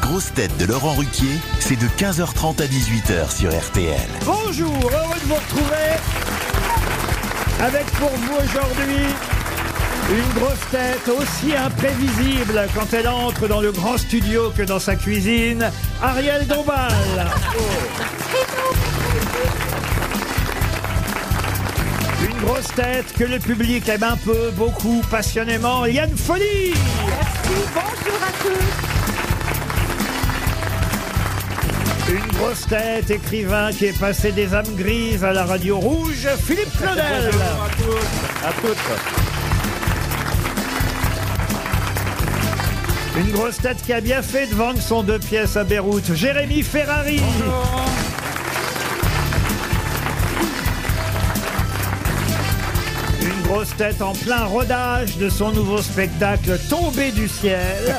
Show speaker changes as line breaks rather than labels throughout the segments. grosses têtes de Laurent Ruquier, c'est de 15h30 à 18h sur RTL.
Bonjour, heureux de vous retrouver avec pour vous aujourd'hui une grosse tête aussi imprévisible quand elle entre dans le grand studio que dans sa cuisine, Ariel Dombal. Une grosse tête que le public aime un peu, beaucoup, passionnément, Yann Folie.
Merci, bonjour à tous.
Une grosse tête, écrivain qui est passé des âmes grises à la radio rouge, Philippe Claudel.
à toutes.
Une grosse tête qui a bien fait de vendre son deux pièces à Beyrouth, Jérémy Ferrari. Une grosse tête en plein rodage de son nouveau spectacle Tombé du ciel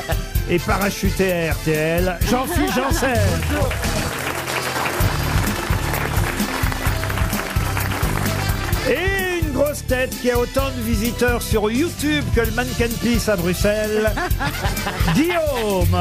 et parachuté à RTL, j'en suis Janssen. Et une grosse tête qui a autant de visiteurs sur YouTube que le Mannequin Peace à Bruxelles, Guillaume.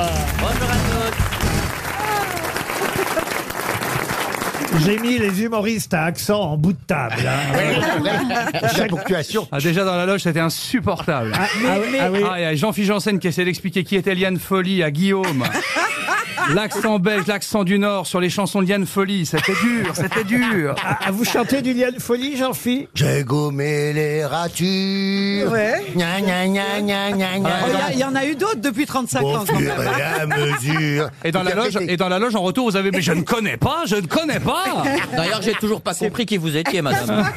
J'ai mis les humoristes à accent en bout de table. hein.
pour que tu assures.
Ah, déjà dans la loge, c'était insupportable. Ah,
Ah oui, ah oui.
il y a Jean-Philippe Janssen qui essaie d'expliquer qui était Liane Folly à Guillaume. L'accent belge, l'accent du Nord sur les chansons de Liane Folly, c'était dur, c'était dur.
Ah, ah, vous chantez du lien de folie, jean phi
J'ai gommé les ratures.
Ouais.
Gna, gna, gna, gna, gna, gna.
Oh, Il y a- il y, en a eu d'autres depuis 35 ans
Au
quand
fur
même.
et à mesure.
Et dans la loge, et dans la loge en retour, vous avez mais je ne connais pas, je ne connais pas. Ah
D'ailleurs, j'ai toujours pas compris qui vous étiez, madame.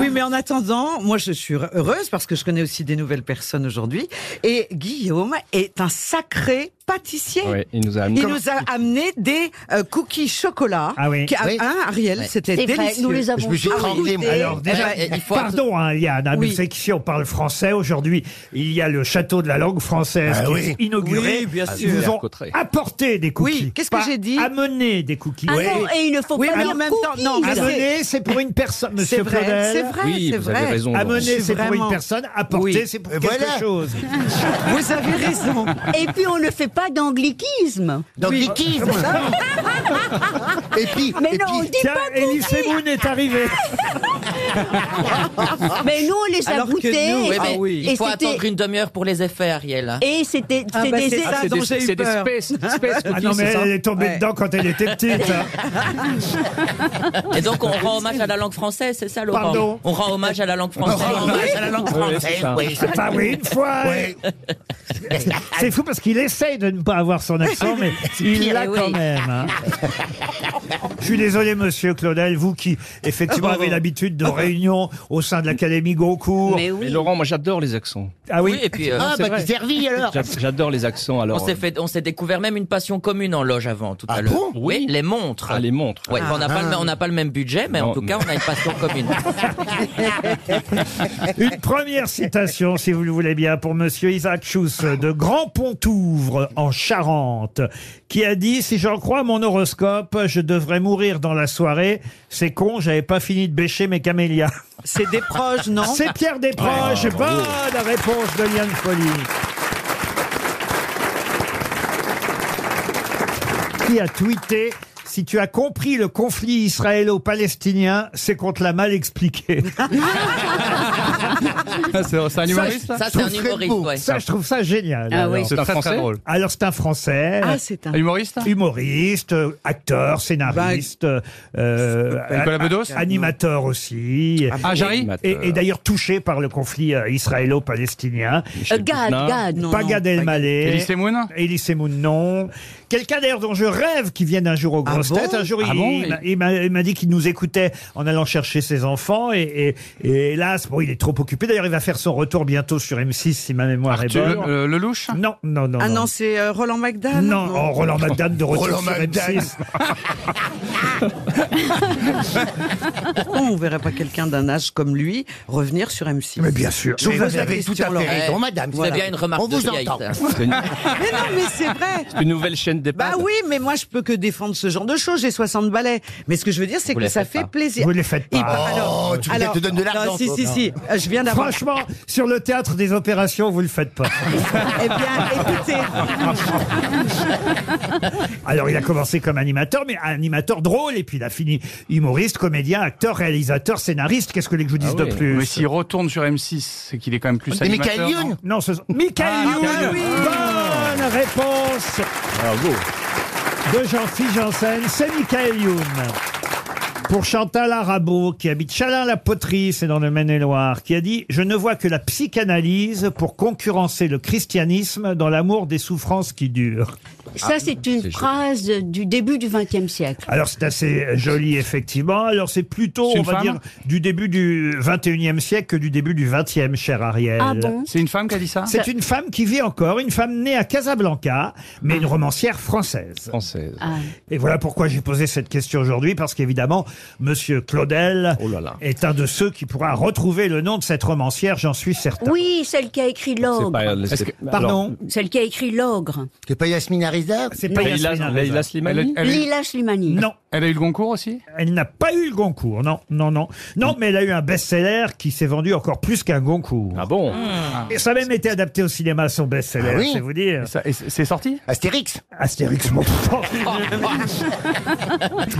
Oui, mais en attendant, moi je suis heureuse parce que je connais aussi des nouvelles personnes aujourd'hui. Et Guillaume est un sacré pâtissier.
Ouais, il nous a amené.
Il nous a amené des euh, cookies chocolat.
Ah oui.
Qui-
Oui.
Hein, Ariel, c'était
C'est vrai,
délicieux.
nous les
Je
avons
me suis
tous
trempé.
goûtés.
Alors déjà,
Eh ben, il faut-
pardon hein, Yann, hein, mais
Oui.
c'est qu'ici on parle français. Aujourd'hui, il y a le château de la langue française
Ah
qui
oui.
est inauguré.
Oui, bien
Ils
sûr.
nous ont
Côterets.
apporté des cookies.
Oui, qu'est-ce que
pas
j'ai dit
Amené des cookies.
Ah
Ouais.
non, et il ne faut
Oui,
pas
mais en
dire
même temps, non,
cookies.
mais c'est-
Amené, c'est pour une personne,
C'est
Monsieur
vrai,
Claudel.
c'est vrai,
Oui,
c'est
vous
vrai.
avez raison. Laurent.
Je suis
Amené, c'est pour une
vraiment-
personne. Apporté,
Oui.
c'est pour
Et
quelque
voilà.
chose.
Vous avez raison.
Et puis on ne fait pas d'anglicisme.
Donc, il kiffe. Et puis,
Mais
et
non, on
puis,
dit
Tiens,
pas
Elie Semoun est arrivée.
Mais nous, on les a
Alors que
goûtés.
nous,
Oui,
Ah
mais
oui.
Et
Il faut
c'était-
attendre une demi-heure pour les effets, Ariel.
Et c'était
Ah,
c'était
bah,
des...
c'est ça.
C'est
dont
des,
j'ai eu
c'est des
peur.
space, space
Ah non,
cookies,
mais
c'est ça
elle est tombée
Ouais.
dedans quand elle était petite. hein.
Et donc, on rend hommage à la langue française, c'est ça, Laurent
Pardon
On rend hommage à Oh, la langue française.
Ouais, ouais, c'est ça.
oui,
Enfin Ah, oui, une fois.
oui.
C'est fou parce qu'il essaye de ne pas avoir son accent, mais il
pire,
l'a
eh
quand
oui.
même. hein. Je suis désolé, monsieur Claudel, vous qui effectivement avez l'habitude de réunions au sein de l'Académie Goncourt.
Mais
Mais
oui.
Laurent, moi j'adore les accents.
Ah oui,
Oui, et puis, euh,
Ah,
c'est
bah,
vrai.
t'es servi alors.
J'a- J'adore les accents.
on
Alors,
s'est fait, on s'est découvert même une passion commune en loge avant, tout à
Ah
l'heure.
bon
oui, les montres.
ah, les montres.
Ouais, on n'a pas, le- on n'a pas le même budget, mais en
Non,
tout
mais-
cas, on a une passion commune.
une première citation, si vous le voulez bien, pour monsieur Isaac Schuss de Grand Pontouvre en Charente, qui a dit Si j'en crois mon horoscope, je devrais mourir dans la soirée. C'est con, j'avais pas fini de bêcher mes camélias.
C'est des proches, non
C'est Pierre Desproges. Bonne réponse de Liane Folie. Qui a tweeté Si tu as compris le conflit israélo-palestinien, c'est qu'on te l'a mal expliqué.
Ah, c'est c'est un humoriste.
ça, c'est un humoriste, ouais.
Ça, je trouve ça génial.
Ah oui.
alors.
C'est
Très,
un
très
français.
drôle.
Alors, c'est un Français.
Ah, c'est un.
Un humoriste.
Humoriste, euh, acteur, scénariste, euh,
Nicolas
a-
Bedos
a- animateur aussi,
Ah, Jarry.
et, et d'ailleurs touché par le conflit euh, israélo-palestinien.
Euh, Gad,
Non.
Gad.
Non,
Pas
non,
Gad
pas
Elmaleh.
Elie Semoun
Elise Moon, non. Quelqu'un d'ailleurs dont je rêve qu'il vienne un jour aux
Ah
grosses
bon
têtes. Un jour,
Ah
il,
bon
il m'a- il m'a- il m'a dit qu'il nous écoutait en allant chercher ses enfants. Et, et- et hélas, bon, il est trop occupé. D'ailleurs, il va faire son retour bientôt sur M6 si ma mémoire
Arthur
est bonne.
euh, Lelouch.
Non, non, non.
Ah
non.
non, c'est euh, Roland McDan
Non, oh, Roland McDan de retour
Roland
sur
McDan.
M6.
Pourquoi on ne verrait pas quelqu'un d'un âge comme lui revenir sur M6
Mais bien sûr.
Je vous
Mais
pose la
avez
question,
tout à fait
Laurent.
raison, madame.
Vous
Voilà.
avez bien une remarque
On
de
vous
vieille,
entend.
ça.
C'est une,
Mais non, mais c'est vrai
une nouvelle chaîne
Bah
d'EHPAD.
oui, mais moi je peux que défendre ce genre de choses. J'ai 60 balais. Mais ce que je veux dire, c'est
Vous
que
les
ça
faites
fait
pas.
plaisir.
Vous les faites pas.
Il par-
Oh, tu veux qu'elle te donne de
non,
l'argent,
Si,
toi,
si,
non.
si. Euh, Je viens d'avoir.
Franchement, sur le théâtre des opérations, vous le faites pas.
Eh bien, écoutez.
Alors, il a commencé comme animateur, mais animateur drôle, et puis il a fini humoriste, comédien, acteur, réalisateur, scénariste. Qu'est-ce que les que je vous dise
Ah oui.
de plus
Mais s'il retourne sur M6, c'est qu'il est quand même plus
Mais
animateur.
Michael Youn
non
Non, ce Michael
Ah, Michael
Youn.
Youn.
Bonne réponse de Jean-Philippe Janssen, c'est Michael Youn. Pour Chantal Arabeau, qui habite Chalin-la-Poterie, c'est dans le Maine-et-Loire, qui a dit « Je ne vois que la psychanalyse pour concurrencer le christianisme dans l'amour des souffrances qui durent.
Ça, Ah, c'est une phrase du début du XXe siècle. ».
Alors c'est assez joli, effectivement. Alors c'est plutôt,
C'est
on
une
va
femme
dire, du début du 21e siècle que du début du 20e, cher Ariel.
Ah bon
C'est une femme qui a dit ça
C'est une femme qui vit encore, une femme née à Casablanca, mais une romancière française.
Française.
Ah.
Et voilà pourquoi j'ai posé cette question aujourd'hui, parce qu'évidemment, Monsieur Claudel
Oh là là.
est un de ceux qui pourra retrouver le nom de cette romancière, j'en suis certain.
Oui, celle qui a écrit
C'est
L'Ogre.
pas-
Est-ce
c'est-
que-
alors,
Pardon
Celle qui a écrit L'Ogre.
C'est pas Yasmina Reza
C'est pas
Leïla
Yasmina Reza.
Leïla
elle, a-
Slimani
elle a-
Lila Slimani.
Non,
elle a eu le concours aussi Mm.
elle n'a pas eu le Goncourt, non, non, non. Non, mais elle a eu un best-seller qui s'est vendu encore plus qu'un Goncourt. Mm.
Ah bon
Et ça a même été adapté au cinéma, son best-seller,
Ah oui
je vais vous dire.
Et ça- et C'est c'est sorti
Astérix
Astérix, mon enfant.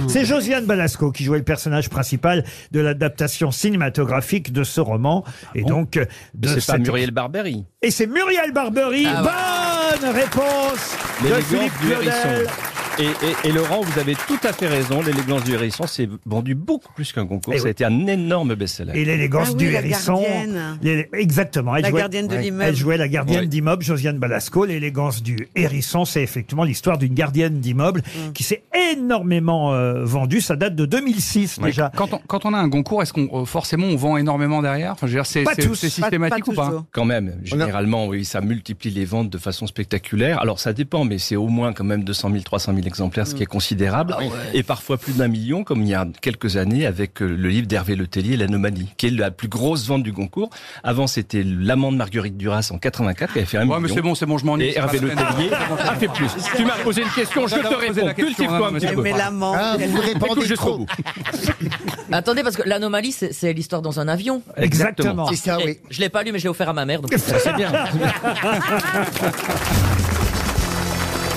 C'est Josiane Balasco qui jouait le personnage principal de l'adaptation cinématographique de ce roman.
Ah
Et donc, euh, de
C'est pas
cette-
Muriel Ah Barbery.
Et c'est Muriel Barbery. Bonne réponse de
L'élégance
Philippe
du
Claudel.
hérisson. Et, et- et Laurent, vous avez tout à fait raison. L'élégance du hérisson s'est vendu beaucoup plus qu'un concours.
Et
ça
oui.
a été un énorme best-seller.
Et l'élégance
Ah oui,
du
la
hérisson.
gardienne.
L'élé- Exactement. Elle
La
jouait-
gardienne de
Ouais.
l'immeuble.
Elle jouait la gardienne
Ouais.
d'immeuble, Josiane Balasco. L'élégance du hérisson, c'est effectivement l'histoire d'une gardienne d'immeuble
Mm.
qui s'est énormément euh, vendue. Ça date de 2006 déjà.
Quand on, quand on a un concours, est-ce qu'on euh, forcément on vend énormément derrière Enfin, je veux dire, c'est
Pas
c'est-
tous,
c'est
Pas-
systématique
pas
ou pas hein
toujours.
Quand même,
On a-
généralement, oui, ça multiplie les ventes de façon spectaculaire. Alors ça dépend, mais c'est au moins quand même 200 000, 300 000 exemplaires, ce qui est considérable. Et parfois plus d'un million, comme il y a quelques années avec euh, le livre d'Hervé Letellier, L'Anomalie, qui est la plus grosse vente du concours. Avant, c'était L'Amant de Marguerite Duras en 84, qui avait fait un
Ouais, mais
million.
c'est bon, c'est bon, je m'en
Et Hervé Letellier a fait plus. Tu m'as posé une question, je te
J'adore poser
réponds.
la question,
Cultive-toi
hein,
un petit
mais-
peu.
Mais l'amant.
Ah, Vous
Écoute
répandez
jusqu'au
trop.
bout.
Attendez, parce que l'anomalie, c'est c'est l'histoire dans un avion.
Exactement.
C'est ça, oui.
Et Je l'ai pas lu, mais je l'ai offert à ma mère. Donc...
C'est bien.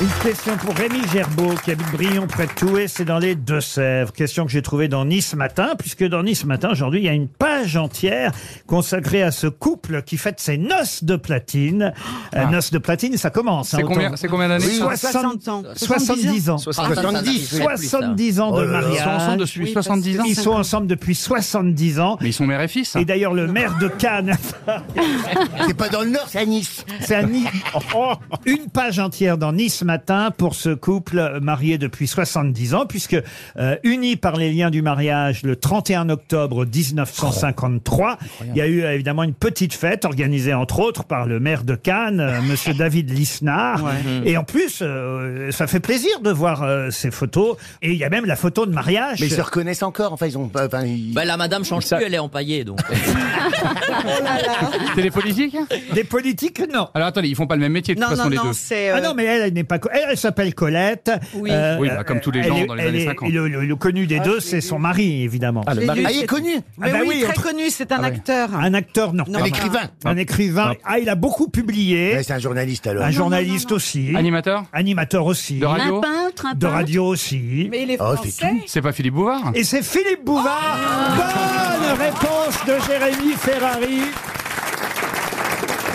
Une question pour Rémi Gerbeau, qui habite Brion, près de Toué, c'est dans les Deux-Sèvres. Question que j'ai trouvée dans Nice Matin, puisque dans Nice Matin, aujourd'hui, il y a une page entière consacrée à ce couple qui fête ses noces de platine. Euh, noces de platine, ça commence.
Ah.
hein,
C'est
autant-
combien, c'est combien d'années
Oui,
ça
ouais.
60 ans.
70 ans.
70,
70 ans de
Oh là là.
Ils sont ensemble
mariage.
depuis
Oui, parce que
70 ans
Ils sont ensemble depuis 70 ans.
Mais ils sont mère et fils. hein.
Et d'ailleurs, le maire de Cannes
C'est pas dans le Nord, c'est à Nice.
C'est un Ni- Oh une page entière dans Nice matin pour ce couple marié depuis 70 ans, puisque euh, unis par les liens du mariage le 31 octobre 1953,
Oh,
il y a eu euh, évidemment une petite fête organisée entre autres par le maire de Cannes, euh, Monsieur David Lisnard. Et en plus, euh, ça fait plaisir de voir euh, ces photos. Et il y a même la photo de mariage.
Mais ils se reconnaissent encore. Enfin, ils ont. pas- Enfin, ils-
Bah, la madame change plus, elle est empaillée. Donc.
C'est des politiques
Des politiques, non.
Alors attendez, ils font pas le même métier de toute
Non, non,
façon les
non,
deux.
c'est. euh,
Ah non, mais elle, elle n'est pas. co- Elle, elle s'appelle Colette. Euh,
Oui.
Oui, bah, comme tous les
elle
gens
est-
dans les
elle
années
est-
50.
Le, le- le connu des deux, c'est son mari, évidemment.
Ah, le
j'ai
mari.
lu-
Ah, il est connu.
Mais
bah
oui,
oui,
très
entre-
connu, c'est un
ouais.
acteur.
Un acteur, non.
Non,
Un
pas-
écrivain.
Un écrivain. Ah, il a beaucoup publié.
Ouais, C'est un journaliste alors.
Un journaliste aussi.
Animateur
Animateur aussi.
De Ah, radio
Un peintre, un
De
peintre.
radio aussi.
Mais il est
Oh, c'est
français.
C'est pas Philippe Bouvard
Et c'est Philippe Bouvard. Bonne réponse de Jérémy Ferrari.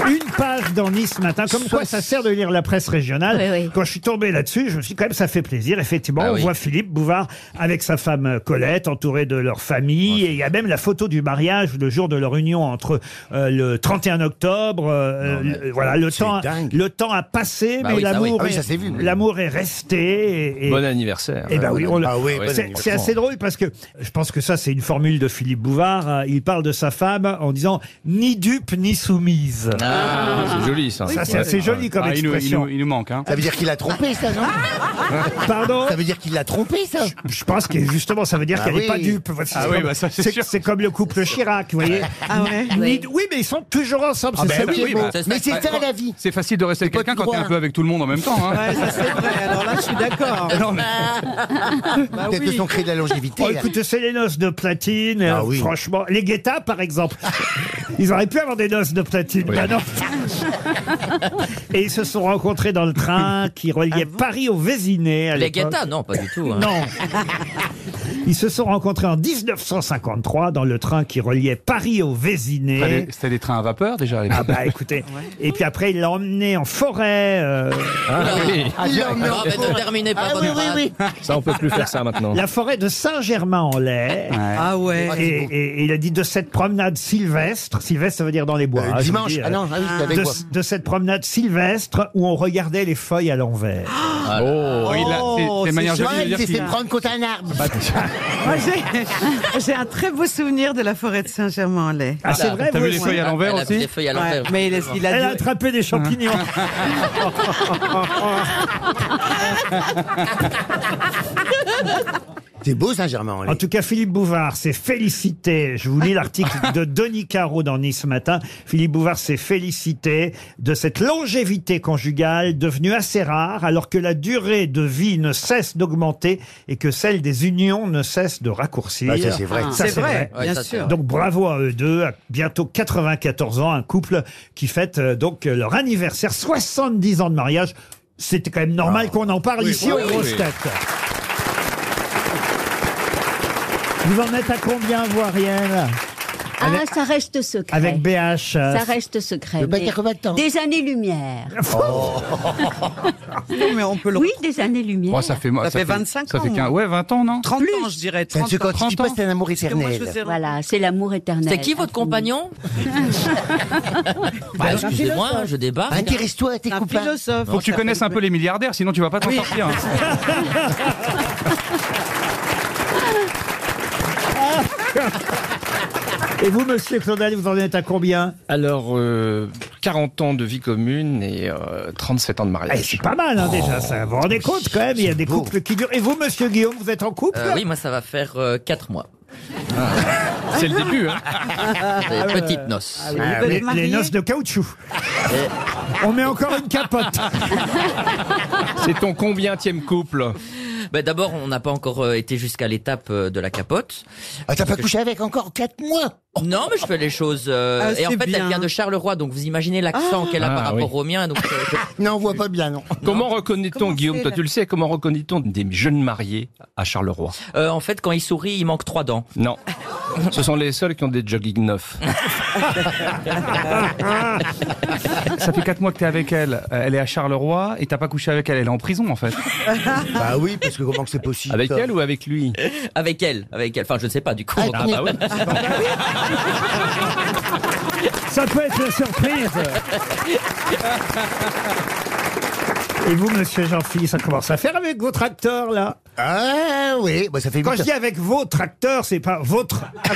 Une page dans Nice matin, comme quoi ça sert de lire la presse régionale.
Oui, oui.
Quand je suis tombé là-dessus, je me suis dit, quand même, ça fait plaisir. Effectivement,
Ah
on
oui.
voit Philippe Bouvard avec sa femme euh, Colette, entourée de leur famille. Et il y a même la photo du mariage, le jour de leur union entre euh, le 31 octobre. euh,
Non,
euh,
mais
voilà, le
c'est
temps,
dingue.
le temps a passé,
Bah
mais
oui, ça,
l'amour,
oui. Ah oui,
est-
ça s'est vu.
l'amour est resté. Et, et-
Bon anniversaire.
eh ben oui, on l'a-
Ah oui, bon
c'est,
anniversaire.
c'est assez drôle parce que je pense que ça, c'est hein. une formule de Philippe Bouvard. Euh, Il parle de sa femme en disant ni dupe ni soumise.
Ah,
C'est joli ça.
Ça, c'est assez joli comme
Ah, il, nous, il
expression.
nous- il nous manque. Hein.
Ça veut dire qu'il a trompé, ça, non
Pardon
Ça veut dire qu'il l'a trompé, ça
Je pense que justement, ça veut dire
Ah
qu'elle n'est
oui.
pas dupe. Voici,
Ah
c'est
oui,
comme-
bah ça, c'est sûr.
c'est comme le couple Chirac, vous voyez.
Ah ouais
Ni- oui, mais ils sont toujours ensemble.
bah
Ah
c'est
ben
ça qui
oui,
est beau.
bon.
ça se
mais
passe
c'est
pas-
ça la vie.
C'est facile de rester avec
pas
quelqu'un
tout
quand t'es un
droit.
peu avec tout le monde en même temps. Hein.
Ouais, ça c'est vrai. Alors là, je suis d'accord.
Non, mais-
Ah,
Bah
Peut-être que
oui.
son cri de la longévité.
Oh,
là.
écoute, c'est les noces de platine.
Ah
euh,
oui.
Franchement, les guetta, par exemple. Ils auraient pu avoir des noces de platine.
Oui.
bah non. Et ils se sont rencontrés dans le train qui reliait Paris au Vésinet. à
Ah Les
l'époque.
guettas, non, pas du tout. hein.
Non. Ils se sont rencontrés en 1953 dans le train qui reliait Paris au Vésinet.
C'était des- C'était des trains à vapeur déjà. à l'époque.
Ah bah écoutez. Et puis après, il l'a emmené en forêt. euh,
Ah
Ah Il l'a emmené en
Non, Ah mais ne terminez pas
Ah oui,
votre
oui,
phrase.
oui.
Ça, on peut plus faire ça maintenant.
la forêt de Saint-Germain-en-Laye.
Ah ouais.
Et, et- et il a dit de cette promenade sylvestre, sylvestre ça veut dire dans les bois. hein,
Euh,
je
dimanche.
vous le dis,
Ah non, ah oui,
euh,
t'avais quoi
de, de cette promenade sylvestre où on regardait les feuilles à l'envers.
Ah.
Oh, il a- c'est- c'est une manière
Ouais,
jolie de
il
dire
s'est fait
qu'il-
prendre contre un arbre.
Moi, Oh, j'ai- J'ai un très beau souvenir de la forêt de Saint-Germain-en-Laye.
Ah, c'est vrai,
T'as
vous
vu les
aussi
feuilles à l'envers
Elle a pris
aussi
des feuilles à
Ouais,
l'envers.
mais il a, il a
Elle a
dû-
attrapé des champignons.
C'est beau, Saint-Germain. en
En
l'air.
tout cas, Philippe Bouvard s'est félicité. Je vous lis l'article de Denis Caro dans Nice ce matin. Philippe Bouvard s'est félicité de cette longévité conjugale devenue assez rare alors que la durée de vie ne cesse d'augmenter et que celle des unions ne cesse de raccourcir.
Bah, ça, c'est vrai.
Ça,
C'est vrai,
Ouais,
bien
ça, Ah. c'est
sûr.
vrai.
Donc bravo à eux deux, à bientôt 94 ans, un couple qui fête euh, donc euh, leur anniversaire, 70 ans de mariage. C'était quand même normal
Ah.
qu'on en parle ici aux grosses têtes. Vous en êtes à combien, vous, Ariel
Ah, ça reste secret.
Avec BH euh,
Ça reste secret.
Le bac
mais
à combattant.
Des années-lumière.
Non, mais on peut le.
Oui, des années-lumière.
Oh, ça fait,
Ça fait 25
ça fait
ans,
quinze- Ouais, 20 ans, non
30 ans, je dirais.
C'est
30
quand
ans.
tu dis pas, c'est un amour
Parce que moi, je
éternel.
faisais-
Voilà, c'est l'amour éternel.
C'est qui votre compagnon Bah, Excusez-moi, je débarque.
Intéresse-toi à tes
Un
copains.
philosophe.
Ah, Faut que tu connaisses un peu les milliardaires, sinon tu vas pas t'en sortir.
Et vous, monsieur Claudel, vous en êtes à combien
Alors, euh, 40 ans de vie commune et euh, 37 ans de
Eh,
mariage.
C'est pas mal, hein, déjà, ça. Vous vous rendez
Oh,
compte, quand même, il y a des
beau.
couples qui durent. Et vous, monsieur Guillaume, vous êtes en couple
Euh, oui, moi ça va faire 4 mois.
C'est le début. Hein.
Ah,
Des petites noces.
Ah,
euh, les,
vous êtes
les
mariés
noces de caoutchouc. On met encore une capote.
C'est ton combienième couple
Ben, D'abord, on n'a pas encore euh, été jusqu'à l'étape euh, de la capote.
Ah, t'as pas couché avec encore 4 mois
Non, mais je fais les choses. euh,
Ah,
et en
c'est
fait, elle
bien.
vient de Charleroi, donc vous imaginez l'accent qu'elle a
Ah,
par rapport
oui.
au mien. Donc, euh,
Non, on voit pas bien, non.
Comment reconnaît-on,
Comment
Guillaume,
c'est,
toi
là
tu le sais, comment reconnaît-on des jeunes mariés à Charleroi
je- euh, en fait, quand il sourit, il manque trois dents.
Non. Ce sont les seuls qui ont des jogging neufs.
Ça fait 4 mois que t'es avec elle. Euh, Elle est à Charleroi et t'as pas couché avec elle. Elle est en prison en fait.
Bah oui, parce que comment que c'est possible
Avec
ça
elle ou avec lui
Avec elle, avec elle. Enfin, je ne sais pas du coup.
Ah bah ouais.
Ça peut être la surprise. Et vous, monsieur Jean-Philippe, ça commence à faire avec votre acteur, là.
Ah oui, bah ça fait
Quand
huit Ah,
je dis avec votre acteur, c'est pas votre.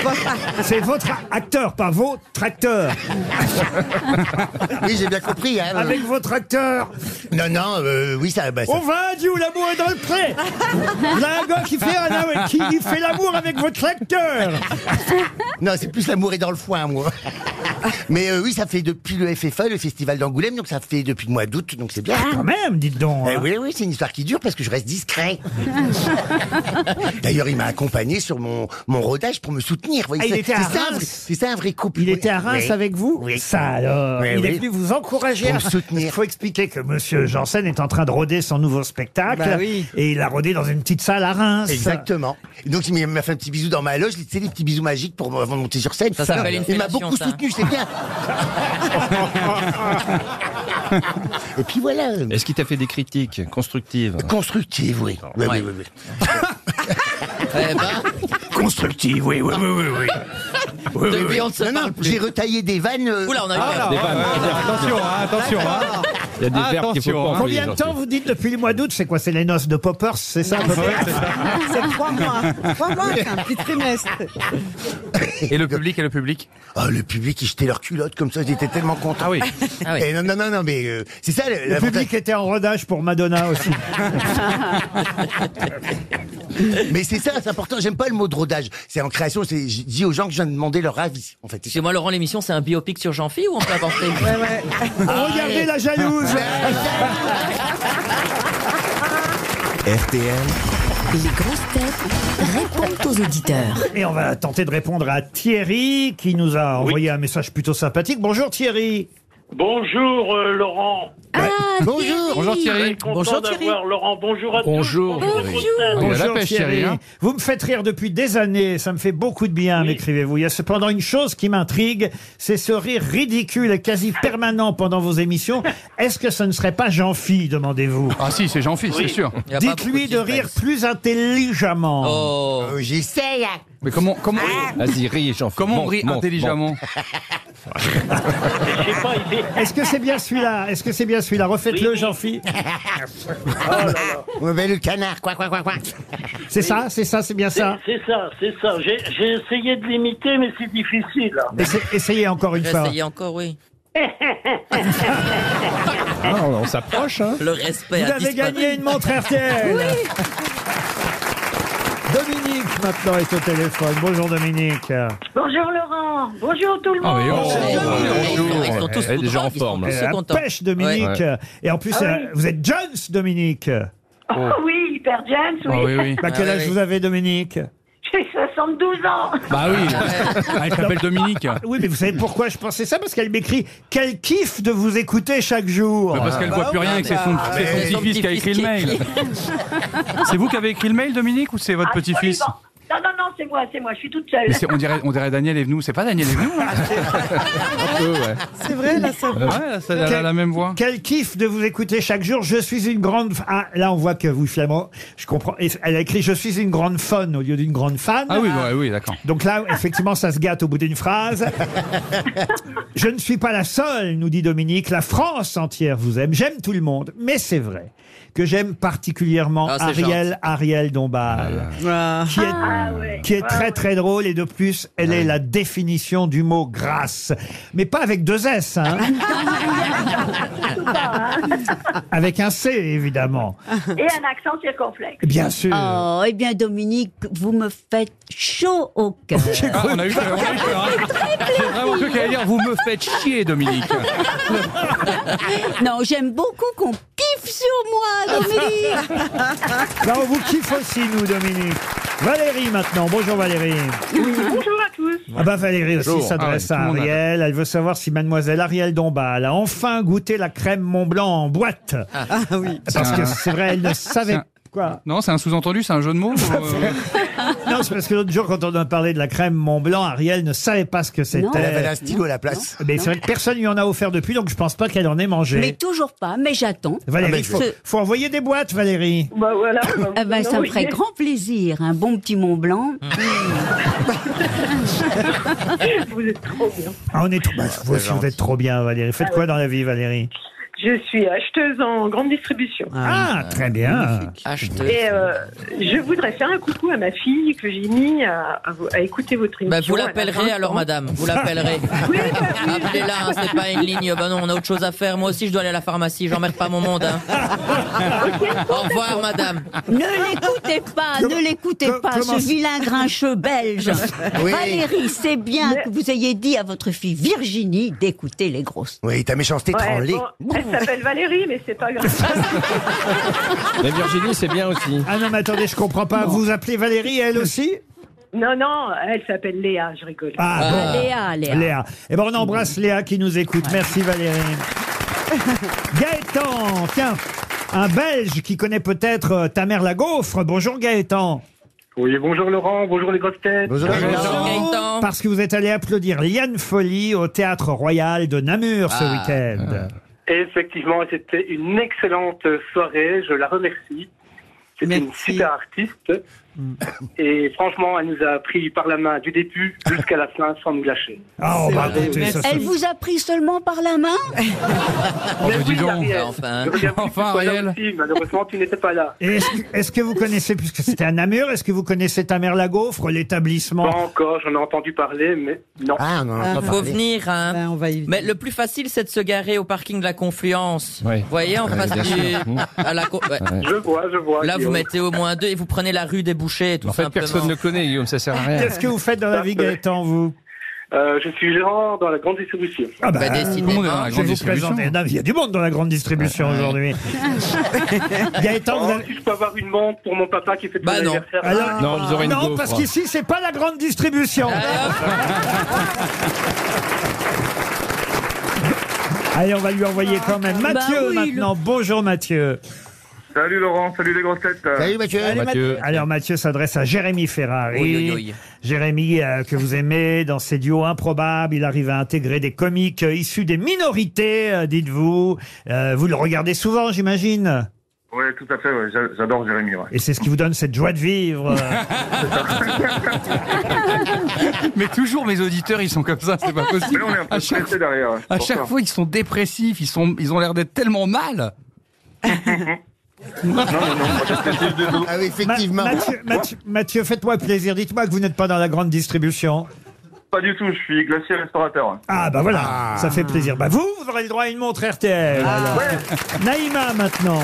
C'est votre acteur, pas votre acteur.
ans. Oui, j'ai bien compris. hein.
Avec votre acteur.
Non, non, euh, oui, ça... Bah, ça...
Oh,
On va à Dieu, l'amour est dans le pré. Là, un gars qui fait, un- qui fait l'amour avec votre acteur.
Non, c'est plus l'amour est dans le foin, moi. Mais euh, oui, ça fait depuis le FFA, le festival d'Angoulême, donc ça fait depuis le mois d'août, donc c'est bien.
Ah, Quand même, dites donc.
Eh
hein.
oui, oui, c'est une histoire qui dure parce que je reste discret. D'ailleurs, il m'a accompagné sur mon, mon rodage pour me soutenir. Vous voyez,
Ah, il
c'est-
était à
c'est ça, un
Reims
vrai- C'est ça un vrai couple.
Il
oui.
était à Reims
Oui.
avec vous
Oui.
Ça alors
Oui,
Il
oui.
est venu vous encourager
Pour
à
me soutenir.
Il faut expliquer que Monsieur Janssen est en train de roder son nouveau spectacle.
Bah oui.
Et il a rodé dans une petite salle à Reims.
Exactement. Et donc, il m'a- m'a fait un petit bisou dans ma loge, tu sais, les petits bisous magiques pour avant de monter sur scène.
Ça s'appelle une
il m'a
fellation,
beaucoup
ça.
soutenu, c'est bien. Et puis voilà.
Est-ce qu'il t'a fait des critiques constructives
Constructive, oui. Oui, oui, oui, oui.
Eh ben,
Constructive, oui, oui, oui, oui. oui. Oui, oui,
Depuis,
oui.
on ne se
non,
parle
non,
plus.
Ah,
j'ai retaillé des vannes. euh,
oula, on a eu peur.
Des vannes.
Attention, hein, attention.
Ah,
hein.
Il y a des verbes qu'il faut
Attention,
pas
hein.
employer
Combien de
aujourd'hui.
temps vous dites depuis le mois d'août C'est quoi C'est les noces de Poppers C'est
Ah,
ça à peu près
C'est trois mois. hein. Trois mois, c'est un petit trimestre.
Et le public, et le public
Ah, le public, ils jetaient leurs culottes comme ça, ils étaient tellement contents.
Ah oui.
Ah oui.
Et non, non, non, non, mais euh, c'est ça.
Le public était en rodage pour Madonna aussi.
Mais c'est ça, c'est important. J'aime pas le mot de rodage. C'est en création. C'est, je dis aux gens que je viens de demander leur avis. En fait,
Excusez-moi, Laurent, l'émission, c'est un biopic sur Jean-Phi ou on peut apporter
Regardez la jalouse
RTL,
Les grosses têtes répondent aux auditeurs.
Et on va tenter de répondre à Thierry qui nous a envoyé un message plutôt sympathique. Bonjour Thierry Ah,
Bonjour euh, Laurent.
bonjour.
Bonjour Thierry.
Content
Bonjour,
d'avoir
Thierry.
Laurent. Bonjour à
Bonjour.
tous.
Bonjour.
Christelle.
Il a la pêche, Thierry. hein.
Vous me faites rire depuis des années, ça me fait beaucoup de bien, m'écrivez-vous. Il y a cependant une chose qui m'intrigue, c'est ce rire ridicule et quasi permanent pendant vos émissions. Est-ce que ce ne serait pas Jean-Phi, demandez-vous
Ah si, c'est Jean-Philippe, c'est sûr.
Il y a pas beaucoup
Dites-lui de
suspense.
rire plus intelligemment.
Oh.
Euh, J'essaye.
Mais comment, comment,
Vas-y, ris, jean
Ah. comment on rit intelligemment
Je sais pas, il est-
Est-ce que c'est bien celui-là Est-ce que c'est bien celui-là Refaites-le, Jean-Phi.
Oh
Mauvais le canard. Quoi, quoi, quoi, quoi.
C'est ça, c'est ça, c'est bien ça.
C'est ça, c'est ça. J'ai j'ai essayé de l'imiter, mais c'est difficile.
Essa- essayez encore une
J'ai
fois.
essayé encore, oui.
Ah, on on s'approche, hein.
Le respect
Vous
a
avez
disparu.
gagné une montre RTL. Dominique maintenant est au téléphone. Bonjour Dominique.
Bonjour Laurent. Bonjour tout le
Ah, mais oh,
Ils sont-
bonjour.
ils sont tous
Elle est déjà en
contents, ils sont
forme.
tous
là.
Elle a la
contents.
Euh, pêche Dominique. Et en
Ah
plus, euh, vous êtes Jones Dominique.
Oh, oui, hyper James.
Ah Oh, oui, oui.
Bah, quel
Ah,
âge
oui.
vous avez Dominique
J'ai 72 ans.
Bah oui. Ah, Elle s'appelle Dominique.
Oui, mais vous savez pourquoi je pensais ça Parce qu'elle m'écrit quel kiff de vous écouter chaque jour.
Bah, parce qu'elle voit plus rien et que c'est son, c'est son
mais-
petit-fils qui a écrit le mail. C'est vous qui avez écrit le mail, Dominique, ou c'est
Ah,
votre petit-fils
Non, non, non, c'est moi, c'est moi. Je suis toute seule. Ah,
Mais c'est- on dirait, on dirait Daniel Evenou. C'est pas Daniel Evenou hein
Un peu, ouais.
C'est vrai, là, ça
Ouais, là, ça- elle a la même voix.
Quel kiff de vous écouter chaque jour. Je suis une grande. fa- Ah, là, on voit que vous, finalement, je comprends. Et Elle a écrit Je suis une grande fan au lieu d'une grande fan.
Ah oui, ouais, oui, d'accord.
Donc là, effectivement, ça se gâte au bout d'une phrase. Je ne suis pas la seule, nous dit Dominique. La France entière vous aime. J'aime tout le monde. Mais c'est vrai que j'aime particulièrement
Ah, c'est Ah.
Ariel, Ariel Dombal, qui est,
Ah,
qui est très très drôle et de plus, elle est la définition du mot grâce. Mais pas avec deux S, hein. avec un C, évidemment.
ah, hein. Et un accent circonflexe.
Bien sûr.
Oh, eh bien, Dominique, vous me faites chaud au cœur.
Ah, on a eu peur, on a eu peur. hein. J'ai vraiment cru qu'elle allait dire Vous me faites chier, Dominique.
non, j'aime beaucoup qu'on kiffe sur moi, Dominique.
Là, on vous kiffe aussi, nous, Dominique. Valérie, maintenant. Bonjour, Valérie.
Bonjour à tous.
Ah bah Valérie aussi
Bonjour.
s'adresse
Ah ouais,
à
tout le monde a-
Ariel. Elle veut savoir si mademoiselle Ariel Dombal a enfin goûté la crème Mont Blanc en boîte.
Ah oui.
Parce
C'est
que
un-
c'est vrai, elle ne savait
c'est un-
quoi.
Non, c'est un sous-entendu, c'est un jeu de mots ou, euh,
Non, c'est parce que l'autre jour, quand on a parlé de la crème Mont Blanc, Ariel ne savait pas ce que
Elle avait
c'était.
un stylo à la place.
Mais c'est vrai que personne lui en a offert depuis, donc je pense pas qu'elle en ait mangé.
Mais toujours pas, mais j'attends. ben,
Valérie,
Ah, mais
faut,
ce-
faut envoyer des boîtes, Valérie.
Bah voilà.
Eh ben, ça me ferait grand plaisir, un bon petit Mont Blanc.
Vous êtes trop bien.
Ah, on est trop... bah, vous aussi, vous êtes trop bien, Valérie. Faites quoi dans la vie, Valérie
Je suis acheteuse en grande distribution.
Ah, très bien.
Et
Acheteuse.
euh, je voudrais faire un coucou à ma fille que j'ai mis à, à vous- à écouter votre émission.
Bah, vous
Elle a
l'appellerez
20
alors,
ans.
madame. Vous l'appellerez.
Oui, bah oui.
Appelez-la, hein, c'est pas une ligne. Bah non, on a autre chose à faire. Moi aussi, je dois aller à la pharmacie. J'emmerde pas mon monde. hein. Au revoir, madame.
Ne l'écoutez pas, ne l'écoutez
Com-
pas,
comment-
ce vilain grincheux belge.
Oui.
Valérie, c'est bien
Mais-
que vous ayez dit à votre fille Virginie d'écouter les grosses.
Oui, ta méchanceté
Ouais,
tremblée.
bon, elle s'appelle Valérie, mais c'est pas grave.
Mais Virginie, c'est bien aussi.
Ah non, mais attendez, je comprends pas. Vous appelez Valérie, elle aussi
Non, non, elle s'appelle Léa, je rigole.
Euh,
Ah, bon.
Léa, Léa.
Léa. Eh ben, on embrasse Léa qui nous écoute. Merci Valérie. Gaëtan, tiens, un Belge qui connaît peut-être euh, ta mère la gaufre. Bonjour Gaëtan.
Oui, bonjour Laurent, bonjour les grosses têtes.
Bonjour.
Bonjour, Gaëtan.
Parce que vous êtes allé applaudir Liane Folly au Théâtre Royal de Namur ce
Ah.
week-end.
Effectivement, c'était une excellente soirée, je la remercie. C'est une
Merci.
super artiste.
Mm.
Et franchement, elle nous a pris par la main du début jusqu'à la fin sans nous lâcher.
Ah, on va écouter ça.
Elle vous a pris seulement par la main
Oh, bah,
Mais
dis
oui,
donc,
Ariel,
enfin.
hein.
je reviens plus
Enfin,
sur toi là
Ariel.
aussi, malheureusement, tu n'étais pas là.
Et Est-ce que, est-ce que vous connaissez, puisque c'était à Namur, est-ce que vous connaissez Tamer la Gaufre, l'établissement
Pas encore, j'en ai entendu parler, mais non.
Ah, non,
Il Euh, faut venir. hein.
Ben,
Mais le plus facile, c'est de se garer au parking de la Confluence.
Oui.
Vous voyez, en
Ouais,
face
bien
du-
sûr.
à la co- ouais.
Je vois, je vois.
Là, vous
Guillaume.
mettez au moins deux et vous prenez la rue des Bouchers, tout
En fait,
simplement.
personne ne connaît, Guillaume, ça sert à rien. Bah
Qu'est-ce que vous faites dans la vie, Gaëtan, vous Ah bah,
Euh, je suis gérant dans la grande distribution.
Bah,
je vais vous présenter. Non, Il y a du monde dans la grande distribution aujourd'hui. Gaëtan, vous avez-
Oh, Si je peux avoir une montre pour mon papa qui fait de
Bah non.
l'anniversaire.
Alors- Non, vous aurez une Non, gaufre. parce qu'ici, c'est pas la grande distribution. Allez, on va lui envoyer quand même.
Bah
Mathieu,
oui,
maintenant. Bonjour, Mathieu.
Salut Laurent, salut les grosses têtes.
Alors Mathieu s'adresse à Jérémy Ferrari.
Oui, oui, oui.
Jérémy euh, que vous aimez dans ses duos improbables, il arrive à intégrer des comiques euh, issus des minorités, euh, dites-vous. Euh, vous le regardez souvent, j'imagine.
Oui, tout à fait, ouais, j'a- j'adore Jérémy. ouais.
Et euh, c'est ce qui vous donne cette joie de vivre.
Mais toujours mes auditeurs, ils sont comme ça, c'est pas possible.
Mais on est un peu
à chaque,
stressé derrière. ouais,
à
pour
chaque
ça.
fois, ils sont dépressifs, ils, sont, ils ont l'air d'être tellement mal.
Non, non, non, moi, j'apprécie le dédo.
Ah oui, effectivement.
Ma- Mathieu, Mathieu- Mathieu, faites-moi plaisir. Dites-moi que vous n'êtes pas dans la grande distribution.
Pas du tout, je suis glacier restaurateur. hein.
Ah Ah. bah voilà, ça fait plaisir. Bah vous, vous aurez le droit à une montre
Ah,
RTL. Eh, alors. Naïma maintenant.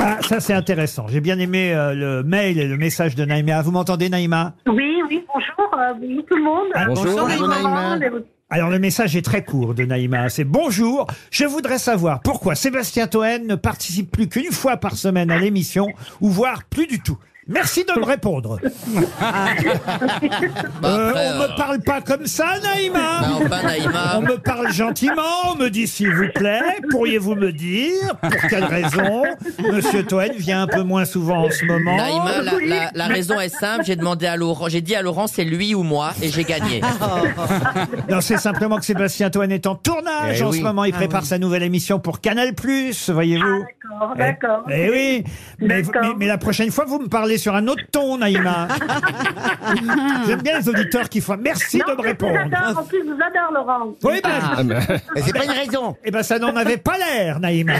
Ah, ça c'est intéressant. J'ai bien aimé euh, le mail et le message de Naïma. Vous m'entendez Naïma
Oui, oui, bonjour, euh, bonjour tout le monde.
Ah, bonjour.
les
Bonjour,
mamans,
Naïma.
les-
Alors le message est très court de Naïma. C'est bonjour, je voudrais savoir pourquoi Sébastien Toen ne participe plus qu'une fois par semaine à l'émission ou voire plus du tout. Merci de me répondre. Ah. Euh,
après,
on me
euh,
parle pas comme ça, Naïma.
Non, pas Naïma.
On me parle gentiment. On me dit s'il vous plaît, pourriez-vous me dire pour quelle raison Monsieur Toen vient un peu moins souvent en ce moment.
Naïma, la, la- la raison est simple. J'ai demandé à Laurent, j'ai dit à Laurent, c'est lui ou moi, et j'ai gagné.
Ah. Non, c'est simplement que Sébastien Toen est en tournage
Eh
en
oui.
ce moment. Il
Ah
prépare
oui.
sa nouvelle émission pour Canal Plus, voyez-vous.
Ah, D'accord, d'accord.
Eh- Eh oui. Mais, mais- mais la prochaine fois, vous me parlez sur un autre ton, Naïma. J'aime bien les auditeurs qui font merci
Non,
de me
mais je vous
répondre.
adore, En plus, je vous adore, Laurent. Ah,
Oui,
bah.
ben,
Ah, c'est pas une raison.
Eh ben, ça n'en avait pas l'air, Naïma.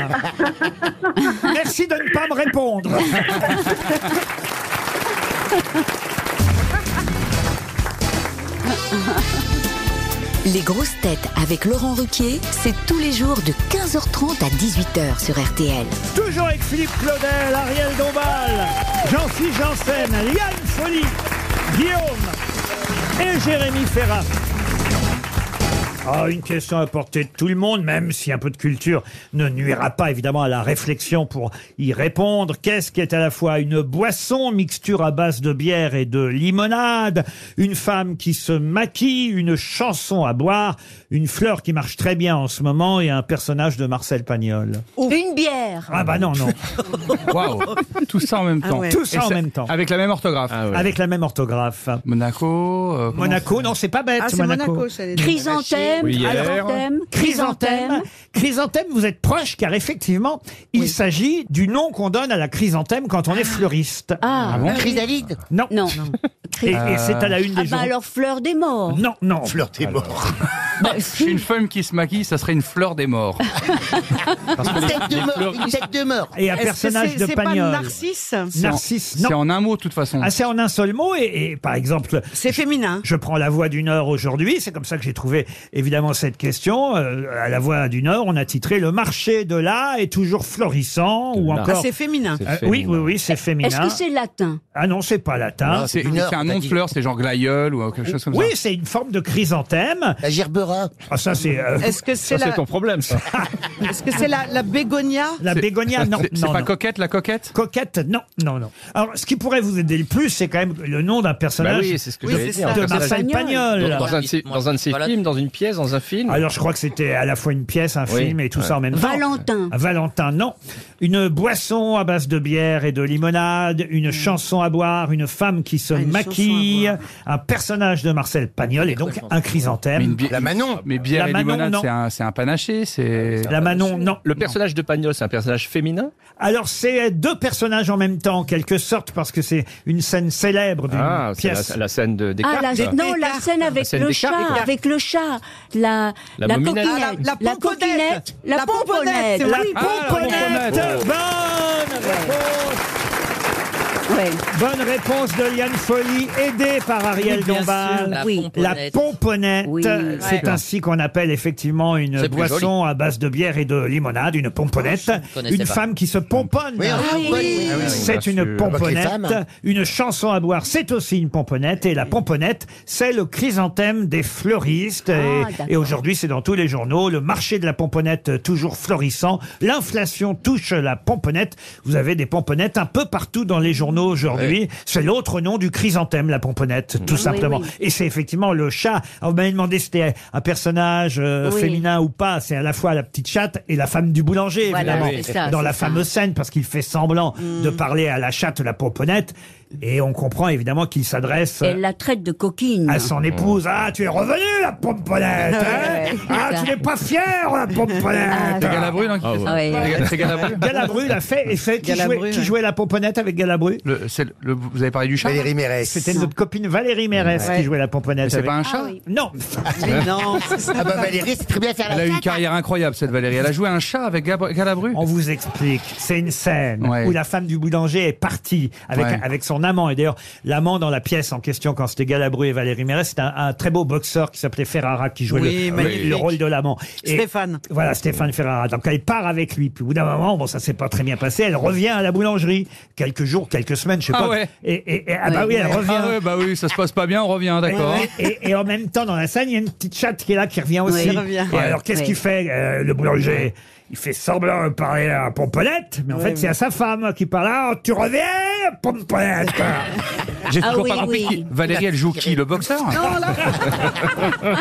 Merci de ne pas me répondre.
Les grosses têtes avec Laurent Ruquier, c'est tous les jours de 15h30 à 18h sur RTL.
Toujours avec Philippe Claudel, Ariel Dombal, Jean-Philippe Janssen, Liane Folly, Guillaume et Jérémy Ferrat. Ah, une question à portée de tout le monde, même si un peu de culture ne nuira pas évidemment à la réflexion pour y répondre. Qu'est-ce qui est à la fois une boisson, mixture à base de bière et de limonade, une femme qui se maquille, une chanson à boire, une fleur qui marche très bien en ce moment et un personnage de Marcel Pagnol
Oh.
Une bière.
Ah bah non, non.
Waouh Tout ça en même
Ah
temps.
ouais. Tout ça Ah
Et
en même temps.
Avec la même orthographe.
Avec la même orthographe.
Monaco. euh, comment
Monaco, non, c'est pas bête.
Ah, c'est Monaco, ça allait dire.
Chrysanthème,
Oui, hier.
chrysanthème,
Chrysanthème. Chrysanthème, vous êtes proche car effectivement, il s'agit du nom qu'on donne à la chrysanthème quand on est fleuriste.
Ah, Ah bon
Chrysalide
Non.
Non.
Et, et c'est
Euh,
à la une
Ah
des
bah
journaux.
alors fleur des morts.
Non, non.
Fleur des morts.
Ah Bah, Chez une femme qui se maquille, ça serait une fleur des morts.
Une tête de mort, une tête de mort.
Et un
Est-ce que
personnage
c'est-
de
c'est pas
Pagnol.
Narcisse
C'est en-
Narcisse, non.
C'est en un mot, de toute façon.
Ah, c'est en un seul mot et, et par exemple.
C'est féminin.
Je prends la voix du Nord aujourd'hui, c'est comme ça que j'ai trouvé évidemment cette question. Euh, à la voix du Nord, on a titré le marché de là est toujours florissant ou
Ah,
encore.
c'est féminin.
Euh, oui, oui, oui, c'est féminin.
Est-ce que c'est latin
Ah non, c'est pas latin.
Ah, c'est c'est un nom de fleur, c'est genre glaïeul ou quelque chose comme
Oui,
ça.
c'est une forme de chrysanthème.
La gerbera.
Ah ça c'est euh,
Est-ce que c'est la,
problème, ça.
est-ce que c'est la, la bégonia
la bégonia. Non,
C'est- C'est
non,
pas
non.
coquette, la coquette
Coquette, non, non, non. Alors, ce qui pourrait vous aider le plus, c'est quand même le nom d'un personnage
Bah oui, c'est ce que
Oui,
j'allais
c'est
dire.
ça.
un
de
personnage-
Marcel Pagnol.
Dans, dans un de ses, dans un de ses films, dans une pièce, dans un film.
Alors, je crois que c'était à la fois une pièce, un
Oui,
film et tout
ouais.
ça en même temps.
Valentin.
Ah, Valentin, non. Une boisson à base de bière et de limonade, une chanson à boire, une femme qui se
Mm. Ah, une
maquille,
chanson
un personnage de Marcel Pagnol et donc un
Mais une
chrysanthème.
bi-
La Manon.
Mais bière
La
et
Manon,
limonade,
non.
c'est un, c'est un panaché, c'est...
La Manon, non.
Le personnage de Pagnol, c'est un personnage féminin
Alors, c'est deux personnages en même temps, en quelque sorte, parce que c'est une scène célèbre d'une
Ah, c'est
pièce.
la, la scène de
Ah,
Descartes.
la- non, la scène avec
scène
le
des
chat,
cartes, des cartes.
avec le chat, la,
La mominette.
coquinette,
Ah, la- la pomponnette.
coquinette, la,
La pomponnette,
pomponnette,
c'est vrai.
oui,
Ah, la
Honnête,
Oh.
bonne réponse Bonne réponse de Liane Folly, aidée par Ariel
Oui, bien sûr,
Dombal.
la
La
pomponnette.
pomponnette,
Oui.
c'est
Ouais.
ainsi qu'on appelle effectivement une
C'est plus
boisson
joli.
à base de bière et de limonade, une pomponnette.
Ah, connaissais
Une
pas.
femme qui se pomponne.
Oui, on se pomponne, oui. Ah oui, oui, bien
C'est une
sûr. Avec les
pomponnette.
hein.
femmes.
Une chanson à boire, c'est aussi une pomponnette. Et la pomponnette, c'est le chrysanthème des fleuristes. Et-
Ah, d'accord.
et aujourd'hui, c'est dans tous les journaux. Le marché de la pomponnette euh, toujours florissant. L'inflation touche la pomponnette. Vous avez des pomponnettes un peu partout dans les journaux aujourd'hui. C'est l'autre nom du chrysanthème, la pomponnette, tout
Oui,
simplement.
oui.
Et c'est effectivement le chat. Alors, vous m'avez demandé si c'était un personnage euh,
Oui.
féminin ou pas. C'est à la fois la petite chatte et la femme du boulanger,
Voilà,
évidemment.
c'est ça,
dans
c'est
la
ça.
fameuse scène, parce qu'il fait semblant de parler à la chatte, la pomponnette. Et on comprend évidemment qu'il s'adresse
Elle la traite de coquine.
à son épouse. Ah, tu es revenue, la pomponnette hein
Ouais,
Ah,
c'est ça.
tu n'es pas fière, la
Ah,
pomponnette
C'est Galabru, non qui fait ça
Ah ouais.
C'est Ga- C'est Galabru
Galabru l'a fait, et fait qui,
Galabru,
jouait, qui
ouais.
jouait la pomponnette avec Galabru
Le- c'est le- le- Vous avez parlé du chat
Valérie Mérès.
C'était notre copine Valérie Mérès
Ouais.
qui jouait la
Mais
pomponnette.
c'est
avec- Ah,
pas un chat
Non
Mais non.
Ah bah Valérie, c'est très bien faire
Elle
la
a eu une
chatte.
carrière incroyable, cette Valérie. Elle a joué un chat avec Gab- Galabru.
On vous explique. C'est une scène
Ouais.
où la femme du boulanger est partie avec,
Ouais.
avec son amant. Et d'ailleurs, l'amant dans la pièce en question, quand c'était Galabru et Valérie Mérès, c'était un, un très beau boxeur qui s'appelait Ferrara qui jouait
Oui,
le-
magnifique.
le, rôle de l'amant. Et
Stéphane.
Voilà, Stéphane Ferrara. Donc elle part avec lui. Puis au bout d'un moment, bon, ça s'est pas très bien passé. Elle revient à la boulangerie. Quelques jours, quelques semaines, je sais
Ah
pas.
ouais.
Et, et- et- ah bah oui, elle revient.
Ah ouais, bah oui, ça se passe pas bien, on revient, d'accord.
Et, et en même temps, dans la scène, il y a une petite chatte qui est là, qui revient aussi.
elle revient.
Et alors, qu'est-ce
Ouais.
qu'il fait, euh, le boulanger Il fait semblant de parler à Pompolette, mais en
Ouais,
fait,
ouais.
c'est à sa femme qui parle. Ah, tu reviens, Pompolette
J'ai
Ah
toujours
oui,
pas compris
oui.
qui. Valérie, elle joue qui Le boxeur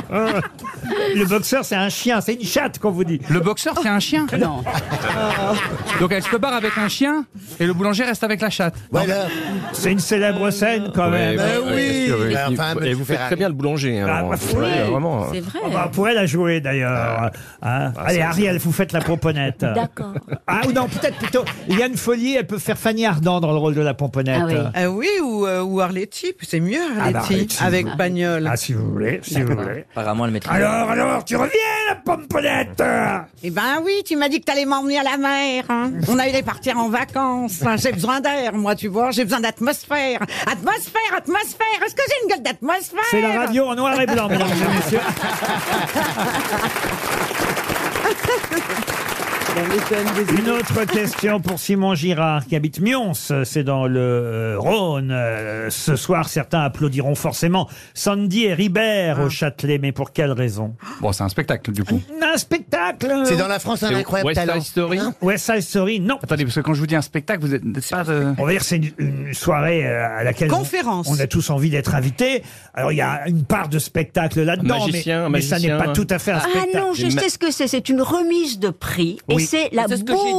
Le boxeur, c'est un chien, c'est une chatte qu'on vous dit.
Le boxeur, c'est un chien Non.
Ah.
Donc elle se barre avec un chien et le boulanger reste avec la chatte.
Voilà.
C'est une
Euh,
célèbre scène, quand même.
oui, bien sûr, oui.
Ben Mais enfin,
Et vous faites
Ferrari.
très bien le boulanger. hein,
Ah,
Laurent.
bah, oui.
Ouais, vraiment. hein. Ah.
C'est vrai.
Ah bah, on pourrait la jouer d'ailleurs. Hein Allez, Ariel, vous faites la pomponnette.
D'accord.
Ah, ou non, peut-être plutôt. Yann Follier, elle peut faire Fanny Ardant dans le rôle de la pomponnette.
Ah oui.
Ah oui, ou, euh, ou Arletty, puis c'est mieux
Ah bah,
Arletty,
Arletty.
avec Bagnole.
Ah, si vous voulez, si vous voulez.
Apparemment, elle maîtrise.
Alors, alors, tu reviens, la pomponnette
Eh ben oui, tu m'as dit que t'allais m'emmener à la mer. hein. On allait partir en vacances. hein. J'ai besoin d'air, moi, tu vois. J'ai besoin d'atmosphère. Atmosphère, atmosphère. Est-ce que j'ai une gueule d'atmosphère
C'est la radio en noir et blanc, mesdames et messieurs. Une autre question pour Simon Girard qui habite Mions, c'est dans le euh, Rhône. Euh, Ce soir, certains applaudiront forcément Sandy et Ribert
Ah.
au Châtelet, mais pour quelle raison
Bon, c'est un spectacle du coup.
Un spectacle
C'est dans la France un
C'est
incroyable
West Side
talent. Hein
Story
West Side Story, non.
Attendez, parce que quand je vous dis un spectacle, vous êtes c'est pas euh, de-
On va dire que c'est une, une soirée euh, à laquelle on-
Conférence.
On, a tous envie d'être invités. Alors il y a une part de spectacle là-dedans, mais,
magicien, un
mais ça n'est
magicien.
pas tout à fait un
Ah
spectacle.
non, je
Ma-
sais ce que c'est. C'est une remise de prix.
Oui.
Et c'est la
C'est ce que j'ai dit.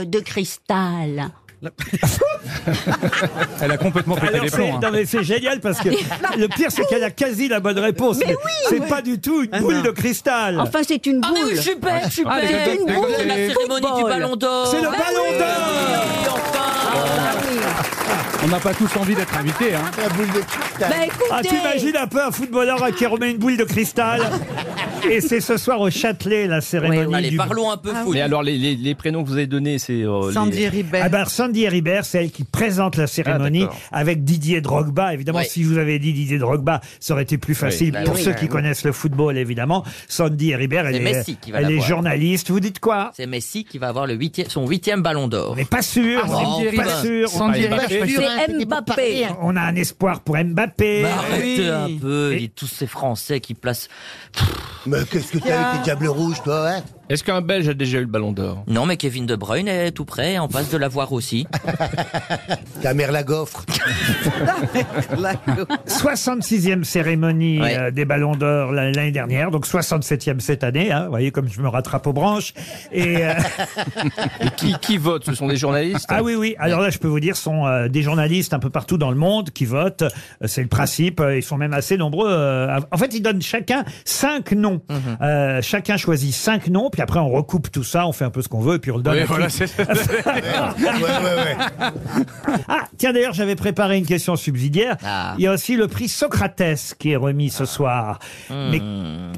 boule de cristal.
Elle a complètement pété
Alors,
les
c'est-
plombs. hein.
non, mais c'est génial parce que le pire c'est qu'elle a quasi la bonne réponse. Mais, c'est pas du tout une
Ah,
boule
non.
de cristal.
Enfin, c'est une
Ah, mais oui,
boule.
je suis bête, je suis
Ah, les
bête.
deux- les deux-
C'est la
les-
cérémonie du
football.
ballon d'or.
c'est le
Bah
ballon d'or.
oui, enfin.
Ah oui.
On n'a pas tous envie d'être invités. Hein.
La boule de cristal.
Bah
Ah,
écoutez,
t'imagines un peu un footballeur à qui remet une boule de cristal Et c'est ce soir au Châtelet la cérémonie
Allez,
du.
parlons un peu
Ah
foot.
Mais alors, les, les- les prénoms que vous avez donnés, c'est. euh, les-
Sandy
Ah
Ribert.
ben, Sandy Heribert, c'est elle qui présente la
Ah,
cérémonie
d'accord.
avec Didier Drogba. Évidemment,
Oui.
si je vous avez dit Didier Drogba, ça aurait été plus facile
bah
pour
oui,
ceux
bah
qui
oui.
connaissent le football, évidemment. Sandy Heribert, elle
C'est
est,
Messi qui va
elle est
l'avoir.
journaliste. Vous dites quoi
C'est Messi qui va avoir le huitième- son huitième ballon d'or.
On n'est pas sûr,
Ah,
on n'est
Sandy
pas
Heribert.
sûr. on-
Sandy Ribert, je suis-
c'est Mbappé.
On a un espoir pour Mbappé.
Mais arrêtez Bah, un peu,
Et-
et tous ces Français qui placent.
Mais qu'est-ce que t'as eu tes diables rouges, toi, hein
Est-ce qu'un Belge a déjà eu le ballon d'or
Non, mais Kevin De Bruyne est tout près, en passe de l'avoir aussi.
Ta mère la gaufre.
66e cérémonie
Ouais.
euh, des Ballons d'Or l'an- l'année dernière, donc 67e cette année. hein. vous voyez comme je me rattrape aux branches. Et euh,
Et qui, qui vote Ce sont des journalistes
ah oui oui. Alors là, je peux vous dire, sont euh, des journalistes un peu partout dans le monde qui votent. Euh, C'est le principe. Euh, Ils sont même
Mhm.
assez nombreux. euh, à- en fait, ils donnent chacun cinq noms. Euh, chacun choisit cinq noms. Puis qu'après, on recoupe tout ça, on fait un peu ce qu'on veut, et puis on le donne.
Oui,
à
voilà,
qui-
c'est ça.
Ah, tiens, d'ailleurs, j'avais préparé une question subsidiaire.
Ah.
Il y a aussi le prix Socrates qui est remis ce soir. Mais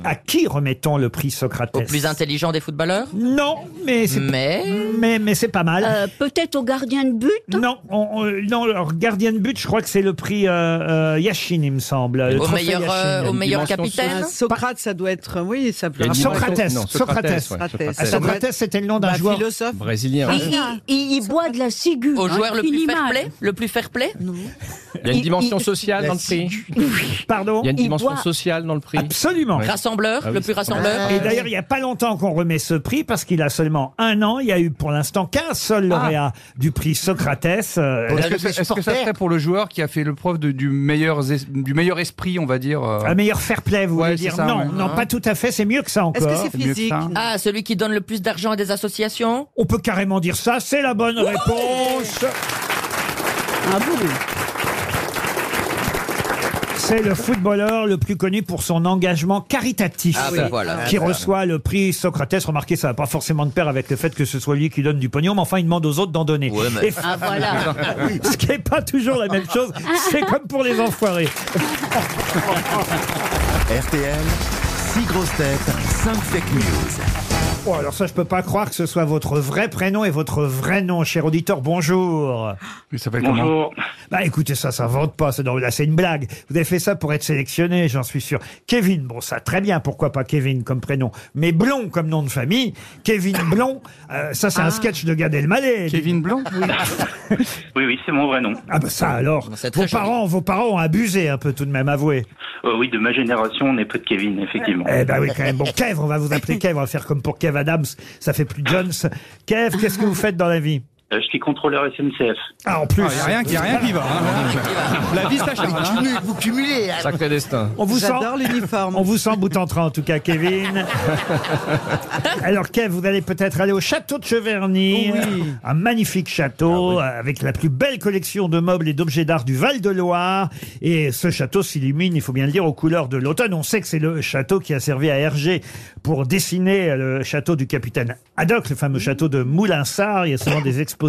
à qui remettons le prix Socrates
Hmm. Au plus intelligent des footballeurs
Non, mais c'est
mais...
mais, mais c'est pas mal.
Euh, Peut-être au gardien de but
Non, on- on- non, alors, gardien de but, je crois que c'est le prix euh, euh, Yashin, il me semble. le
Au
trophée
meilleur,
Yashin.
euh, au meilleur capitaine
Ah, Socrate, ça doit être. euh, Oui, ça peut
Ah, Socrates, Socrates.
Socrates.
Ah, Socrates, c'était le nom d'un
Bah,
joueur
philosophe.
Brésilien.
Il, il- il boit de la ciguë.
Ah Au
hein,
joueur le
une
plus fair
image.
play Le plus fair play
Il y a une dimension sociale dans le prix.
Pardon
Il y a une
Il
dimension
boit-
sociale dans le prix.
Absolument.
Oui.
Rassembleur,
Ah oui,
le plus
c'est-
rassembleur.
Et d'ailleurs, il n'y a pas longtemps qu'on remet ce prix parce qu'il a seulement un an. Il y a eu pour l'instant qu'un seul
Ah.
lauréat du prix Socrates. euh,
Est-ce que, c'est- est-ce que ça serait pour le joueur qui a fait le preuve de- du, meilleur es- du meilleur esprit, on va dire euh,
un meilleur fair play, vous
Ouais,
voulez
c'est
dire
ça,
Non,
ouais.
non, pas tout à fait. C'est mieux que ça encore.
Ah, celui qui donne le plus d'argent à des associations
On peut carrément dire ça. C'est la bonne réponse.
Ah
C'est le footballeur le plus connu pour son engagement caritatif
Ah, ben voilà.
qui
Ah, ben.
reçoit le prix Socrates. Remarquez, ça n'a pas forcément de pair avec le fait que ce soit lui qui donne du pognon, mais enfin, il demande aux autres d'en donner.
mais-
Et-
Ah, voilà.
Ce qui n'est pas toujours la même chose. C'est comme pour les enfoirés.
RTL, 6 grosses têtes, 5 fake news.
Oh, alors ça, je peux pas croire que ce soit votre vrai prénom et votre vrai nom, cher auditeur. Bonjour.
Il s'appelle comment
Bonjour.
Bah écoutez, ça, ça vante pas. C'est, non, là, c'est une blague. Vous avez fait ça pour être sélectionné, j'en suis sûr. Kevin, bon, ça très bien. Pourquoi pas Kevin comme prénom, mais Blond comme nom de famille. Kevin Blond, euh, ça, c'est un sketch de Gad Elmaleh.
Kevin Blond.
Oui, oui, c'est mon vrai nom.
Ah bah ça alors. Vos parents, vos parents ont abusé un peu tout de même, avouez.
Euh, oui, de ma génération, on est peu de Kevin, effectivement.
Eh ben oui, quand même. Bon, Kev, on va vous appeler Kev. On va faire comme pour Kev Adams. Ça fait plus Jones. Kev, qu'est-ce que vous faites dans la vie
Euh, je suis contrôleur SNCF.
Ah, en plus.
Il n'y a, rien qui- y a rien qui va. hein. La vie s'acharne.
Ah, Vous
hein.
cumulez, Vous cumulez. hein.
Sacré destin.
On vous sent,
J'adore l'uniforme.
on vous sent bout en train, en tout cas, Kevin. Alors, Kev, vous allez peut-être aller au château de Cheverny.
Oh Oui.
Un magnifique château euh, avec la plus belle collection de meubles et d'objets d'art du Val-de-Loire. Et ce château s'illumine, il faut bien le dire, aux couleurs de l'automne. On sait que c'est le château qui a servi à Hergé pour dessiner le château du capitaine Haddock, le fameux château de Moulinsart. Il y a souvent des expositions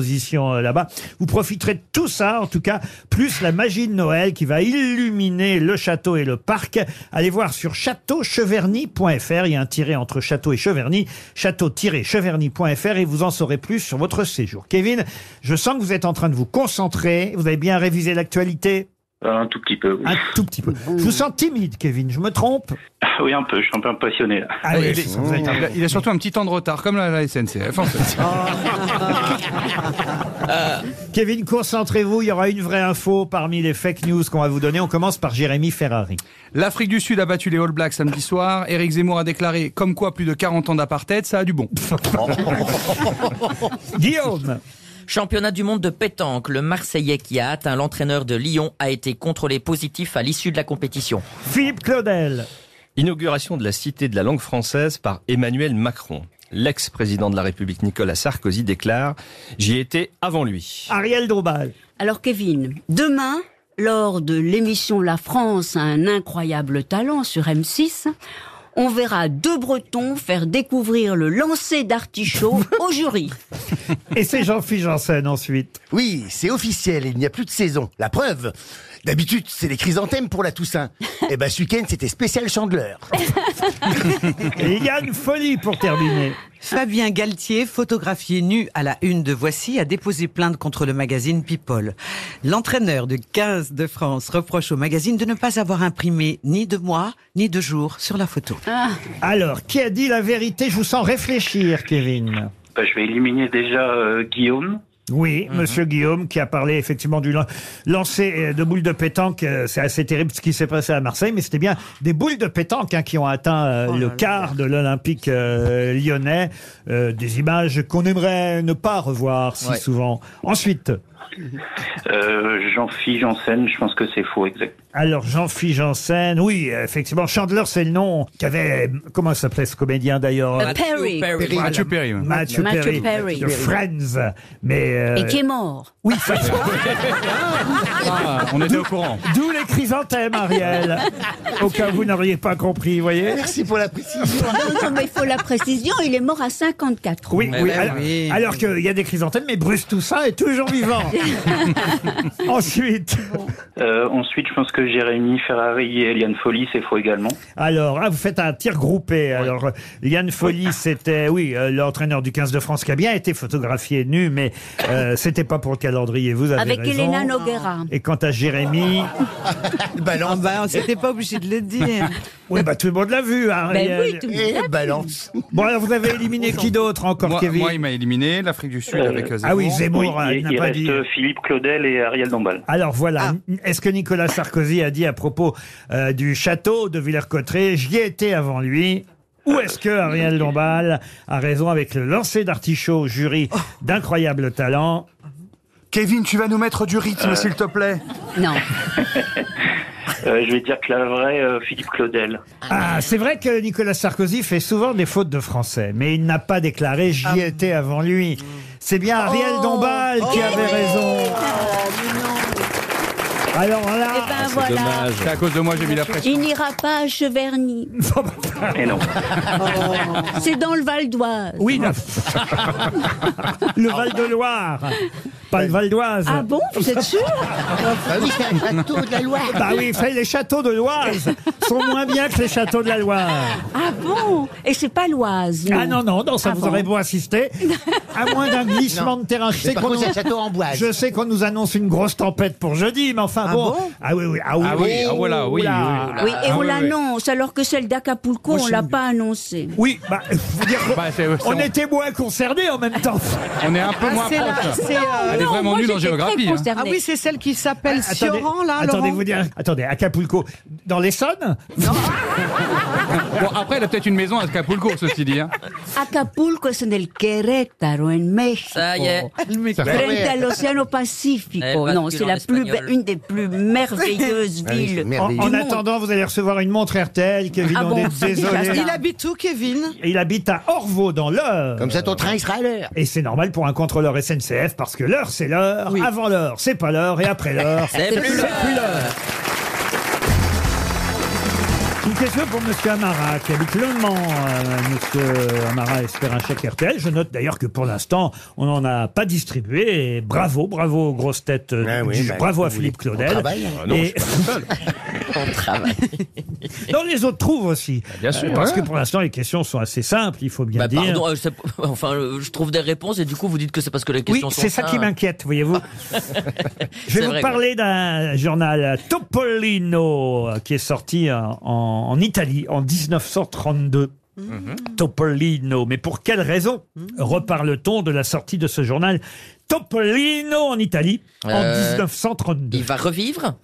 euh, là-bas. Vous profiterez de tout ça, en tout cas, plus la magie de Noël qui va illuminer le château et le parc. Allez voir sur châteaucheverny.fr. Il y a un tiré entre château et cheverny. Château-cheverny.fr et vous en saurez plus sur votre séjour. Kevin, je sens que vous êtes en train de vous concentrer. Vous avez bien révisé l'actualité
Euh, un tout petit peu, oui.
un tout petit peu. Je vous sens timide, Kevin. Je me trompe
Ah
Oui, un peu, je suis un peu passionné là.
Ah oui,
il, est-
vous êtes un-
il a- il a surtout un petit temps de retard, comme la, la SNCF en fait.
Kevin, concentrez-vous. Il y aura une vraie info parmi les fake news qu'on va vous donner. On commence par Jérémy Ferrari.
L'Afrique du Sud a battu les All Blacks samedi soir. Eric Zemmour a déclaré comme quoi plus de 40 ans d'apartheid, ça a du bon.
Guillaume
Championnat du monde de pétanque, le Marseillais qui a atteint l'entraîneur de Lyon a été contrôlé positif à l'issue de la compétition.
Philippe Claudel.
Inauguration de la Cité de la langue française par Emmanuel Macron. L'ex-président de la République Nicolas Sarkozy déclare « J'y étais avant lui
Ariel Dombal.
Alors Kevin, demain, lors de l'émission La France a un incroyable talent sur M6, on verra deux Bretons faire découvrir le lancer d'artichaut au jury.
Et c'est Jean-Philippe Janssen ensuite.
Oui, c'est officiel, il n'y a plus de saison. La preuve, d'habitude, c'est les chrysanthèmes pour la Toussaint. Eh ben, ce week-end, c'était spécial chandeleur.
Et il y a une folie pour terminer.
Fabien Galtier, photographié nu à la une de Voici, a déposé plainte contre le magazine People. L'entraîneur de 15 de France reproche au magazine de ne pas avoir imprimé ni de mois ni de jour sur la photo.
Alors, qui a dit la vérité Je vous sens réfléchir, Kevin.
Bah, je vais éliminer déjà euh, Guillaume.
Oui, monsieur Guillaume, qui a parlé effectivement du lan- lancer euh, de boules de pétanque. euh, C'est assez terrible ce qui s'est passé à Marseille, mais c'était bien des boules de pétanque hein, qui ont atteint euh, le quart de l'Olympique euh, lyonnais. Euh, des images qu'on aimerait ne pas revoir si
Ouais.
souvent. Ensuite,
Euh, Jean-Philippe Janssen, je pense que c'est faux, exact.
Alors, Jean-Philippe Janssen, oui, effectivement, Chandler, c'est le nom qu'avait, comment s'appelait ce comédien d'ailleurs
Euh, Perry. Perry.
Voilà.
Matthew Perry, ouais.
Matthew
Matthew
Perry.
Perry.
De Friends. Mais, euh,
Et qui est mort.
Oui, ça-
Ah, on était au courant.
D'où les chrysanthèmes, Ariel. Au cas où vous n'auriez pas compris, vous voyez.
Eh, Merci pour la précision.
Ah Non, non, mais il faut la précision, il est mort à 54 ans.
Oui,
ben
oui, alors, alors qu'il y a des chrysanthèmes, mais Bruce Toussaint est toujours vivant. Ensuite,
Euh, ensuite, je pense que Jérémy Ferrari et Eliane Folly, c'est faux également.
alors, ah, vous faites un tir groupé. Alors, euh, Yann Folly, c'était, oui, euh, l'entraîneur du 15 de France qui a bien été photographié nu, mais euh, c'était pas pour le calendrier. Vous avez
Avec
raison.
Elena Noguera.
Et quant à Jérémy,
balance.
Ah bah, on s'était pas obligé de le dire.
oui, bah tout le monde l'a vu. Ariel.
oui, tout le monde l'a vu.
balance.
Bon, alors vous avez éliminé qui d'autre encore,
Moi,
Kevin
moi, il m'a éliminé. L'Afrique du Sud
Euh,
avec euh, Zemmour.
Ah oui, Zemmour euh,
il
n'a
il
pas
reste
dit.
euh, Philippe Claudel et Ariel Dombal.
Alors voilà, est-ce que Nicolas Sarkozy a dit à propos euh, du château de Villers-Cotterêts, j'y étais avant lui ou est-ce que Ariel Dombal a raison avec le lancer d'artichaut au jury d'incroyable talent
Kevin, tu vas nous mettre du rythme,
Euh.
s'il te plaît.
Non.
Euh, je vais dire que la vraie, euh, Philippe Claudel.
Ah, c'est vrai que Nicolas Sarkozy fait souvent des fautes de français, mais il n'a pas déclaré j'y
Ah.
étais avant lui. C'est bien Ariel Dombal qui avait raison. Ah. Alors
Eh
là,
ben voilà.
C'est à cause de moi, j'ai mis la pression.
Il n'ira pas à Cheverny.
Et non.
C'est dans le Val d'Oise.
oui, la- le Val de Loire, pas le Val d'Oise.
Ah bon, vous êtes sûr
Ah oui, c'est un château de la Loire.
Bah oui, fait, les châteaux de l'Oise sont moins bien que les châteaux de la Loire.
Ah bon Et c'est pas l'Oise.
Ah non, non, non, ça
Ah
vous
bon.
aurait beau assister. À moins d'un
Non.
glissement de terrain. Je sais,
Par
qu'on
contre, c'est
nous,
un château en bois.
je sais qu'on nous annonce une grosse tempête pour jeudi, mais enfin bon.
bon
ah oui, oui, ah oui,
Ah oui, ah voilà, oui,
oula.
oui,
Oui, et
Ah
on
oui, oui.
l'annonce, alors que celle d'Acapulco, on l'a pas annoncée.
Oui, bah, faut dire qu'on-
Bah, c'est- c'est-
on était moins concernés en même temps.
On est un peu
Ah,
moins
c'est la-
proche.
c'est, euh,
Elle est
Non,
vraiment
moi,
nulle en
j'étais très
géographie. hein.
concernée.
Ah oui, c'est celle qui s'appelle Sioran, là,
Ah, attendez,
Laurent
vous dire, attendez, Acapulco, dans l'Essonne
Bon, après, elle a peut-être une maison à Acapulco, ceci dit. hein.
Acapulco es en el Querétaro, en México.
Ça y est.
Ça fait-
Frente à l'océan Pacifico.
Elle bascule
non, c'est
en
la plus
espagnol.
be- une des plus merveilleuses
Ah oui, c'est
villes.
En,
merveilleux.
en
Du monde.
attendant, vous allez recevoir une montre RTL, Kevin,
Ah
on
bon,
est
c'est déjà
désolé.
ça.
Il habite où, Kevin
Et il habite à Orvaux, dans l'Eure.
Comme ça, ton train, il sera à l'heure.
Et c'est normal pour un contrôleur SNCF parce que l'heure c'est l'heure, avant l'heure c'est pas l'heure et après l'heure
C'est plus l'heure.
Une question pour Monsieur Amara qui habite Le Mans. Euh, Monsieur Amara espère un chèque RTL. Je note d'ailleurs que pour l'instant on n'en a pas distribué. Et bravo, bravo aux grosses têtes. euh,
Ah oui, hein.
du-
bah,
bravo à
vous
Philippe
voulez qu'on
Claudel.
travaille
Et-
Ah
Non, les autres trouvent aussi.
Bah,
Euh,
bien sûr, hein.
parce
ouais.
que pour l'instant les questions sont assez simples. Il faut bien
Bah,
dire.
pardon, euh, c'est- enfin, euh, je trouve des réponses et du coup, vous dites que c'est parce que les
Oui,
questions sont.
c'est ça qui
hein.
simples.
m'inquiète, voyez-vous. Je vais
C'est
vous
vrai,
parler d'un journal Topolino euh, qui est sorti en, en- en Italie en 1932.
Mhm.
Topolino. Mais pour quelle raison reparle-t-on de la sortie de ce journal Topolino en Italie en
Euh,
1932
Il va revivre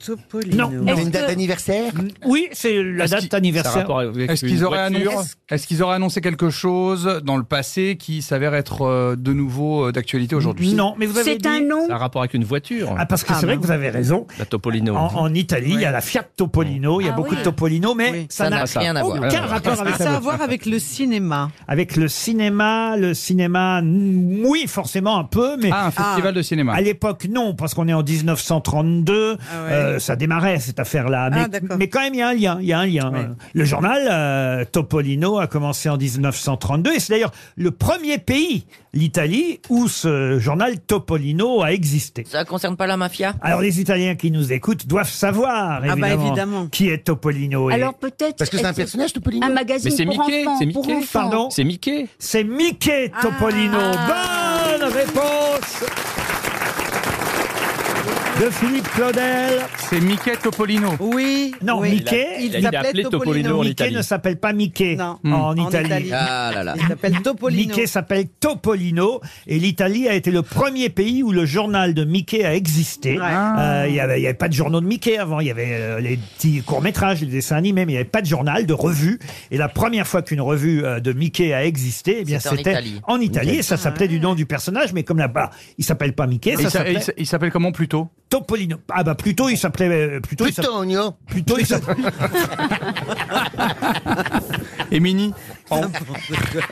Non, non.
C'est une date anniversaire
Oui, c'est la
Est-ce
date
qu'il- ça a
anniversaire.
rapport avec
Est-ce
une
qu'ils auraient,
voiture
annoncé- est-ce qu'ils auraient annoncé quelque chose dans le passé qui s'avère être euh, de nouveau euh, d'actualité aujourd'hui
Non, mais vous avez
C'est
dit...
un nom
Ça a rapport avec une voiture
Ah, parce que c'est vrai que vous avez raison.
La Topolino.
En, en Italie, il y a la Fiat Topolino, il y a
Ah
beaucoup
oui.
de Topolino, mais
Oui.
ça n'a
rien à voir. Ah,
aucun rapport avec
Ça a
la
à voir avec le cinéma.
avec le cinéma, le cinéma, n- oui, forcément un peu, mais
Ah, un festival de cinéma.
à l'époque, non, parce qu'on est en 1932,
Ah ouais.
euh, ça démarrait cette affaire-là. Mais,
Ah, d'accord.
mais quand même, il y a un lien. il Y a un lien.
Ouais.
Le journal euh, Topolino a commencé en 1932, et c'est d'ailleurs le premier pays, l'Italie, où ce journal Topolino a existé.
Ça concerne pas la mafia
Alors les Italiens qui nous écoutent doivent savoir
Ah
évidemment,
bah, évidemment.
qui est Topolino. et-
Alors peut-être.
Parce que c'est un
est-ce-
personnage, Topolino.
Un
Mais
magazine
c'est
pour
Mickey,
enfants.
c'est
pour
Mickey.
enfants.
Pardon
C'est Mickey.
C'est Mickey Topolino.
Ah.
Bonne réponse de Philippe Claudel.
C'est Mickey Topolino.
Oui.
Non,
oui.
Mickey,
Il l'a- il l'a appelé Topolino en
Mickey
Italie.
ne s'appelle pas Mickey
Hmm.
en,
en
Italie.
Italie. Ah là là. Il s'appelle Topolino.
Mickey s'appelle Topolino et l'Italie a été le premier pays où le journal de Mickey a existé. Euh, Il n'y avait, il y avait pas de journaux de Mickey avant. Il y avait euh, les petits courts-métrages, les dessins animés, mais il n'y avait pas de journal, de revue. Et la première fois qu'une revue euh, de Mickey a existé, eh bien
C'était en
c'était
Italie.
en Italie.
Italie.
Et ça s'appelait du nom du personnage, mais comme là-bas, il s'appelle pas Mickey,
Et
ça
il s'a- et il
s'appelait...
s'a- il s'appelle comment plutôt
Topolino. Ah bah plutôt il s'appelait euh, plutôt il s'appelait- Plutôt il s'appelait
Et Mini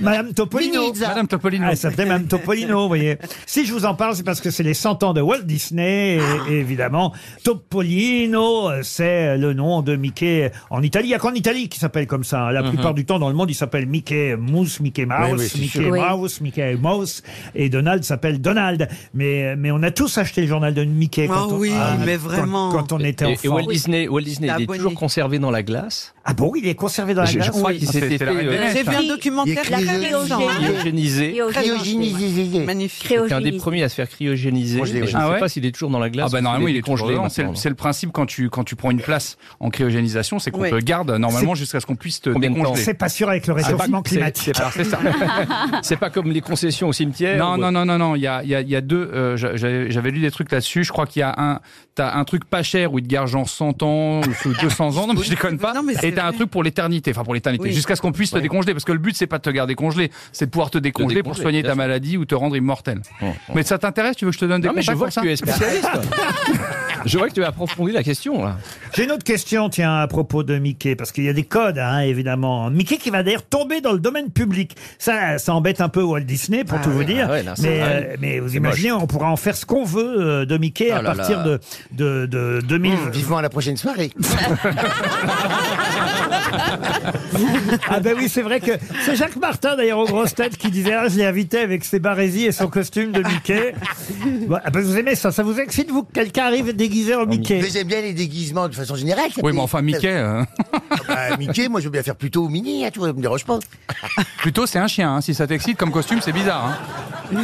Madame Topolino.
Minizza. Madame Topolino.
Ah, elle s'appelait Madame Topolino, vous voyez. Si je vous en parle, c'est parce que c'est les 100 ans de Walt Disney. Et,
Ah.
et évidemment, Topolino, euh, c'est le nom de Mickey en Italie. Il n'y a qu'en Italie qui s'appelle comme ça. hein. La
Mhm.
plupart du temps, dans le monde, il s'appelle Mickey Mouse, Mickey Mouse,
Oui, oui, c'est
Mickey
sûr. Oui.
Mouse, Mickey Mouse. Et Donald s'appelle Donald. Mais, mais on a tous acheté le journal de Mickey quand,
Ah
on,
oui, mais
quand-
vraiment.
quand on était
Et-
enfant.
Et, Walt Disney, Walt Disney il est toujours conservé dans la glace.
Ah bon, il est conservé dans la
Je- je
glace Ah,
crois qu'il s'était fait, euh,
J'ai vu un documentaire
Il est
la
cryogénisé. Cryogénisé.
Magnifique.
C'est un des premiers à se faire cryogéniser.
je l'ai,
Et
oui.
je
Ah
ne
ouais
sais pas s'il est toujours dans la glace.
Ah bah normalement
ou
il
s'il
est congelé.
maintenant.
C'est le, c'est le principe quand tu, quand tu prends une place en cryogénisation, c'est qu'on
Oui.
te garde normalement
C'est-
jusqu'à ce qu'on puisse te
Combien de temps
décongeler.
C'est pas sûr avec le
Ah, c'est
réchauffement
pas- c'est-
climatique.
c'est pas- c'est ça.
C'est pas comme les concessions au cimetière.
Non,
ou-
non, non, non, non. Il y a, il y a- il y a deux. euh, j'a- j'avais j'avais lu des trucs là-dessus. Je crois qu'il y a un. T'as un truc pas cher où il te garde genre 100 ans ou sous 200 ans. Non, mais je déconne pas. et t'as un truc pour l'éternité. Enfin, pour l'éternité.
Oui.
Jusqu'à ce qu'on puisse te
Oui.
décongeler. Parce que le but, c'est pas de te garder congelé. C'est de pouvoir te décongeler, pour
décongeler,
soigner
bien
ta
sûr.
maladie ou te rendre immortel. Mais ça t'intéresse Tu veux que je te donne des
Non, mais je
contacts
vois
pour
que tu es
ça
spécialiste. je vois que tu as approfondi la question. Là.
J'ai une autre question, tiens, à propos de Mickey, parce qu'il y a des codes, hein, évidemment. Mickey qui va d'ailleurs tomber dans le domaine public. Ça, ça embête un peu Walt Disney, pour
Ah
tout vous
oui.
dire.
Ah ouais, là, c'est
mais,
vrai.
euh, mais vous
C'est Oh
imaginez, on pourra en faire ce qu'on veut euh, de Mickey à
là
partir
là.
de, de, de 2000. Mmh, vivement à la prochaine soirée. ah ben oui, c'est vrai que c'est Jacques Martin d'ailleurs aux grosses têtes qui disait ah je l'ai invité avec ses barésies et son costume de Mickey. Bon, ah ben vous aimez ça, ça vous excite vous que quelqu'un arrive déguisé en Mickey
Mais j'aime bien les déguisements de façon générale. ça
Oui,
fait-
mais enfin, Mickey. euh,
Ah bah, Mickey, moi je veux bien faire plutôt au mini, hein, tu vois, me dérange pas.
Plutôt, c'est un chien. hein. Si ça t'excite comme costume, c'est bizarre. hein.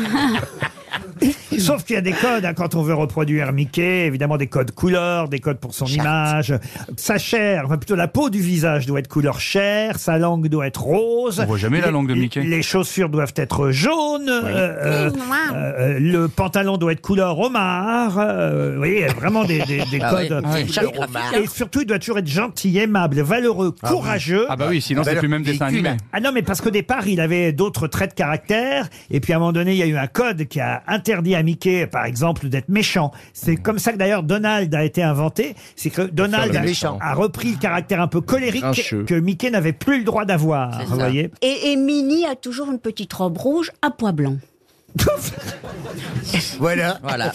Sauf qu'il y a des codes hein, quand on veut reproduire Mickey, évidemment des codes couleurs, des codes pour son image. Sa chair, enfin plutôt la peau du visage doit être couleur chair, sa langue doit être rose.
On voit jamais la
Les-
langue de Mickey.
Les chaussures doivent être jaunes. euh, euh, euh, le pantalon doit être couleur homard. euh, vous voyez, il y a vraiment des, des- des
Ah
codes.
ouais. Ah ouais.
Et- Et, surtout, il doit toujours être gentil, aimable, valeureux,
Ah oui.
courageux.
Ah bah oui, sinon, c'est plus même dessin
Véhicule.
animé.
Ah non, mais parce qu'au départ, il avait d'autres traits de caractère. Et puis, à un moment donné, il y a eu un code qui a interdit à Mickey, par exemple, d'être méchant. C'est comme ça que d'ailleurs Donald a été inventé. C'est que Donald
le
a,
méchant.
a repris le caractère un peu colérique
Grincheux.
que Mickey n'avait plus le droit d'avoir. Vous voyez
Et, et Minnie a toujours une petite robe rouge à pois blanc.
Voilà.
Voilà.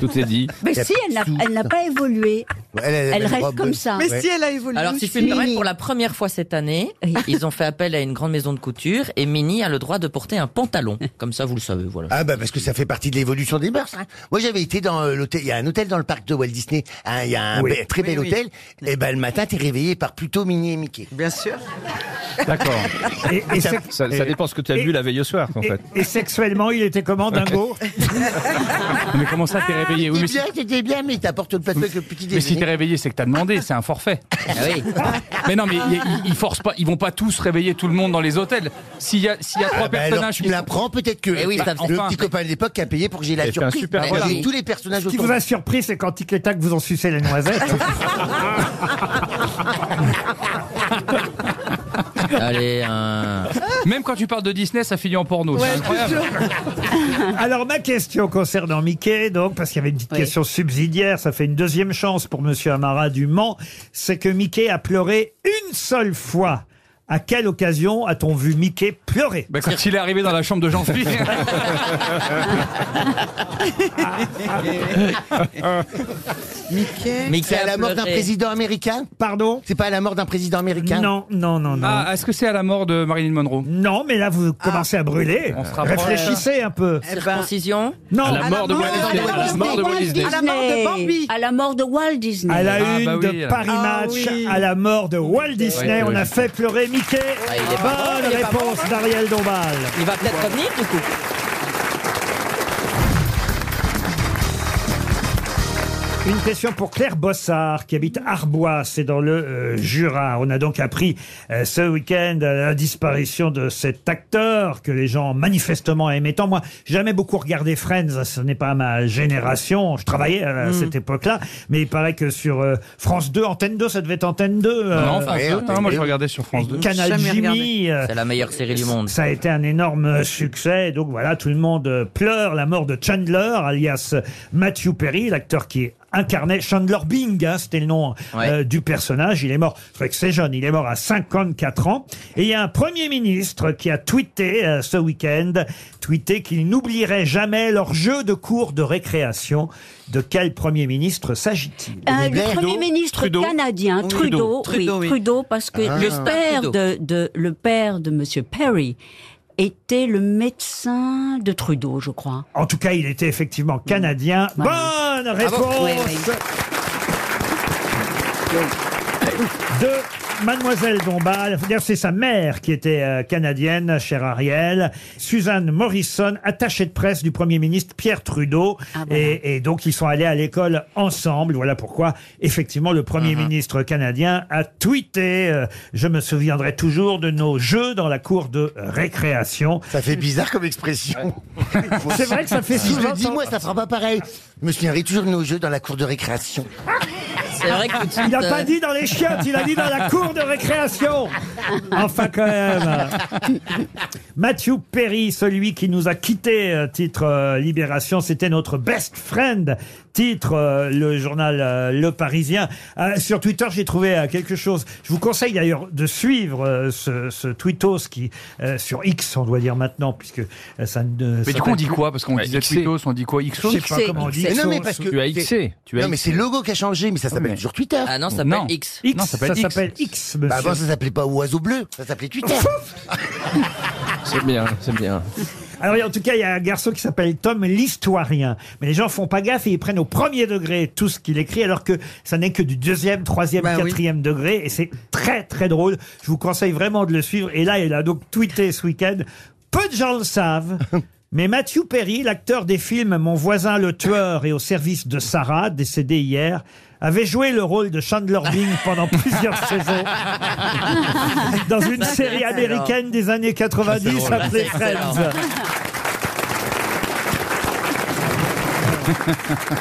Tout est dit.
Mais si, elle n'a- elle n'a pas évolué. Elle
la
reste
robe.
comme ça.
Mais si elle a évolué.
Alors, si je puis me permettre, pour la première fois cette année, ils ont fait appel à une grande maison de couture et Mini a le droit de porter un pantalon. Comme ça, vous le savez, voilà.
Ah bah parce que ça fait partie de l'évolution des mœurs. hein. Moi j'avais été dans euh, l'hôtel, il y a un hôtel dans le parc de Walt Disney, hein, il y a un
Oui.
be- très
Oui,
bel
oui.
hôtel, et ben le matin t'es réveillé par plutôt Minnie et Mickey.
Bien sûr.
D'accord.
Et- et
ça,
c'est-
ça- ça dépend ce que tu as
et-
bu la veille au soir, en
et,
fait.
et sexuellement, il était comment, Dingo
Mais comment ça, t'es réveillé Oui, mais
T'es
si-
Ah, bien, t'étais bien, mais t'apportes le plateau avec le petit
Mais si t'es
déjeuner.
réveillé, c'est que t'as demandé, c'est un forfait.
Ah
Mais non, mais ils- ils- ils forcent pas, ils vont pas tous réveiller tout le monde dans les hôtels. S'il y a, s'il y a trois
Ah bah alors,
personnages,
tu
qui
me
sont-
l'apprends peut-être que
Eh oui,
le
ça faisait-
petit copain de l'époque qui a payé pour que j'ai la
Et fait un
surprise.
super
Bah,
voilà.
J'ai tous les personnages
Ce qui
autour.
vous a surpris, c'est quand Tic et Tac vous ont sucé les noisettes.
Allez, un...
même quand tu parles de Disney, ça finit en porno. c'est incroyable.
Oh, Alors ma question concernant Mickey, donc parce qu'il y avait une petite question subsidiaire, ça fait une deuxième chance pour Monsieur Amara du Mans, c'est que Mickey a pleuré une seule fois. À quelle occasion a-t-on vu Mickey pleurer
Bah, quand il est arrivé dans la chambre de Jean-Philippe.
Mickey.
C'est à la mort d'un président américain
Pardon
C'est pas à la mort d'un président américain
Non, non, non, non.
Ah, est-ce que c'est à la mort de Marilyn Monroe Ah.
Non, mais là vous commencez à brûler.
On se rapproche.
Réfléchissez hein. un peu.
Circoncision
Non.
euh, À la mort de Walt Disney.
À la
mort
À
de Walt Disney.
la mort de Bambi. À la mort de Walt Disney.
À la
Ah,
une
bah oui,
de
alors.
Paris
Ah,
Match,
oui.
à la mort de Walt Disney,
oui,
on a
oui.
fait pleurer Mickey.
Ah, il est pas
Bonne
bon, il est pas
réponse d'Ariel Dombal.
Il va peut-être revenir, du coup.
Une question pour Claire Bossard, qui habite Arbois, c'est dans le euh, Jura. On a donc appris euh, ce week-end euh, la disparition de cet acteur que les gens manifestement aimaient tant. Moi, j'ai jamais beaucoup regardé Friends, ce n'est pas ma génération. Je travaillais à,
Mm.
cette époque-là, mais il paraît que sur euh, France 2, Antenne 2, ça devait être Antenne 2. euh,
non,
Ah,
France 2, non, moi je regardais sur France 2.
Canal Jimmy. euh,
C'est la meilleure série du monde.
Ça a été un énorme succès. Donc voilà, tout le monde euh, pleure la mort de Chandler, alias euh, Matthew Perry, l'acteur qui incarnait Chandler Bing, hein, c'était le nom euh, du personnage. Il est mort, c'est vrai que c'est jeune, il est mort à 54 ans. Et il y a un Premier ministre qui a tweeté euh, ce week-end, tweeté qu'il n'oublierait jamais leur jeu de cours de récréation. De quel Premier ministre s'agit-il
Euh, le Premier ministre canadien,
Oui.
Trudeau,
Trudeau,
oui,
Trudeau, oui.
Trudeau, parce que
Ah.
le, père
Trudeau.
de, de- le père de Monsieur Perry était le médecin de Trudeau, je crois.
En tout cas, il était effectivement canadien.
Ah
Ah
Bonne réponse
Bravo. Oui, oui.
de Mademoiselle Dombal. Faut dire c'est sa mère qui était euh, canadienne, chère Ariel. Suzanne Morrison, attachée de presse du Premier ministre Pierre Trudeau. et, et donc, ils sont allés à l'école ensemble. Voilà pourquoi, effectivement, le Premier ministre canadien a tweeté euh, Je me souviendrai toujours de nos jeux dans la cour de récréation. »
Ça fait bizarre comme expression.
C'est vrai que ça fait
si je
souvent
le dis, moi, ça fera pas pareil. Je me souviendrai toujours de nos jeux dans la cour de récréation.
C'est vrai que tout de suite,
Il n'a pas
euh,
dit dans les chiottes, il a dit dans la cour de récréation. Enfin, quand même. Matthew Perry, celui qui nous a quittés, euh, titre euh, Libération, c'était notre best friend, titre euh, le journal euh, Le Parisien. Euh, sur Twitter, j'ai trouvé euh, quelque chose. Je vous conseille d'ailleurs de suivre euh, ce, ce tweetos qui, euh, sur X, on doit dire maintenant, puisque euh, ça ne.
Mais du coup, on dit quoi Parce qu'on disait Twitos, on dit quoi Xos
Je sais pas comment on dit.
Mais non, mais parce que
Tu as Xé. tu as
non, mais c'est
Xé.
le logo qui a changé, mais ça s'appelle toujours Twitter.
Ah non, ça s'appelle Non. X. X, Non, ça s'appelle ça X. s'appelle
X,
Bah
monsieur.
avant, ça s'appelait pas Oiseau Bleu, ça s'appelait Twitter.
C'est bien, c'est bien.
Alors, il y a- en tout cas, il y a un garçon qui s'appelle Tom l'historien. Mais les gens font pas gaffe et ils prennent au premier degré tout ce qu'il écrit, alors que ça n'est que du deuxième, troisième,
Bah oui.
quatrième degré. Et c'est très, très drôle. Je vous conseille vraiment de le suivre. Et là, il a donc tweeté ce week-end. Peu de gens le savent. Mais Matthew Perry, l'acteur des films Mon voisin le tueur et au service de Sarah, décédé hier, avait joué le rôle de Chandler Bing pendant plusieurs saisons dans une
Ça, c'est
série
excellent.
américaine des années 90
Ça, c'est
appelée
drôle. C'est
Friends.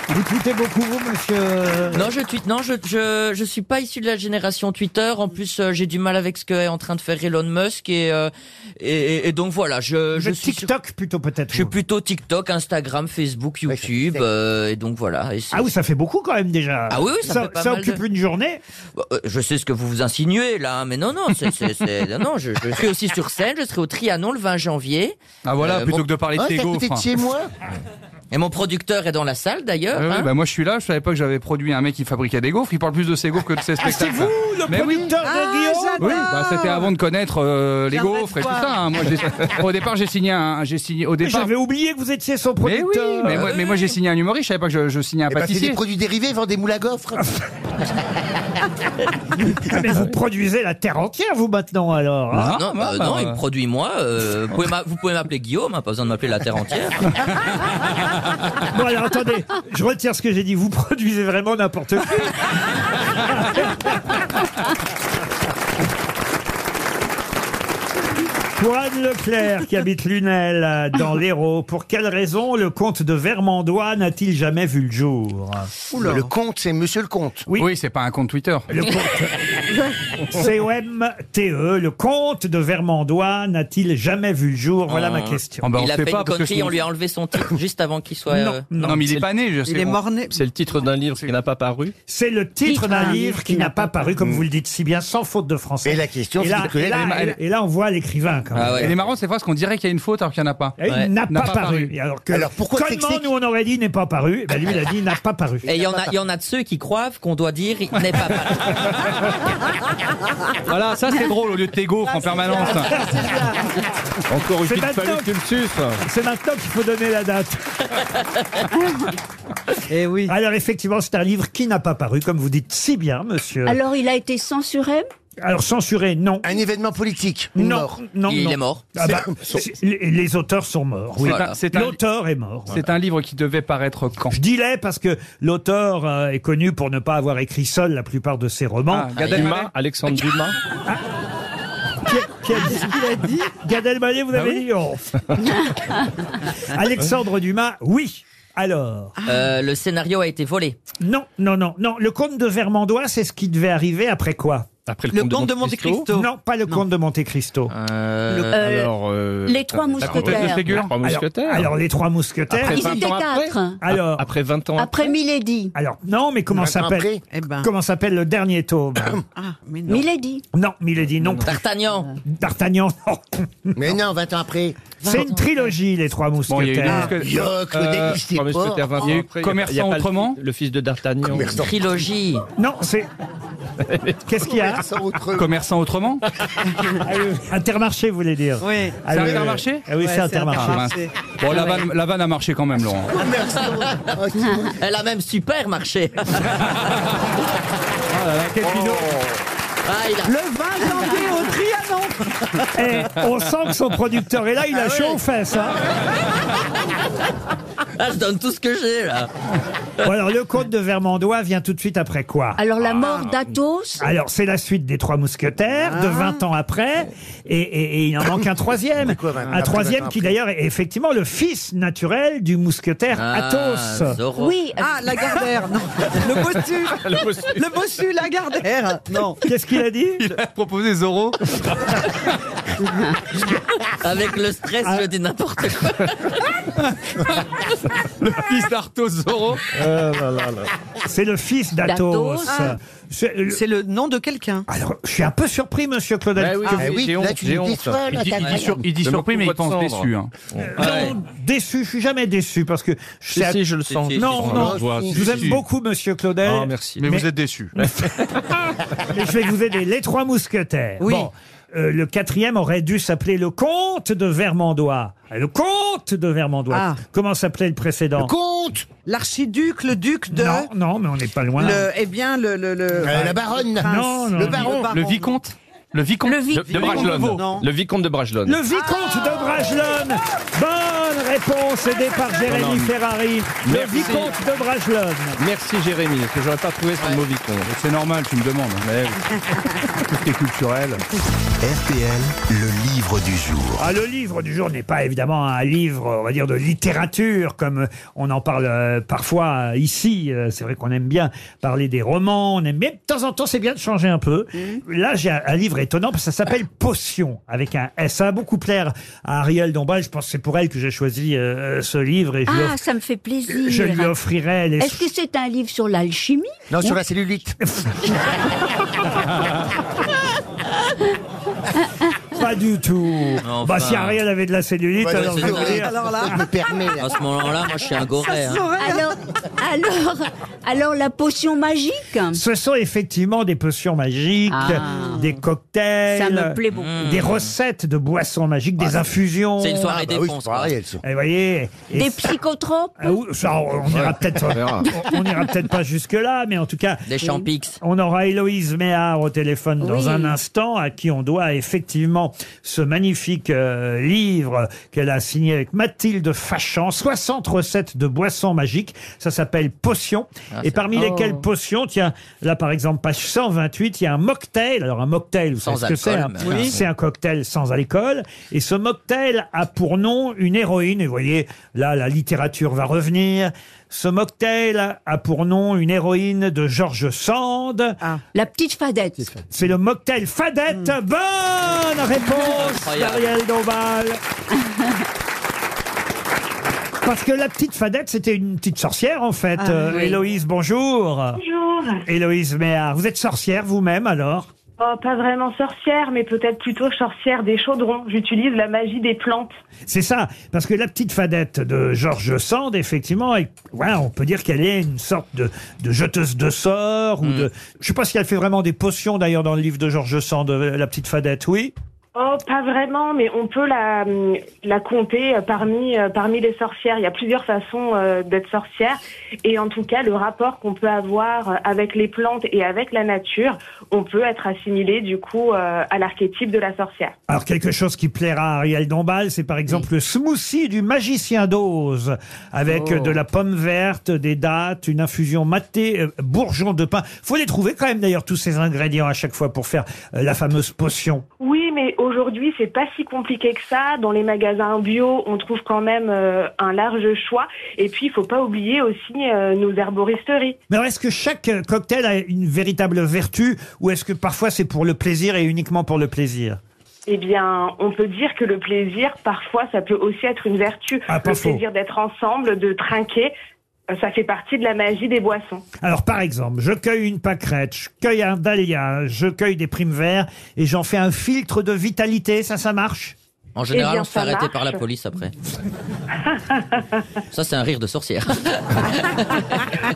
Vous tweetez beaucoup, vous, monsieur
Non, je tweet. Non, je, je je suis pas issu de la génération Twitter. En plus, euh, j'ai du mal avec ce qu'est en train de faire Elon Musk et euh, et, et- et donc voilà. Je je suis sur-
TikTok plutôt peut-être.
Je suis plutôt TikTok, Instagram, Facebook, YouTube euh, et donc voilà. Et c'est-
Ah oui, ça fait beaucoup quand même déjà.
Ah oui, oui, ça fait pas mal
occupe
de-
une journée.
Bah, euh, Je sais ce que vous vous insinuez là, hein, mais non, non, c'est, c'est- c'est- non, non, je, je suis aussi sur scène, je serai au Trianon le 20 janvier.
Ah voilà, plutôt que de parler de
Ah,
tes
c'est à côté
gaufres.
de chez moi. Et mon producteur est dans la salle d'ailleurs.
Ouais, ouais,
hein.
bah, moi je suis là, je savais pas que j'avais produit un mec qui fabriquait des gaufres, il parle plus de ses gaufres que de ses
Ah,
Ah,
spectacles. Mais oui. Oui, bah, c'était avant de connaître euh, les
J'aimerais
gaufres et
te
tout
voir.
ça. hein. Moi, j'ai- au départ, j'ai signé un, j'ai signé au départ.
J'avais oublié que vous étiez son
Mais oui,
producteur.
mais moi, mais moi, j'ai signé un humoriste, je savais pas que je, je signais un
bah, Eh ben, c'est
pâtissier.
des produits dérivés, vend des moules à gaufres.
Ah, mais vous produisez la terre entière, vous, maintenant, alors.
Ah,
hein
non, bah, non, il me produit moi. euh, vous, pouvez m'a- vous pouvez m'appeler Guillaume, hein, pas besoin de m'appeler la Terre entière.
Bon, alors, attendez, je retire ce que j'ai dit. Vous produisez vraiment n'importe quoi. Pour Anne Leclerc, qui habite Lunel, euh, dans l'Hérault, pour quelle raison le comte de Vermandois n'a-t-il jamais vu le jour
Le comte, c'est monsieur le comte.
Oui,
c'est pas un compte Twitter.
Le comte. C-O-M-T-E. E, Le comte de Vermandois n'a-t-il jamais vu le jour Voilà ma question.
Ah. Euh,
bah,
il a fait une coquille, on lui a enlevé son titre juste avant qu'il soit. euh,
C'est le titre d'un livre qui n'a pas paru.
C'est le titre d'un livre qui n'a pas paru, comme vous le dites si bien, sans faute de français. Et la
question,
et
c'est
là,
de connaître-
et là-
Elle est ma-
et là, on voit l'écrivain quand même.
Elle est marrante, c'est parce qu'on dirait qu'il y a une faute alors qu'il n'y en a pas.
Et Il n'a pas, paru. Et Alors, que,
c'est
comment nous on aurait dit n'est pas paru Eh ben, Lui, il a dit n'a pas paru.
Et il y en a, il y en a de ceux qui croient qu'on doit dire il n'est pas.
Voilà, ça c'est drôle au lieu de tes
Ah,
gaufres en permanence.
Encore une
C'est
petite
maintenant
fallu que tu me suces.
C'est maintenant qu'il faut donner la date. Eh
Et oui.
Mm.
Alors effectivement, c'est un livre qui n'a pas paru, comme vous dites si bien, monsieur.
Alors, il a été censuré
Alors censuré, non.
Un événement politique
Non,
mort.
non,
Il
non.
est mort.
Ah bah,
C'est-
c'est- les, les auteurs sont morts. oui.
C'est un- c'est un-
L'auteur est mort.
C'est un livre qui devait paraître quand
Je dis les parce que l'auteur euh, est connu pour ne pas avoir écrit seul la plupart de ses romans.
Ah, Gad Elmaleh Dumas,
Alexandre Dumas. Qui a dit Gad Elmaleh, vous
Ah
avez
oui
dit oh. Alexandre Dumas, oui. Alors
Euh, le scénario a été volé.
Non, non, non, non. Le comte de Vermandois, c'est ce qui devait arriver après quoi
Après
le Le comte de comte de
Monte
Monte-Cristo Cristo
Non, pas le comte de Monte Cristo.
Euh, alors, les trois mousquetaires. Les
trois
mousquetaires. Alors, les trois mousquetaires.
Ils étaient quatre.
Alors, après 20 ans
Après Milady.
Alors, non, mais comment
Vingt ans
s'appelle
après Eh ben.
Comment s'appelle le dernier tome
Ah, mais non. Milady.
Non, Milady, non.
D'Artagnan.
D'Artagnan, non.
Mais non, 20 ans après.
C'est une trilogie, les trois
Bon, il y a eu des
mousquetaires.
mousquetaires.
Yoc, le
Euh,
dégusté
trois
porc.
oh.
mousquetaires, vingt ans
Il y a eu
après, il y a-
Commerçant
il y a pas le-
autrement.
Le fils de D'Artagnan.
Commerçant.
Trilogie.
Non, c'est. Qu'est-ce qu'il y a
Commerçant autrement.
Commerçant autrement
Intermarché, vous voulez dire
Oui.
C'est Intermarché
Ah oui, c'est Intermarché.
Ah, mince. Bon, la vanne, la vanne a marché quand même, Laurent.
Elle a même super marché. Ah, il a-
Le 20 janvier au Trianon
Eh, on sent que son producteur est là, il a chaud aux fesses. hein.
Ah, je donne tout ce que j'ai là.
Bon, alors, le comte de Vermandois vient tout de suite après quoi
Alors la mort d'Athos.
Alors, c'est la suite des Trois Mousquetaires,
Ah.
de 20 ans après, et, et- et il en manque un troisième.
quoi, 20
un
après,
troisième
20
qui,
après
d'ailleurs, est effectivement le fils naturel du mousquetaire
Ah,
Athos.
Oui. Ah,
euh,
Lagardère, non. Le bossu.
Le bossu.
Le bossu Lagardère. Non.
Qu'est-ce qu'il a dit
Il a proposé Zorro.
Avec le stress, je dis n'importe quoi.
Le fils d'Arthos Zorro.
Euh, C'est le fils d'Athos.
D'Athos. Ah.
C'est le-
C'est le nom de quelqu'un.
Alors, je suis un peu surpris, monsieur
Bah
Claudel.
oui,
que
ah
vous-
oui, j'ai honte, j'ai honte. Il dit- il dit sur- il dit
Je
surpris,
me
mais il
couvre de
pense
cendre.
déçu. hein.
Non, déçu, je suis jamais déçu parce que
Si,
sais-
si, je le sens. Si, si,
Non,
si,
non,
on le voit,
je
si,
vous
si,
aime
si.
beaucoup, Monsieur Claudel.
Ah, merci. Mais vous êtes déçu.
Mais je vais vous aider. Les trois mousquetaires.
Oui.
Bon, euh, le quatrième aurait dû s'appeler le comte de Vermandois. Le comte de Vermandois.
Ah.
Comment s'appelait le précédent
Comte. L'archiduc, le duc de.
Non, non, mais on n'est pas loin.
Le, eh bien, le. le, le-
Euh, la baronne.
prince.
Non, non,
Le
non.
baron.
Le Euh, baron.
Le vicomte Le vicomte
Le vi-
de,
le
de
vicomte de
Bragelonne.
Vaux.
Le vicomte de Bragelonne.
Le vicomte de Bragelonne. Bonne réponse aidée par Jérémy Ferrari. Le
Merci.
vicomte de Bragelonne.
Merci Jérémy, parce que j'aurais pas trouvé sans mot vicomte. C'est normal, tu me demandes. hein. Mais oui. tout ce qui est culturel.
RTL, le livre du jour.
Ah, le livre du jour n'est pas évidemment un livre, on va dire, de littérature, comme on en parle euh, parfois euh, ici. Euh, C'est vrai qu'on aime bien parler des romans, on aime bien, de temps en temps, c'est bien de changer un peu.
Mm.
Là, j'ai un, un livre étonnant, parce que ça s'appelle Potion, avec un S. Ça va beaucoup plaire à Ariel Dombal, je pense que c'est pour elle que j'ai choisi euh, ce livre, et je, lui
Ah,
offre-
ça me fait plaisir.
je lui offrirai les...
Est-ce que c'est un livre sur l'alchimie
Non, sur la cellulite.
Pas du tout
Non,
Bah,
enfin.
si Ariel avait de la cellulite,
Bah, non,
alors,
c'est
je veux
vrai.
dire-
Alors là.
Je me permets, là.
À ce moment-là, moi, je suis un
Ah.
goré. hein.
alors, alors, alors la potion magique
Ce sont effectivement des potions magiques,
Ah.
des cocktails,
Ça me plaît beaucoup.
des recettes de boissons magiques, des infusions.
C'est une soirée
Ah, bah oui,
dépense.
c'est pas
quoi.
Ariel, ça.
Et voyez, et
Des psychotropes
ah, ou- ça, on n'ira peut-être
verra.
on, on ira peut-être pas jusque là, mais en tout cas,
Des champix.
on aura Héloïse Méhard au téléphone dans
Oui.
un instant, à qui on doit effectivement ce magnifique euh, livre qu'elle a signé avec Mathilde Fachan, 60 recettes de boissons magiques. Ça s'appelle Potions.
Ah,
et parmi
Oh.
lesquelles Potions, tiens, là par exemple, page 128, il y a un mocktail. Alors un mocktail, vous
Sans
savez ce que c'est
alcool,
hein
mais-
Oui, C'est un cocktail sans alcool. Et ce mocktail a pour nom une héroïne. Et vous voyez, là, la littérature va revenir. Ce mocktail a pour nom une héroïne de George Sand.
Ah.
La petite fadette.
C'est le mocktail Fadette. Bonne réponse,
Incroyable.
Ariel Dombal. Parce que la petite Fadette, c'était une petite sorcière, en fait.
Ah,
Euh,
oui.
Héloïse, bonjour.
Bonjour.
Héloïse Méhard, vous êtes sorcière vous-même, alors
Oh, pas vraiment sorcière, mais peut-être plutôt sorcière des chaudrons. J'utilise la magie des plantes.
C'est ça, parce que la petite fadette de Georges Sand, effectivement, est- voilà, on peut dire qu'elle est une sorte de, de jeteuse de sorts ou de. Je sais pas si elle fait vraiment des potions d'ailleurs dans le livre de Georges Sand, euh, la petite fadette, oui.
Oh, pas vraiment, mais on peut la, la compter euh, parmi, parmi les sorcières. Il y a plusieurs façons euh, d'être sorcière. Et en tout cas, le rapport qu'on peut avoir euh, avec les plantes et avec la nature, on peut être assimilé du coup euh, à l'archétype de la sorcière.
Alors quelque chose qui plaira à Ariel Dombal, c'est par exemple le smoothie du magicien d'Oz avec
Oh.
de la pomme verte, des dattes, une infusion matée, euh, bourgeon de pain. Faut les trouver quand même d'ailleurs tous ces ingrédients à chaque fois pour faire euh, la fameuse potion.
Oui, mais aujourd'hui, c'est pas si compliqué que ça. Dans les magasins bio, on trouve quand même euh, un large choix. Et puis, il faut pas oublier aussi euh, nos herboristeries.
Mais alors, est-ce que chaque euh, cocktail a une véritable vertu ou est-ce que parfois c'est pour le plaisir et uniquement pour le plaisir
Eh bien, on peut dire que le plaisir, parfois, ça peut aussi être une vertu.
Ah, pas
le
faux.
plaisir d'être ensemble, de trinquer, euh, ça fait partie de la magie des boissons.
Alors par exemple, je cueille une pâquerette, je cueille un dahlia, je cueille des primes verts et j'en fais un filtre de vitalité, ça ça marche
En général,
Eh bien,
on se fait
ça
arrêter
marche.
par la police après. ça, c'est un rire de sorcière.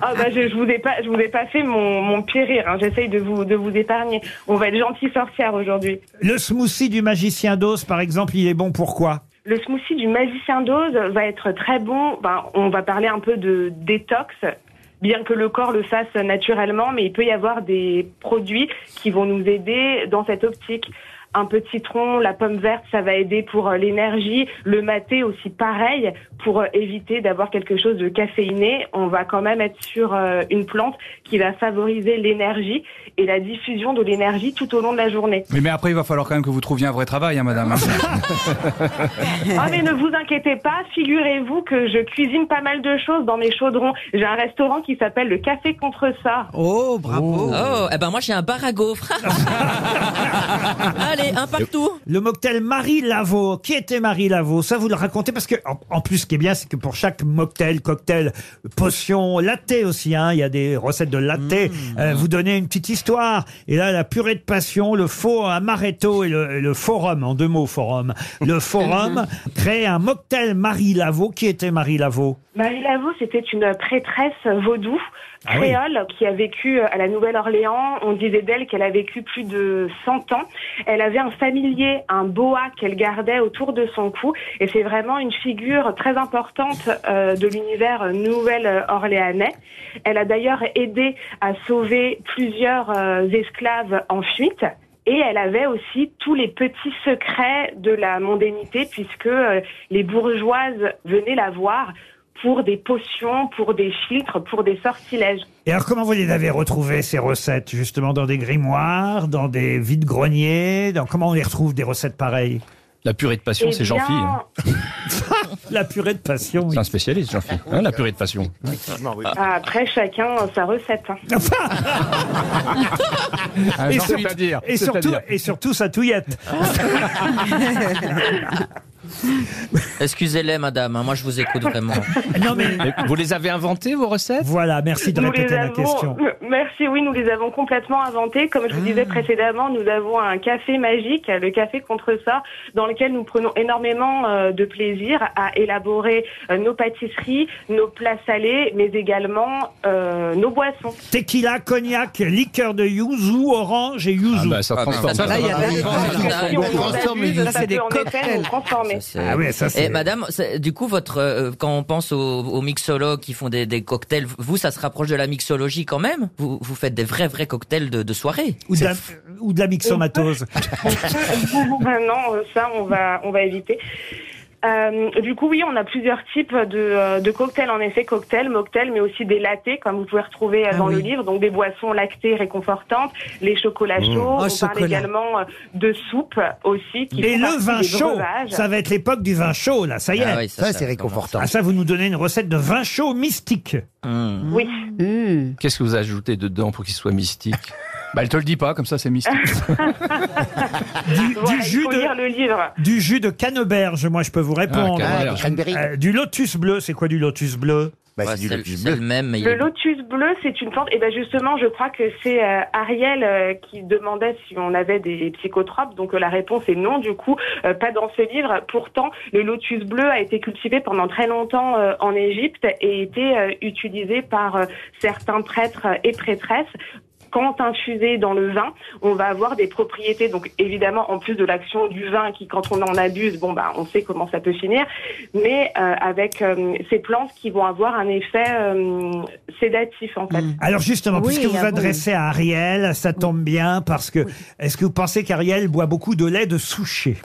Ah bah je, je vous ai pas, je vous ai pas fait mon, mon pire rire. hein. J'essaye de vous, de vous épargner. On va être gentil sorcière aujourd'hui.
Le smoothie du magicien d'os par exemple, il est bon pourquoi
Le smoothie du magicien d'Oz va être très bon. Ben, on va parler un peu de détox, bien que le corps le fasse naturellement, mais il peut y avoir des produits qui vont nous aider dans cette optique. Un peu de citron, la pomme verte, ça va aider pour euh, l'énergie. Le maté aussi pareil, pour euh, éviter d'avoir quelque chose de caféiné. On va quand même être sur euh, une plante qui va favoriser l'énergie et la diffusion de l'énergie tout au long de la journée.
Mais, mais après, il va falloir quand même que vous trouviez un vrai travail, hein, madame.
Ah mais ne vous inquiétez pas, figurez-vous que je cuisine pas mal de choses dans mes chaudrons. J'ai un restaurant qui s'appelle le Café contre ça.
Oh, bravo.
Oh, eh ben moi, j'ai un bar à gaufres. Allez, un partout.
Le mocktail Marie Laveau. Qui était Marie Laveau Ça, vous le racontez parce que, en, en plus, ce qui est bien, c'est que pour chaque mocktail, cocktail, potion, latte aussi, hein, il y a des recettes de latte, euh, vous donnez une petite histoire. Et là, la purée de passion, le faux amaretto et le, et le forum, en deux mots, forum. Le forum crée un mocktail Marie Laveau. Qui était Marie Laveau
Marie Laveau, c'était une prêtresse vaudou
Ah oui.
créole qui a vécu euh, à la Nouvelle-Orléans. On disait d'elle qu'elle a vécu plus de 100 ans. Elle avait un familier, un boa qu'elle gardait autour de son cou. Et c'est vraiment une figure très importante euh, de l'univers nouvelle-orléanais. Elle a d'ailleurs aidé à sauver plusieurs euh, esclaves en fuite. Et elle avait aussi tous les petits secrets de la mondainité, puisque euh, les bourgeoises venaient la voir pour des potions, pour des filtres, pour des sortilèges.
Et alors, comment vous les avez retrouvées, ces recettes, justement, dans des grimoires, dans des vides-greniers dans... Comment on les retrouve, des recettes pareilles
La purée de passion,
Eh
c'est
bien,
Jean-Phi. hein.
La purée de passion.
C'est un spécialiste, Jean-Phi. hein, la purée de passion.
euh, Après, chacun euh, sa recette. hein.
Ah, j'en
sur-
suis à dire,
et surtout,
c'est-à-dire.
et surtout sa touillette.
Excusez-les, madame. hein, Moi, je vous écoute vraiment.
Non, mais...
Vous les avez inventées, vos recettes
Voilà, merci
Nous les avons- m- Merci, oui, nous les avons complètement inventés. Comme je vous disais précédemment, nous avons un café magique, le café contre ça, dans lequel nous prenons énormément euh, de plaisir à élaborer euh, nos pâtisseries, nos plats salés, mais également euh, nos boissons.
Tequila, cognac, liqueur de yuzu, orange et yuzu.
Ah bah, ça transforme. Ah, là, il y a des-
Si on transforme, ça peut en effet nous transformer.
Ah
Euh,
C'est- Et madame, c'est- du coup, votre, euh, quand on pense aux, aux mixologues qui font des, des cocktails, vous, ça se rapproche de la mixologie quand même vous, vous faites des vrais, vrais cocktails de, de soirée
Ou de, la, ou de la mixomatose.
Ah non, euh, ça, on va, on va éviter. Euh, du coup, oui, on a plusieurs types de, euh, de cocktails, en effet, cocktails, mocktails, mais aussi des latés, comme vous pouvez retrouver euh,
Ah
dans le
oui.
livre, donc des boissons lactées réconfortantes, les chocolats
Mmh.
chauds,
Oh,
on
chocolat.
parle également euh, de soupes aussi. Qui
Et
font
le
partie
vin
des
chaud,
breuvages.
ça va être l'époque du vin chaud, là, ça y est.
Ah oui, ça, Ça, ça, c'est ça
réconfortant. Ah, ça, vous nous donnez une recette de vin chaud mystique.
Hmm.
Hmm.
Oui.
Qu'est-ce que vous ajoutez dedans pour qu'il soit mystique
Bah, elle te le dit pas, comme ça, c'est mystique.
Voilà, Ah,
Du, du
il
jus
faut
de...
lire le livre.
Du jus de canneberge, moi je peux vous répondre.
Ah, canneberge. Ah, des
cranberries.
Euh, du lotus bleu, c'est quoi du lotus bleu
Ouais, c'est le- c'est le même, mais il
Le
est
lotus bleu, c'est une plante. Et ben justement, je crois que c'est euh, Ariel euh, qui demandait si on avait des psychotropes. Donc euh, la réponse est non. Du coup, euh, pas dans ce livre. Pourtant, le lotus bleu a été cultivé pendant très longtemps euh, en Égypte et était euh, utilisé par euh, certains prêtres et prêtresses quand infusé dans le vin, on va avoir des propriétés. Donc évidemment, en plus de l'action du vin qui, quand on en abuse, bon bah, on sait comment ça peut finir, mais euh, avec euh, ces plantes qui vont avoir un effet euh, sédatif en fait.
Hmm. Mm. Alors justement,
Oui,
puisque vous
ah bon.
adressez à Ariel, ça tombe bien parce que est-ce que vous pensez qu'Ariel boit beaucoup de lait de souché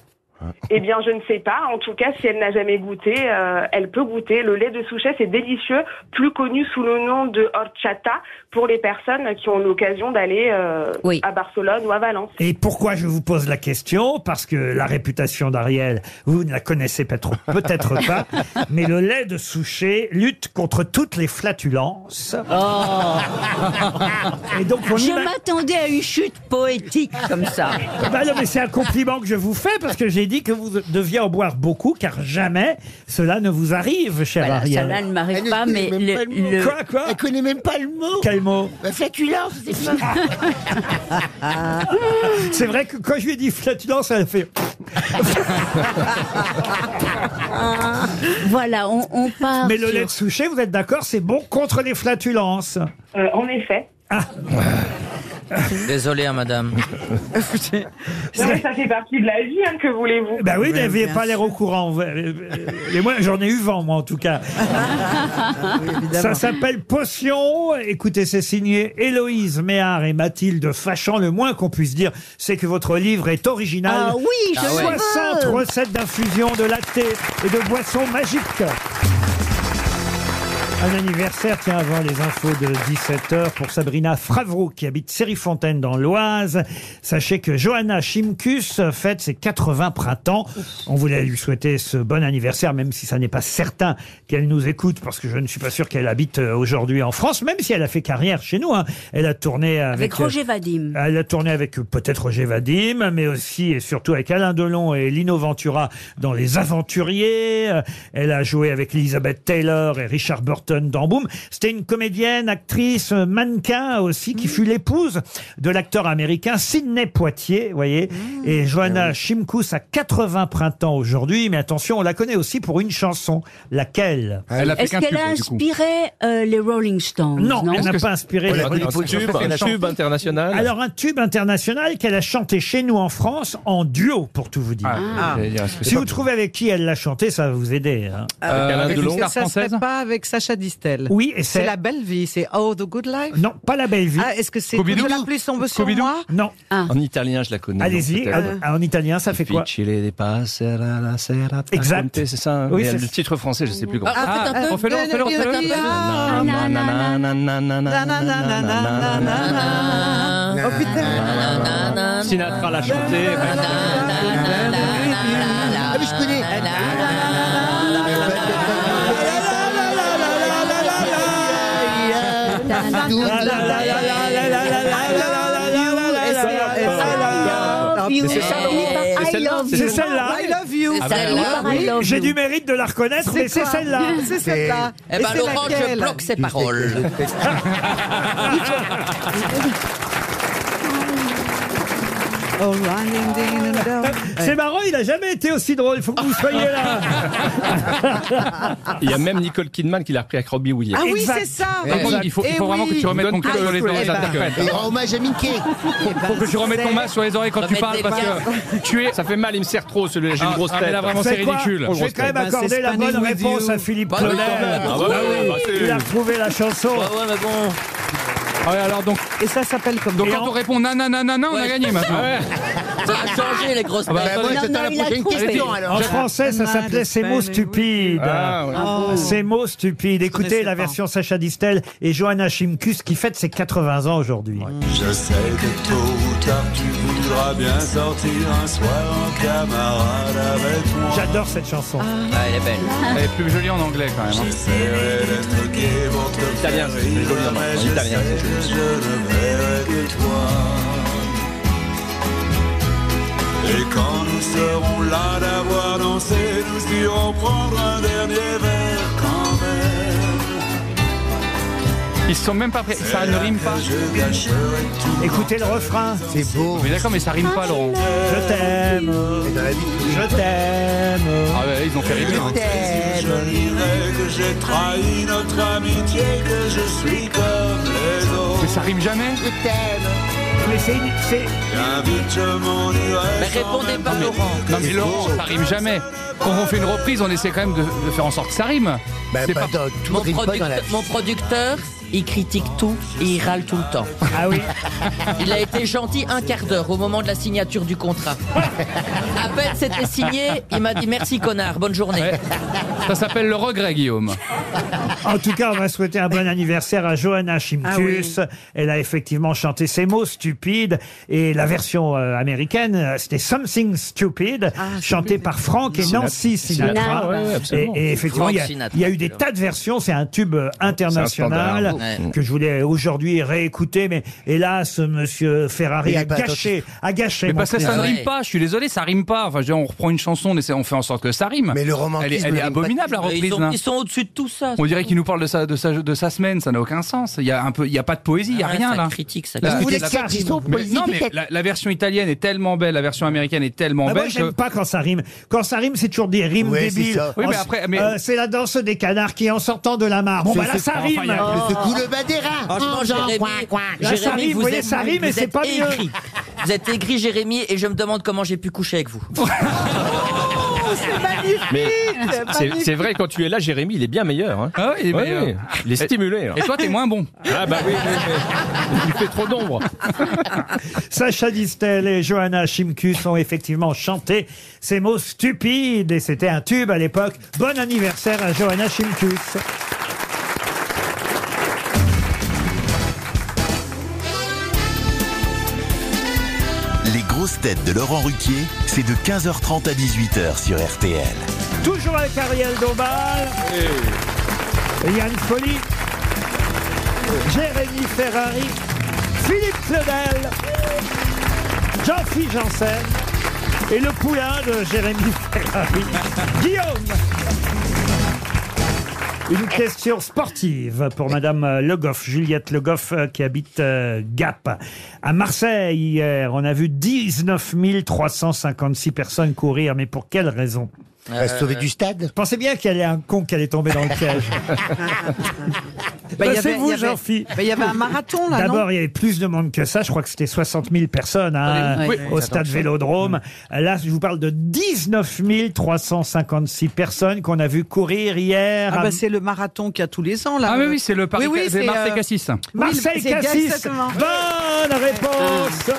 Eh bien, je ne sais pas. En tout cas, si elle n'a jamais goûté, euh, elle peut goûter. Le lait de souchet, c'est délicieux, plus connu sous le nom de horchata pour les personnes qui ont l'occasion d'aller euh, à Barcelone ou à Valence.
Et pourquoi je vous pose la question Parce que la réputation d'Ariel, vous ne la connaissez peut-être peut-être pas, mais le lait de souché lutte contre toutes les flatulences.
Oh.
Et donc on
Je
ima-
m'attendais à une chute poétique comme ça.
Bah non, mais c'est un compliment que je vous fais parce que j'ai dit que vous deviez en boire beaucoup, car jamais cela ne vous arrive, cher
Voilà,
Ariel.
celle-là ne m'arrive pas, mais le- le-
Quoi, quoi Elle connaît même pas le mot. Bah, Quel mot
Flatulence, c'est pas
C'est vrai que quand je lui ai dit flatulence, elle a fait.
voilà, on, on part.
Mais le
sur-
lait de souchet, vous êtes d'accord, c'est bon contre les flatulences.
Euh, en effet.
Désolé, hein, madame.
Non, mais ça fait partie de la vie, hein, que voulez-vous
Bah oui, n'aviez pas l'air au courant. euh, Et moi, j'en ai eu vent, moi, en tout cas. Ça s'appelle Potion. Écoutez, c'est signé Héloïse Méhard et Mathilde Fachan. Le moins qu'on puisse dire, c'est que votre livre est original.
Ah oui, je Ah ouais. le
60
veux.
recettes d'infusion, de latte et de boissons magiques. Un anniversaire, tiens, avant les infos de 17h pour Sabrina Favreau qui habite Série-Fontaine dans l'Oise. Sachez que Johanna Chimkus fête ses 80 printemps. On voulait lui souhaiter ce bon anniversaire, même si ça n'est pas certain qu'elle nous écoute, parce que je ne suis pas sûr qu'elle habite euh, aujourd'hui en France, même si elle a fait carrière chez nous. hein. Elle a tourné avec, euh,
Avec Roger Vadim.
elle a tourné avec euh, peut-être Roger Vadim, mais aussi et surtout avec Alain Delon et Lino Ventura dans Les Aventuriers. Euh, Elle a joué avec Elizabeth Taylor et Richard Burton dans Boom. C'était une comédienne, actrice, euh, mannequin aussi, qui fut l'épouse de l'acteur américain Sidney Poitier, vous voyez.
Mmh.
Et
Eh
Johanna Shimkus a 80 printemps aujourd'hui, mais attention, on la connaît aussi pour une chanson. Laquelle
Est-ce qu'elle a inspiré euh, les Rolling Stones
Non, elle n'a pas inspiré les Rolling Stones.
international.
Alors un tube international qu'elle a chanté chez nous en France en duo, pour tout vous dire.
Ah. j'allais dire, est-ce que
Si
c'est
vous
pas-
trouvez avec qui elle l'a chanté, ça va vous aider. hein.
Ah, ça se fait pas avec Sacha Distel.
Oui, et c'est-
c'est la belle vie. C'est Oh the Good Life.
Non, pas la belle vie.
Ah, est-ce que c'est
Scooby-Doo
de la pluie sombre sur
Scooby-Doo
moi
Non.
En italien, je la connais.
hein Ah. Allez-y,
donc, peut-être. Ah.
en- en italien, ça fait quoi
Difficile di passare alla sera
Exact.
raconter, C'est ça. hein
Oui,
Mais
c'est-
le titre français, je sais plus comment.
Ah, faites un peu.
refais-le, refais-le, refais-le, refais-le.
Ah,
Nanana, nanana, nanana, nanana. Sinatra l'a chanté.
Ah, mais je connais.
Ah,
Oh,
C'est celle-là.
I love you.
Ah, oui. J'ai du mérite de la reconnaître, mais c'est
quoi
celle-là.
C'est celle-là.
Eh
Et
ben,
c'est
Laurent, je
laquelle
bloque ses paroles.
Oh, running, ding, ding, dong.
C'est marrant, il a jamais été aussi drôle. Il faut que vous soyez là.
Il y a même Nicole Kidman qui l'a repris avec Robbie Williams.
Ah oui,
Exact. Eh
c'est ça.
Par contre, il faut- il faut vraiment que tu remettes ton cul Eh sur les oreilles, j'interprète. hein.
Et rend hommage à Mickey.
Faut que tu remettes
Bah,
ton masque sur les oreilles quand tu
Remettez
parles parce que tu es. Ça fait mal, il me serre trop celui-là, j'ai
Ah,
une grosse
ah, mais
tête.
là, vraiment, c'est
C'est quoi
ridicule.
Je vais quand même accorder la bonne réponse à Philippe
Bah, non,
Claudel.
quand même. Ah, bah,
Oui,
oui, bah, c'est-
Il a trouvé la chanson.
Bah
alors donc.
Et ça s'appelle comme
Donc quand on répond nanana, nanana, on a gagné maintenant.
Ça a changé les grosses
Ah bah,
têtes.
attendez, Non,
non, la il a prochaine trouvé. question, alors.
En français, ça s'appelait Ces mots stupides.
Ah, ouais. Ah bon.
Ces mots stupides. Écoutez
connaissais
la
pas.
version Sacha Distel et Johanna Chimkus qui fête ses 80 ans aujourd'hui.
Je sais que tôt ou tard tu voudras bien sortir un soir en camarade avec moi.
J'adore cette chanson.
Ah, elle est belle. Elle est plus jolie en anglais quand même. hein.
J'essaierai d'être gai pour te
Italien,
faire
c'est joli,
rire,
en
mais je
italien,
sais
c'est joli.
que je ne verrai que toi. Et quand nous serons là d'avoir dansé, nous irons prendre un dernier verre quand même.
Ils se sont même pas prêts. Ça ne rime pas.
Écoutez le refrain.
C'est beau.
Mais d'accord, mais ça rime pas, Laurent.
Je t'aime. Je t'aime.
Ah ouais, ils ont fait rimer. hein.
Je dirai que j'ai trahi notre amitié, que je suis comme les autres.
Mais ça rime jamais
Je t'aime.
Mais c'est. c'est...
Mais répondez pas, Laurent.
Non mais Laurent, ça rime jamais. Quand on fait une reprise, on essaie quand même de, de faire en sorte que ça rime. C'est Bah, pas-
mon, producteur, mon producteur, il critique tout et il râle tout le temps.
Ah oui
Il a été gentil un quart d'heure au moment de la signature du contrat. À peine c'était signé, il m'a dit merci connard, bonne journée.
Ça s'appelle le regret, Guillaume.
En tout cas, on va souhaiter un bon anniversaire à Johanna Shimkus. Elle a effectivement chanté ces mots stupides et la version euh, américaine, euh, c'était Something Stupid, chanté par Frank et
Sinatra.
Nancy Sinatra.
Sinatra, ouais, ouais, absolument.
et, et effectivement,
Frank
il y a- il
Sinatra,
y, a eu des tas de versions. C'est un tube euh, international
standard. Ouais.
que je voulais aujourd'hui réécouter, mais hélas, Monsieur Ferrari
Il est
a
pas
gâché, a gâché.
Mais
mon
parce que ça
plaisir.
ne rime pas, je suis désolé, ça rime pas. Enfin, je veux dire, on reprend une chanson, on, essaie- on fait en sorte que ça rime.
Mais le
Elle est,
romantisme
elle est
rime pas
abominable, la
toujours.
reprise. hein.
Ils sont-
là.
ils sont
au-dessus de tout ça.
On dirait qu'il nous parle de sa, de sa, de sa semaine, ça n'a aucun sens. Il y a un peu, il y a pas de poésie, il y a
Ouais,
rien
ça
là.
critique, ça
La-
critique. Vous voulez
la-
que ça rime aux
Mais-
poésies,
Non, mais
peut-être
la, la version italienne est tellement belle, la version américaine est tellement
Ah,
belle.
moi,
que-
j'aime pas quand ça rime. Quand ça rime, c'est toujours des rimes
Ouais, c'est
débiles.
ça. Oui, mais
Oh,
après, mais-
euh, c'est la danse des canards qui, en sortant de la mare. Bon,
C'est-
bah là,
c'est-
ça
enfin,
rime.
il y a-
Oh.
Ah,
Le coup le bas des rats.
Franchement,
Oh, Jean,
Jérémy,
coin, coin.
Là, ça
Jérémy,
rime,
vous
voyez,
êtes-
ça rime, mais
vous
c'est
êtes
pas mieux.
aigri. Vous êtes aigri, Jérémy, et je me demande comment j'ai pu coucher avec vous.
Mais c'est- c'est vrai, quand tu es là, Jérémy, il est bien meilleur. hein.
Ah oui, il est
Ouais,
meilleur.
oui, Il est stimulé. hein.
Et toi, t'es moins bon.
Ah bah oui, oui, oui. il fait trop d'ombre.
Sacha Distel et Johanna Chimkus ont effectivement chanté ces mots stupides et c'était un tube à l'époque. Bon anniversaire à Johanna Chimkus.
Les grosses têtes de Laurent Ruquier, c'est de 15h30 à 18h sur RTL.
Toujours avec Ariel Dombal. Yann Folly. Jérémy Ferrari. Philippe Claudel. Jean-Philippe Janssen. Et le poulain de Jérémy Ferrari. Guillaume. Une question sportive pour Madame euh, Le Goff, Juliette Le Goff, euh, qui habite euh, Gap. À Marseille, hier, on a vu 19 356 personnes courir, mais pour quelle raison
Euh, Sauver du
stade Pensez bien qu'il y avait un con qui allait tomber dans le piège.
Bah, il y
C'est
avait-
vous,
il y avait-
Jean-Phi.
bah, il y avait un marathon, là, non
D'abord, il y avait plus de monde que ça. Je crois que c'était 60 000 personnes hein,
Oui, oui,
au
oui.
stade Vélodrome. Là, je vous parle de 19 356 personnes qu'on a vu courir hier.
Ah
à
bah c'est le marathon qu'il y a tous les ans là.
Ah oui, oui, c'est le Paris- c'est
euh,
Marseille Cassis. Marseille Cassis. Bonne réponse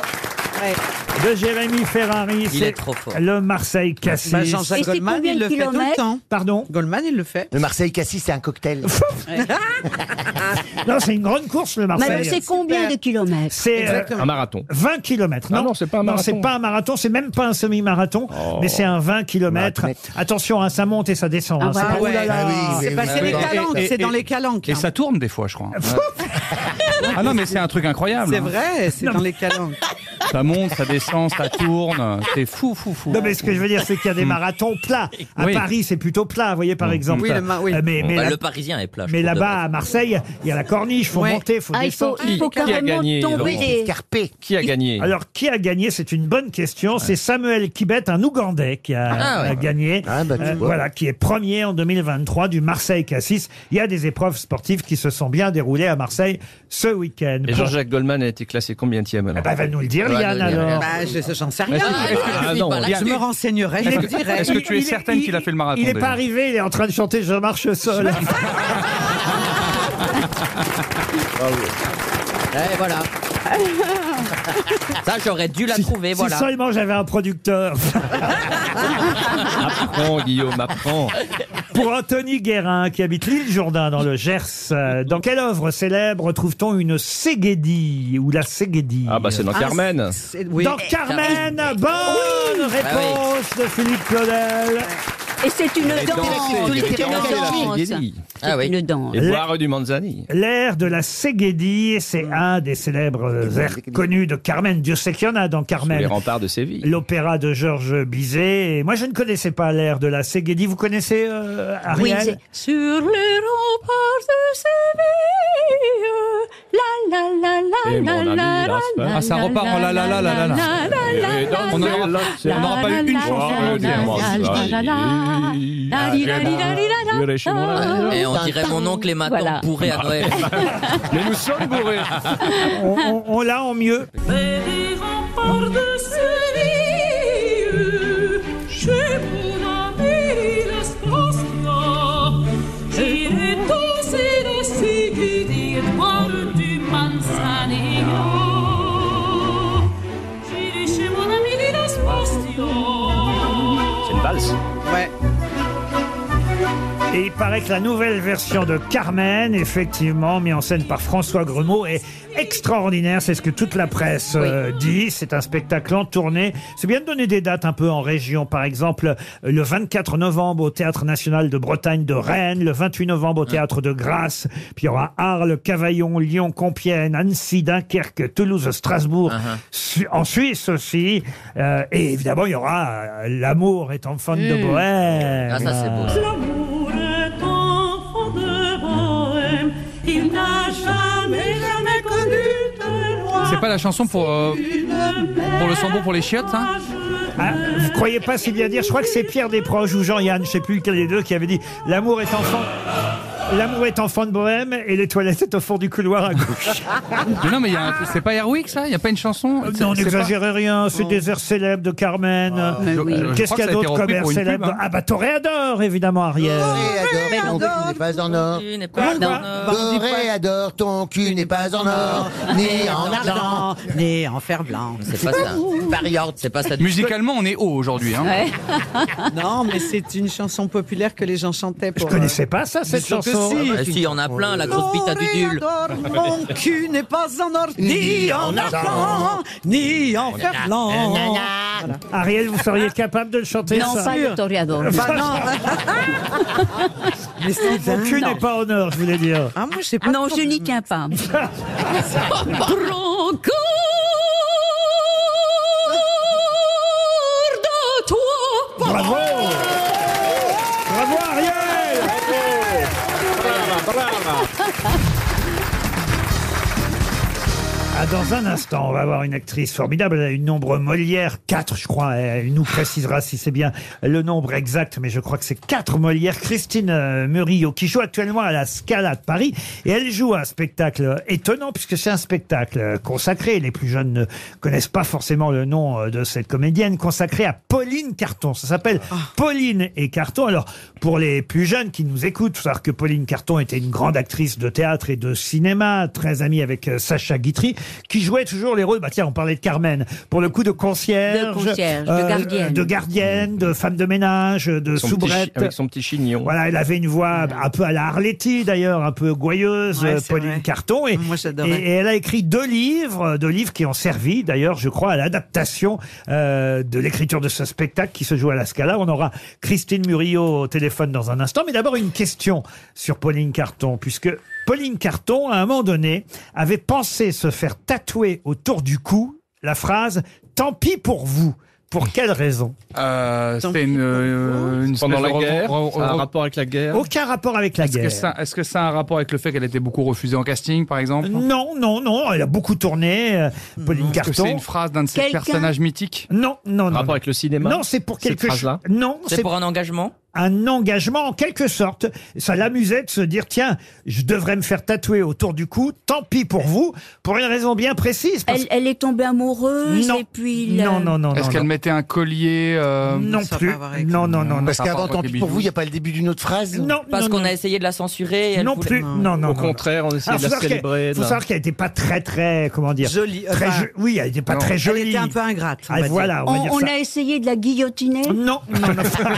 de Jérémy Ferrari.
Il est
c'est
trop fort.
Le Marseille Cassis.
Bah, Jean-Jacques Et c'est Goldman, combien il de le fait tout le kilomètres temps.
Pardon
Goldman il le fait.
Le Marseille Cassis, c'est un cocktail.
Non, c'est une grande course, le Marseille. hein.
Mais c'est
combien de kilomètres C'est euh,
Un marathon.
20 km. Non,
non, c'est pas un
Non,
marathon.
c'est pas un marathon, c'est même pas un semi-marathon, mais c'est un 20 km. Attention, hein, ça monte et ça descend.
Ah
hein,
bah
c'est pas- Ouh là là.
Ah,
c'est pas- c'est les calanques, c'est dans les calanques.
Et
hein.
ça tourne des fois, je crois. ah non, mais c'est un truc incroyable.
C'est
hein.
vrai, c'est dans les calanques.
Ça monte, ça descend, ça tourne. C'est fou, fou, fou.
Non, mais ce que je veux dire, c'est qu'il y a des
Mm.
marathons plats. À
Oui.
Paris, c'est plutôt plat, vous voyez, par exemple.
Oui, le ma- oui.
Euh, Mais, mais
Bah,
là-
le Parisien est plat, je
Mais
trouve, de
là-bas,
vrai.
à Marseille, il y a la corniche, faut
Ouais.
monter, faut
Ah, il
descendre.
faut- il faut Qui- qui a carrément gagné, tomber Laurent des-
Qui a gagné
Alors, qui a gagné C'est une bonne question. C'est Samuel Kibet, un Ougandais, qui a,
Ah, ouais.
a gagné. Euh,
tu vois.
voilà, qui est premier en 2023 du Marseille Cassis. Il y a des épreuves sportives qui se sont bien déroulées à Marseille ce week-end.
Et
Pour-
Jean-Jacques Goldman a été classé combien tième alors
bah, va nous le dire, Ouais, Liane, nous le dire. alors.
Bah, je- j'en sais
Mais
rien.
hein,
est-ce que- Ah, non, Liane.
je me renseignerai, je
Est-ce
vous
que-
dirai.
est-ce que tu es
Il est-
certaine qu'il a fait le marathon
Il n'est
déjà
pas arrivé, il est en train de chanter Je marche seul.
Et voilà. Ça, j'aurais dû la trouver,
si
voilà.
seulement j'avais un producteur.
Apprends, Guillaume, apprends.
Pour Anthony Guérin, qui habite l'île Jourdain dans le Gers, euh, dans quelle œuvre célèbre trouve-t-on une Ségédie ou la Ségédie
Ah bah c'est dans
Ah,
Carmen.
c'est- Dans
Eh,
Carmen, bonne
Ah
réponse de Philippe Claudel.
Et c'est une
Elle
danse.
Oh,
dansait, elle
C'est
dansait, la
une danse.
Ségédie.
une danse.
Et boire du Manzani.
L'air de la Ségédie, c'est
Mm.
un des célèbres euh, airs connus de Carmen. Dieu sait qu'il y en a dans
Sous les
Carmen.
remparts de Séville.
L'opéra de Georges Bizet. Et Moi, je ne connaissais pas l'air de la Ségédie. Vous connaissez euh,
Oui,
Ariel
c'est sur les remparts de Séville. La la la la
Eh, mon
la
ami,
la
là, c'est
la
pas- Ah, ça
la
repart en la la la la la la.
la la
On
la
n'aura
la
Ah,
on n'aura pas eu une chanson.
Ah,
la la la la la la la la la la la la j'irai
chez mon
lapin.
Ah,
Et on dirait mon oncle et ma tante
Voilà.
bourrés à Noël.
Mais nous sommes bourrés. Ah, on on- on l'a en mieux.
Hors de Séville, chez mon ami l'Espacia, j'irai danser le sigidi et boire du manzanillo. J'irai chez mon ami l'Espacia.
C'est une valse.
Ouais.
Et il paraît que la nouvelle version de Carmen, effectivement, mise en scène par François Gremaud, est extraordinaire. C'est ce que toute la presse euh, dit. C'est un spectacle en tournée. C'est bien de donner des dates un peu en région. Par exemple, euh, le 24 novembre au Théâtre National de Bretagne de Rennes, le 28 novembre au Théâtre de Grasse, puis il y aura Arles, Cavaillon, Lyon, Compiègne, Annecy, Dunkerque, Toulouse, Strasbourg,
Uh-huh.
Su- en Suisse aussi. Euh, et évidemment, il y aura euh, L'amour est enfant de
Mm.
Bohème.
Ah, ça, c'est beau. L'amour est enfant de bohème, il n'a jamais, jamais connu de moi.
C'est pas la chanson pour, euh, pour le sambo pour les chiottes, hein
Ah, vous croyez pas si bien dire Je crois que c'est Pierre Desproges ou Jean-Yann, je sais plus lequel des deux, qui avait dit L'amour est enfant. L'amour est enfant de bohème et les toilettes est au fond du couloir à gauche.
Mais non, mais il y a un- c'est pas Airwick, ça Il y a pas une chanson C'est-
Euh, Non, on
c'est pas-
n'exagérait rien, c'est des airs célèbres de Carmen.
Mais oui. Je- je
Qu'est-ce
crois que ça a
qu'il y a
été
d'autre comme
repris
air
pour une pub,
célèbre
hein.
Ah bah Toréador, évidemment, Ariel.
Adore, ton cul n'est pas en or.
Tu n'es pas
Comment
dans
quoi
nos-
Doré adore, ton cul n'est pas en or, ni en argent.
né en fer blanc.
C'est pas ça. C'est pas ça. du-
Musicalement, on est haut
Ah
aujourd'hui. Hein.
non, mais c'est une chanson populaire que les gens chantaient pour. euh, Je
connaissais pas ça, cette chanson.
Si.
Ah bah si, il y en a plein, la grosse bite à Dudul.
Toréador, Mon cul n'est pas en or, ni en argent, ni en fer blanc.
Ariel, vous seriez capable de le chanter
Non,
ça Bah,
pas le
Toréador.
Bah, Mais c'est
Mon cul n'est pas en or, je voulais dire.
Ah, moi, je sais
pas. Non, je n'y tiens pas.
de toi.
Bravo Bravo Ariel Ah, dans un instant, on va avoir une actrice formidable. Elle a une nombre Molière, quatre, je crois. Elle nous précisera si c'est bien le nombre exact, mais je crois que c'est quatre Molière. Christine euh, Murillo, qui joue actuellement à la Scala de Paris. Et elle joue un spectacle étonnant, puisque c'est un spectacle euh, consacré. Les plus jeunes ne connaissent pas forcément le nom euh, de cette comédienne, consacrée à Pauline Carton. Ça s'appelle
Ah.
Pauline et Carton. Alors, pour les plus jeunes qui nous écoutent, il faut savoir que Pauline Carton était une grande actrice de théâtre et de cinéma, très amie avec euh, Sacha Guitry, qui jouait toujours les rôles, bah tiens, on parlait de Carmen, pour le coup de concierge, euh,
De concierge, de gardienne.
de gardienne, de femme de ménage, de
Son petit chi-
soubrette.
avec son petit chignon.
Voilà, elle avait une voix un peu à la Arletty d'ailleurs, un peu gouailleuse,
Ouais,
euh,
c'est
Pauline
vrai.
Carton. Et, et, et elle a écrit deux livres, euh, deux livres qui ont servi d'ailleurs, je crois, à l'adaptation euh, de l'écriture de ce spectacle qui se joue à la Scala. On aura Christine Murillo au téléphone dans un instant. Mais d'abord, une question sur Pauline Carton, puisque Pauline Carton, à un moment donné, avait pensé se faire tatouer autour du cou la phrase « Tant pis pour vous ». Pour quelle raison
Euh, c'est une, euh, une
Pendant
espèce
la
de re-
guerre,
re-
ça a un
re-
rapport avec la guerre.
Aucun rapport avec la
Euh, Est-ce que
guerre.
ça- Est-ce que ça a un rapport avec le fait qu'elle était beaucoup refusée en casting, par exemple
Non, non, non, elle a beaucoup tourné, euh, Pauline
Est-ce que
Carton.
c'est une phrase d'un de ces
Quelqu'un-
personnages mythiques
Non, non, non.
Rapport avec le cinéma
Non, c'est pour quelque chose.
là
Non,
C'est pour un engagement
un engagement en quelque sorte. Ça l'amusait de se dire tiens, je devrais me faire tatouer autour du cou. Tant pis pour vous, pour une raison bien précise. parce-
Elle, elle est tombée amoureuse
Non.
et puis il a-
Non, non, non,
Est-ce
non,
qu'elle
non.
mettait un collier euh,
non plus. Non, non, non, non.
Parce qu'avant, tant pis pour vous, il n'y a pas le début d'une autre phrase
Non,
Parce
non,
qu'on
non.
a essayé de la censurer. et elle
non
voulait-
plus, non, non.
Au
non,
contraire, on
non.
essayait
Alors,
de la
faut savoir qu'elle-
célébrer, de
faut
la-
savoir qu'elle n'était pas très, très, comment dire,
Jolie,
très
enfin,
jo- oui, elle n'était pas
non.
très
Elle
jolie.
était un peu ingrate, on
Ah,
va dire.
voilà, on, va
On,
dire
on
ça.
a essayé de la guillotiner
Non, non, non.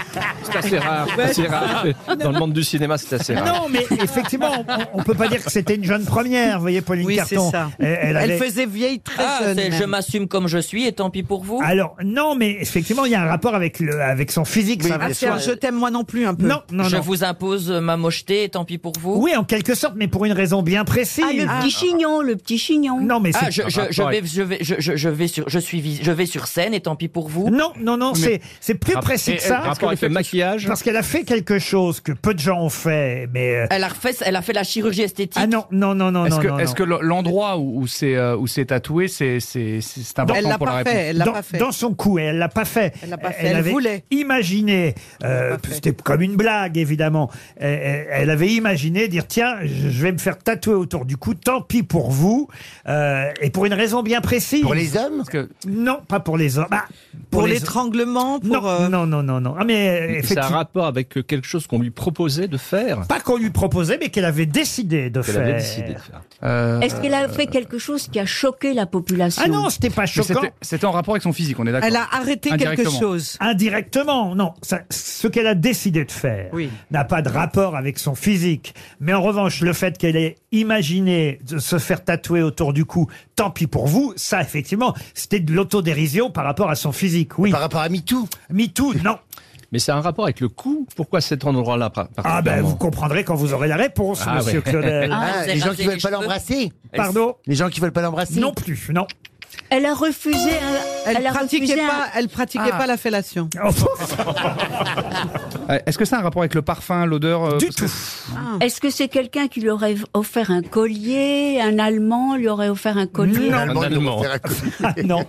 C'est assez rare, c'est assez rare. Dans le monde du cinéma, c'est assez rare.
Ah Non, mais effectivement, on, on peut pas dire que c'était une jeune première, vous voyez, Pauline
Oui, c'est
Carton.
ça.
Elle, elle avait-
faisait vieille très
Ah,
jeune.
c'est
même.
je m'assume comme je suis et tant pis pour vous.
Alors non, mais effectivement, il y a un rapport avec le, avec son physique. ça va
Ah,
de
c'est
soi.
un je t'aime moi non plus un peu.
Non, non,
je
non.
vous impose ma mocheté et tant pis pour vous.
Oui, en quelque sorte, mais pour une raison bien précise.
Ah, le petit chignon, le petit chignon.
Non, mais c'est
Ah, je, je- je vais, je vais, je, je- je vais sur, je suis, vis- je vais sur scène et tant pis pour vous.
Non, non, non, c'est c'est plus
Rap-
précis
et-
que
et euh,
ça.
rapport avec le
maquillage. parce qu'elle a fait quelque chose que peu de gens ont fait, mais euh,
Elle a, refait, elle a fait la chirurgie esthétique.
ah non, non, non, non,
Est-ce
non,
que,
non,
est-ce
non.
que le- l'endroit où, où c'est euh, où c'est tatoué, c'est c'est- c'est- c'est important pour la réponse
dans, dans son cou, elle l'a pas fait.
Elle l'a pas fait, elle
avait
voulait.
Imaginé, euh, c'était comme une blague évidemment. Elle, elle- elle avait imaginé dire tiens, je je vais me faire tatouer autour du cou. Tant pis pour vous euh, et pour une raison bien précise.
Pour les hommes
Non, pas pour les hommes. Ah,
Pour,
les-
l'étranglement, pour... euh,
Non, non, non, non, non. Ah, mais
C'est
effectivement.
un rapport avec euh, quelque chose qu'on lui proposait de faire.
Pas qu'on lui proposait, mais qu'elle avait décidé de
Qu'elle
faire.
avait décidé de faire.
Euh,
Est-ce qu'elle a fait quelque chose qui a choqué la population
Ah non, c'était pas
Mais
choquant.
c'était- C'était en rapport avec son physique, on est d'accord. Indirectement.
Indirectement, non. Ça- ce qu'elle a décidé de faire n'a pas de rapport avec son physique. Mais en revanche, le fait qu'elle ait imaginé de se faire tatouer autour du cou, tant pis pour vous, ça, effectivement, c'était de l'autodérision par rapport à son physique, oui. Par
rapport à MeToo
MeToo, non.
Mais c'est un rapport avec le cou. Pourquoi cet endroit-là par-
Ah ben,
particulièrement
vous comprendrez quand vous aurez la réponse,
Ah
monsieur
ouais.
Claudel.
Ah,
Ah, les gens qui veulent pas l'embrasser.
Pardon
Les gens qui veulent pas l'embrasser.
Non plus, non.
Elle a refusé. un-
Elle,
a
pratiquait
refusé un-
pas, elle pratiquait
Ah.
pas la fellation.
Oh,
Euh, Est-ce que ça a un rapport avec le parfum, l'odeur euh, Du tout.
Est-ce que c'est quelqu'un qui lui aurait offert un collier Un Allemand lui aurait offert un collier
Ah, non.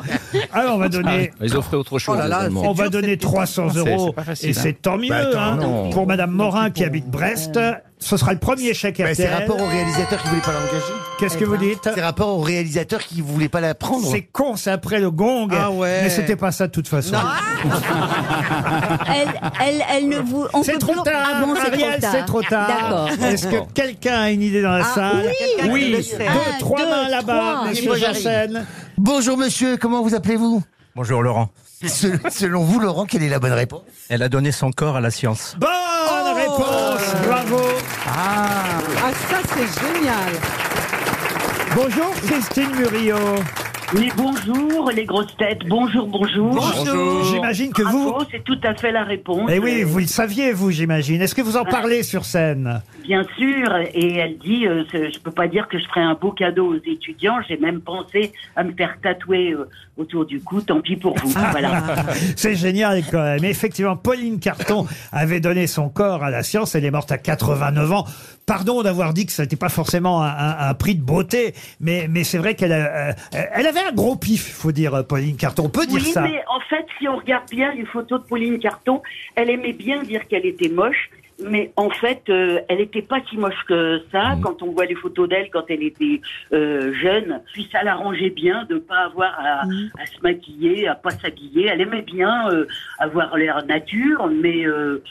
Alors on va donner.
Ah, ils offraient autre chose.
Oh là là,
les Allemands.
on va donner 300
C'est-
euros
c'est pas facile,
et
hein.
c'est tant mieux
Bah, attends,
hein.
non.
pour Madame Morin qui habite Brest. Ce sera le premier chèque
Bah, c'est
RTL.
rapport au réalisateur qui voulait pas l'engager. Eh ben,
Qu'est-ce que vous dites
C'est rapport au réalisateur qui voulait pas la prendre.
C'est con, c'est après le gong.
Ah ouais.
Mais c'était pas ça de toute façon.
elle, elle, elle ne vous. on
C'est
peut
trop
plus-
tard,
Ah bon,
Ariel, c'est trop tard.
D'accord.
Est-ce que quelqu'un a une idée dans la
Ah, oui,
salle
Ah, quelqu'un qui le
oui.
sait.
Deux,
Un,
trois
deux,
mains là-bas,
trois.
monsieur
Dis-moi, j'arrive.
Janssen.
Bonjour monsieur, comment vous appelez-vous
Bonjour Laurent.
Sel- Selon vous, Laurent, quelle est la bonne réponse Ah
Elle a donné son corps à la science.
Bonne
Oh.
réponse, bravo.
Ah, ça c'est génial.
Bonjour Christine Murillo.
Mais bonjour les grosses têtes, bonjour, bonjour.
Bonjour. J'imagine que vous-
Bravo, C'est tout à fait la réponse.
Eh oui,
Euh,
vous le saviez, vous, j'imagine. Est-ce que vous en
Ah.
parlez sur scène
Bien sûr, et elle dit, euh, ce- je peux pas dire que je ferai un beau cadeau aux étudiants, j'ai même pensé à me faire tatouer euh, autour du cou, tant pis pour vous. ah, voilà.
C'est génial quand même. Effectivement, Pauline Carton avait donné son corps à la science. Elle est morte à 89 ans. Pardon d'avoir dit que ça n'était pas forcément un, un- un prix de beauté, mais, mais c'est vrai qu'elle a- euh, elle avait un gros pif, faut dire, Pauline Carton. On peut
oui,
dire ça.
mais en fait, si on regarde bien les photos de Pauline Carton, elle aimait bien dire qu'elle était moche, mais en fait, euh, elle n'était pas si moche que
Mhm.
ça. Quand on voit les photos d'elle quand elle était euh, jeune, puis ça l'arrangeait bien de pas avoir à,
Mhm.
à se maquiller, à pas s'habiller. Elle aimait bien euh, avoir l'air nature, mais euh,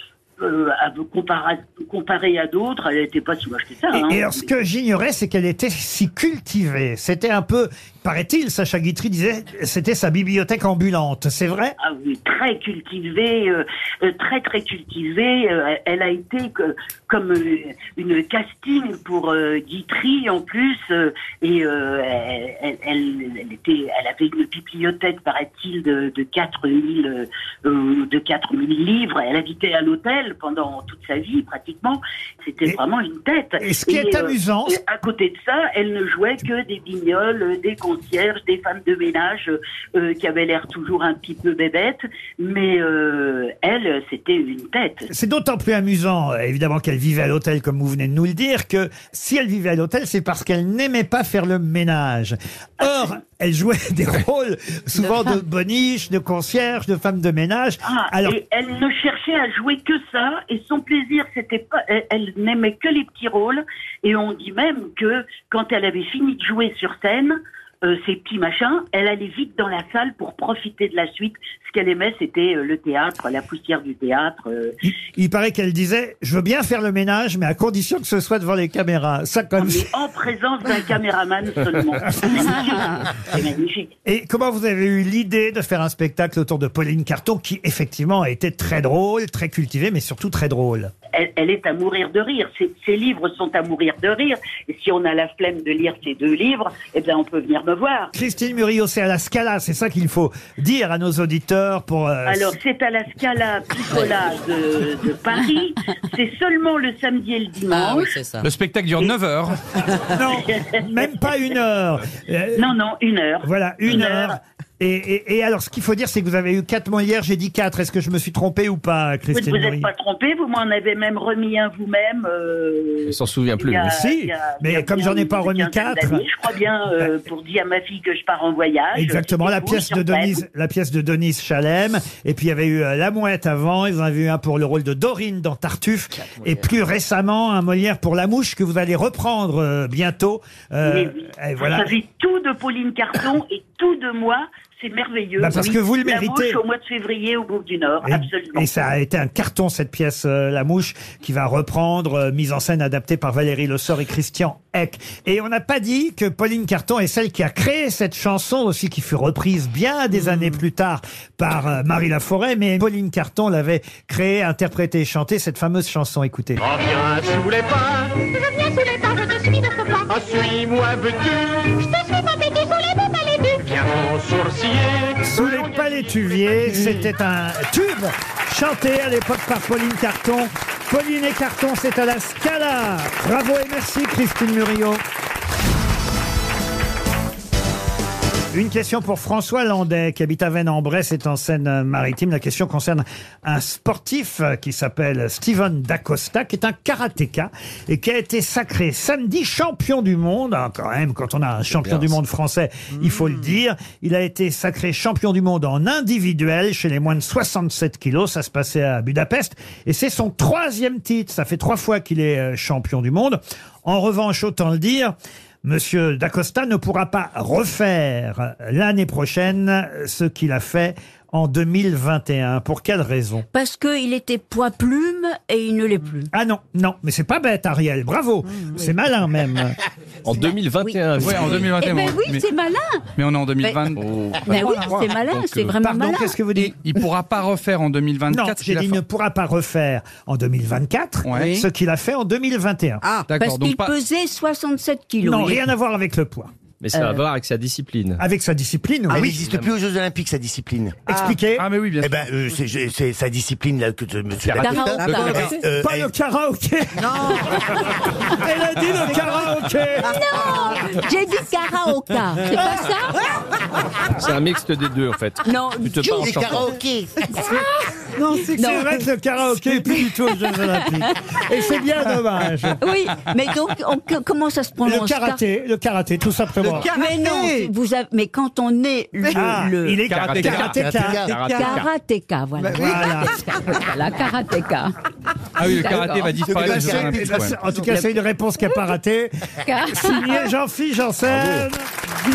euh, à- compara- comparée à d'autres, elle n'était pas si moche que ça. hein.
Et, et alors, ce que j'ignorais, c'est qu'elle était si cultivée. C'était un peu, paraît-il, Sacha Guitry disait, c'était sa bibliothèque ambulante. C'est vrai
Ah oui, très cultivée, euh, euh, très très cultivée. Euh, elle a été que- comme euh, une casting pour euh, Guitry en plus, euh, et euh, elle- elle, elle- elle était, elle avait une bibliothèque, paraît-il, de, de 4000 euh, euh, de 4000 livres. Elle habitait à l'hôtel pendant toute sa vie pratiquement. C'était vraiment une tête.
et ce qui est amusant,
et euh, à côté de ça, elle ne jouait que des guignols, euh, des concierges, des femmes de ménage euh, euh, qui avaient l'air toujours un petit peu bébêtes, mais euh, elle, euh, c'était une tête.
C'est d'autant plus amusant, euh, évidemment, qu'elle vivait à l'hôtel, comme vous venez de nous le dire, que si elle vivait à l'hôtel, c'est parce qu'elle n'aimait pas faire le ménage. Or, elle jouait des rôles souvent de boniche, de concierge, de femme de ménage.
Ah,
Alors,
Et elle ne cherchait à jouer que ça, et son plaisir, c'était pas. Elle, elle n'aimait que les petits rôles, et on dit même que quand elle avait fini de jouer sur scène, euh, ces petits machins, elle allait vite dans la salle pour profiter de la suite. Ce qu'elle aimait, c'était euh, le théâtre, la poussière du théâtre. euh,
il paraît qu'elle disait, je veux bien faire le ménage, mais à condition que ce soit devant les caméras. Ça, comme
mais en présence d'un caméraman seulement. C'est magnifique. C'est magnifique.
Et comment vous avez eu l'idée de faire un spectacle autour de Pauline Carton, qui effectivement a été très drôle, très cultivée, mais surtout très drôle
Elle, elle est à mourir de rire. Ses, ses livres sont à mourir de rire. Et si on a la flemme de lire ces deux livres, eh bien, on peut venir me voir.
Christine Murillo, c'est à la Scala, c'est ça qu'il faut dire à nos auditeurs pour... euh,
Alors, c'est à la Scala Piccola de, de Paris. C'est seulement le samedi et le dimanche.
Le spectacle dure 9 heures.
Non, même pas une heure. Euh,
non, non, une heure.
Voilà, une,
Une
heure.
heure.
Et, et- et alors, ce qu'il faut dire, c'est que vous avez eu quatre Molières, j'ai dit quatre. Est-ce que je me suis trompé ou pas,
Vous
Christine
vous
Maury
n'êtes pas trompé, vous m'en avez même remis un vous-même. euh,
Je s'en souviens plus.
il y a-
mais
il
si.
y a- il y a
Mais comme
bien
j'en ai
une
pas remis
quinzaine
quatre.
d'années, Je crois bien euh, pour dire à ma fille que je pars en voyage.
Exactement, la
Vous,
pièce
sur
de
scène.
Denise, la pièce de Denise Chalem. Et puis il y avait eu euh, La Mouette avant. Ils en avaient eu un pour le rôle de Dorine dans Tartuffe. Et plus récemment, un Molière pour La Mouche que vous allez reprendre euh, bientôt. Euh,
Mais Eh oui.
et
Vous
voilà.
savez tout de Pauline Carton et tout de moi. C'est merveilleux.
Bah, parce que vous le
La
méritez. Eh
Mouche au mois de février au Bourg du Nord,
Et,
absolument.
et ça a été un carton cette pièce euh, La Mouche qui va reprendre euh, mise en scène adaptée par Valérie Le Sort et Christian Eck. Et on n'a pas dit que Pauline Carton est celle qui a créé cette chanson aussi qui fut reprise bien des années plus tard par euh, Marie Laforêt mais Pauline Carton l'avait créée, interprétée et chantée cette fameuse chanson écoutez.
Reviens sous les Ah, pas.
Reviens sous les pas, je te suis de ce pas.
Ah, suis-moi, veux-tu
Je te suis pas pété sous les bouts, allez, du.
Viens, mon sourcier.
Sous les palétuviers, c'était un tube chanté à l'époque par Pauline Carton. Pauline et Carton, c'est à la Scala. Bravo et merci Christine Muriot. Une question pour François Landais, qui habite à Vennes-en-Bresse, c'est en Seine-Maritime. La question concerne un sportif euh, qui s'appelle Steven D'Acosta, qui est un karatéka et qui a été sacré samedi champion du monde. Ah, quand même, quand on a un champion
bien,
du
ça.
monde français, il faut le dire. Il a été sacré champion du monde en individuel chez les moins de 67 kilos. Ça se passait à Budapest. Et c'est son troisième titre. Ça fait trois fois qu'il est euh, champion du monde. En revanche, autant le dire, Monsieur D'Acosta ne pourra pas refaire l'année prochaine ce qu'il a fait en 2021. Pour quelle raison
Parce qu'il était poids plume et il ne l'est plus.
Ah non, non, mais c'est pas bête, Ariel. Bravo. c'est malin même.
En 2021.
Oui, en 2021.
Eh ben
on-
oui,
mais,
c'est malin.
mais Oh. on est en 2020.
Ben- Ben oui, c'est malin, c'est vraiment Pardon, malin. qu'est-ce que
vous dites
Il ne pourra pas refaire en 2024.
Non,
ce
j'ai
qu'il a
dit il
fait.
ne pourra pas refaire en 2024
Ouais.
ce qu'il a fait en 2021.
Ah, parce qu'il pesait 67 kilos.
Non,
Il
rien
est-
à voir avec le poids.
Mais ça a
Euh.
à voir avec sa discipline.
Avec sa discipline,
Elle
Ah oui.
Ah, n'existe plus aux Jeux Olympiques, sa discipline.
Expliquez.
Ah, mais oui, bien
sûr. Eh ben, euh, c'est- je- c'est sa discipline, là, que de monsieur
Karaté.
Lacoste.
Le karaté.
Euh, euh,
Pas
elle-
le karaoké.
Non.
Ah. Elle a dit le karaoké.
Non, j'ai dit karaoka. C'est pas ça
C'est un mixte des deux, en fait.
Non,
tu te parles en chantant.
Ah. Non, c'est
Non.
vrai que le karaoké est plus du tout aux Jeux Olympiques. Et c'est bien dommage.
Oui, mais donc, on- que- comment ça se prononce
Le karaté, le karaté, tout simplement.
Car- Mais non, vous avez- mais quand on est le,
Ah,
le-
il est
Karatéka.
karatéka. Bah
Karatéka.
karatéka, voilà.
Voilà.
La karatéka.
Ah oui, le karaté va disparaître.
En
des
tout
Jeux
cas,
Olympiques,
c'est-
ouais.
En tout cas, c'est une réponse qui n'a pas raté. Ah. Signé Jean-Philippe Janssen.
Ah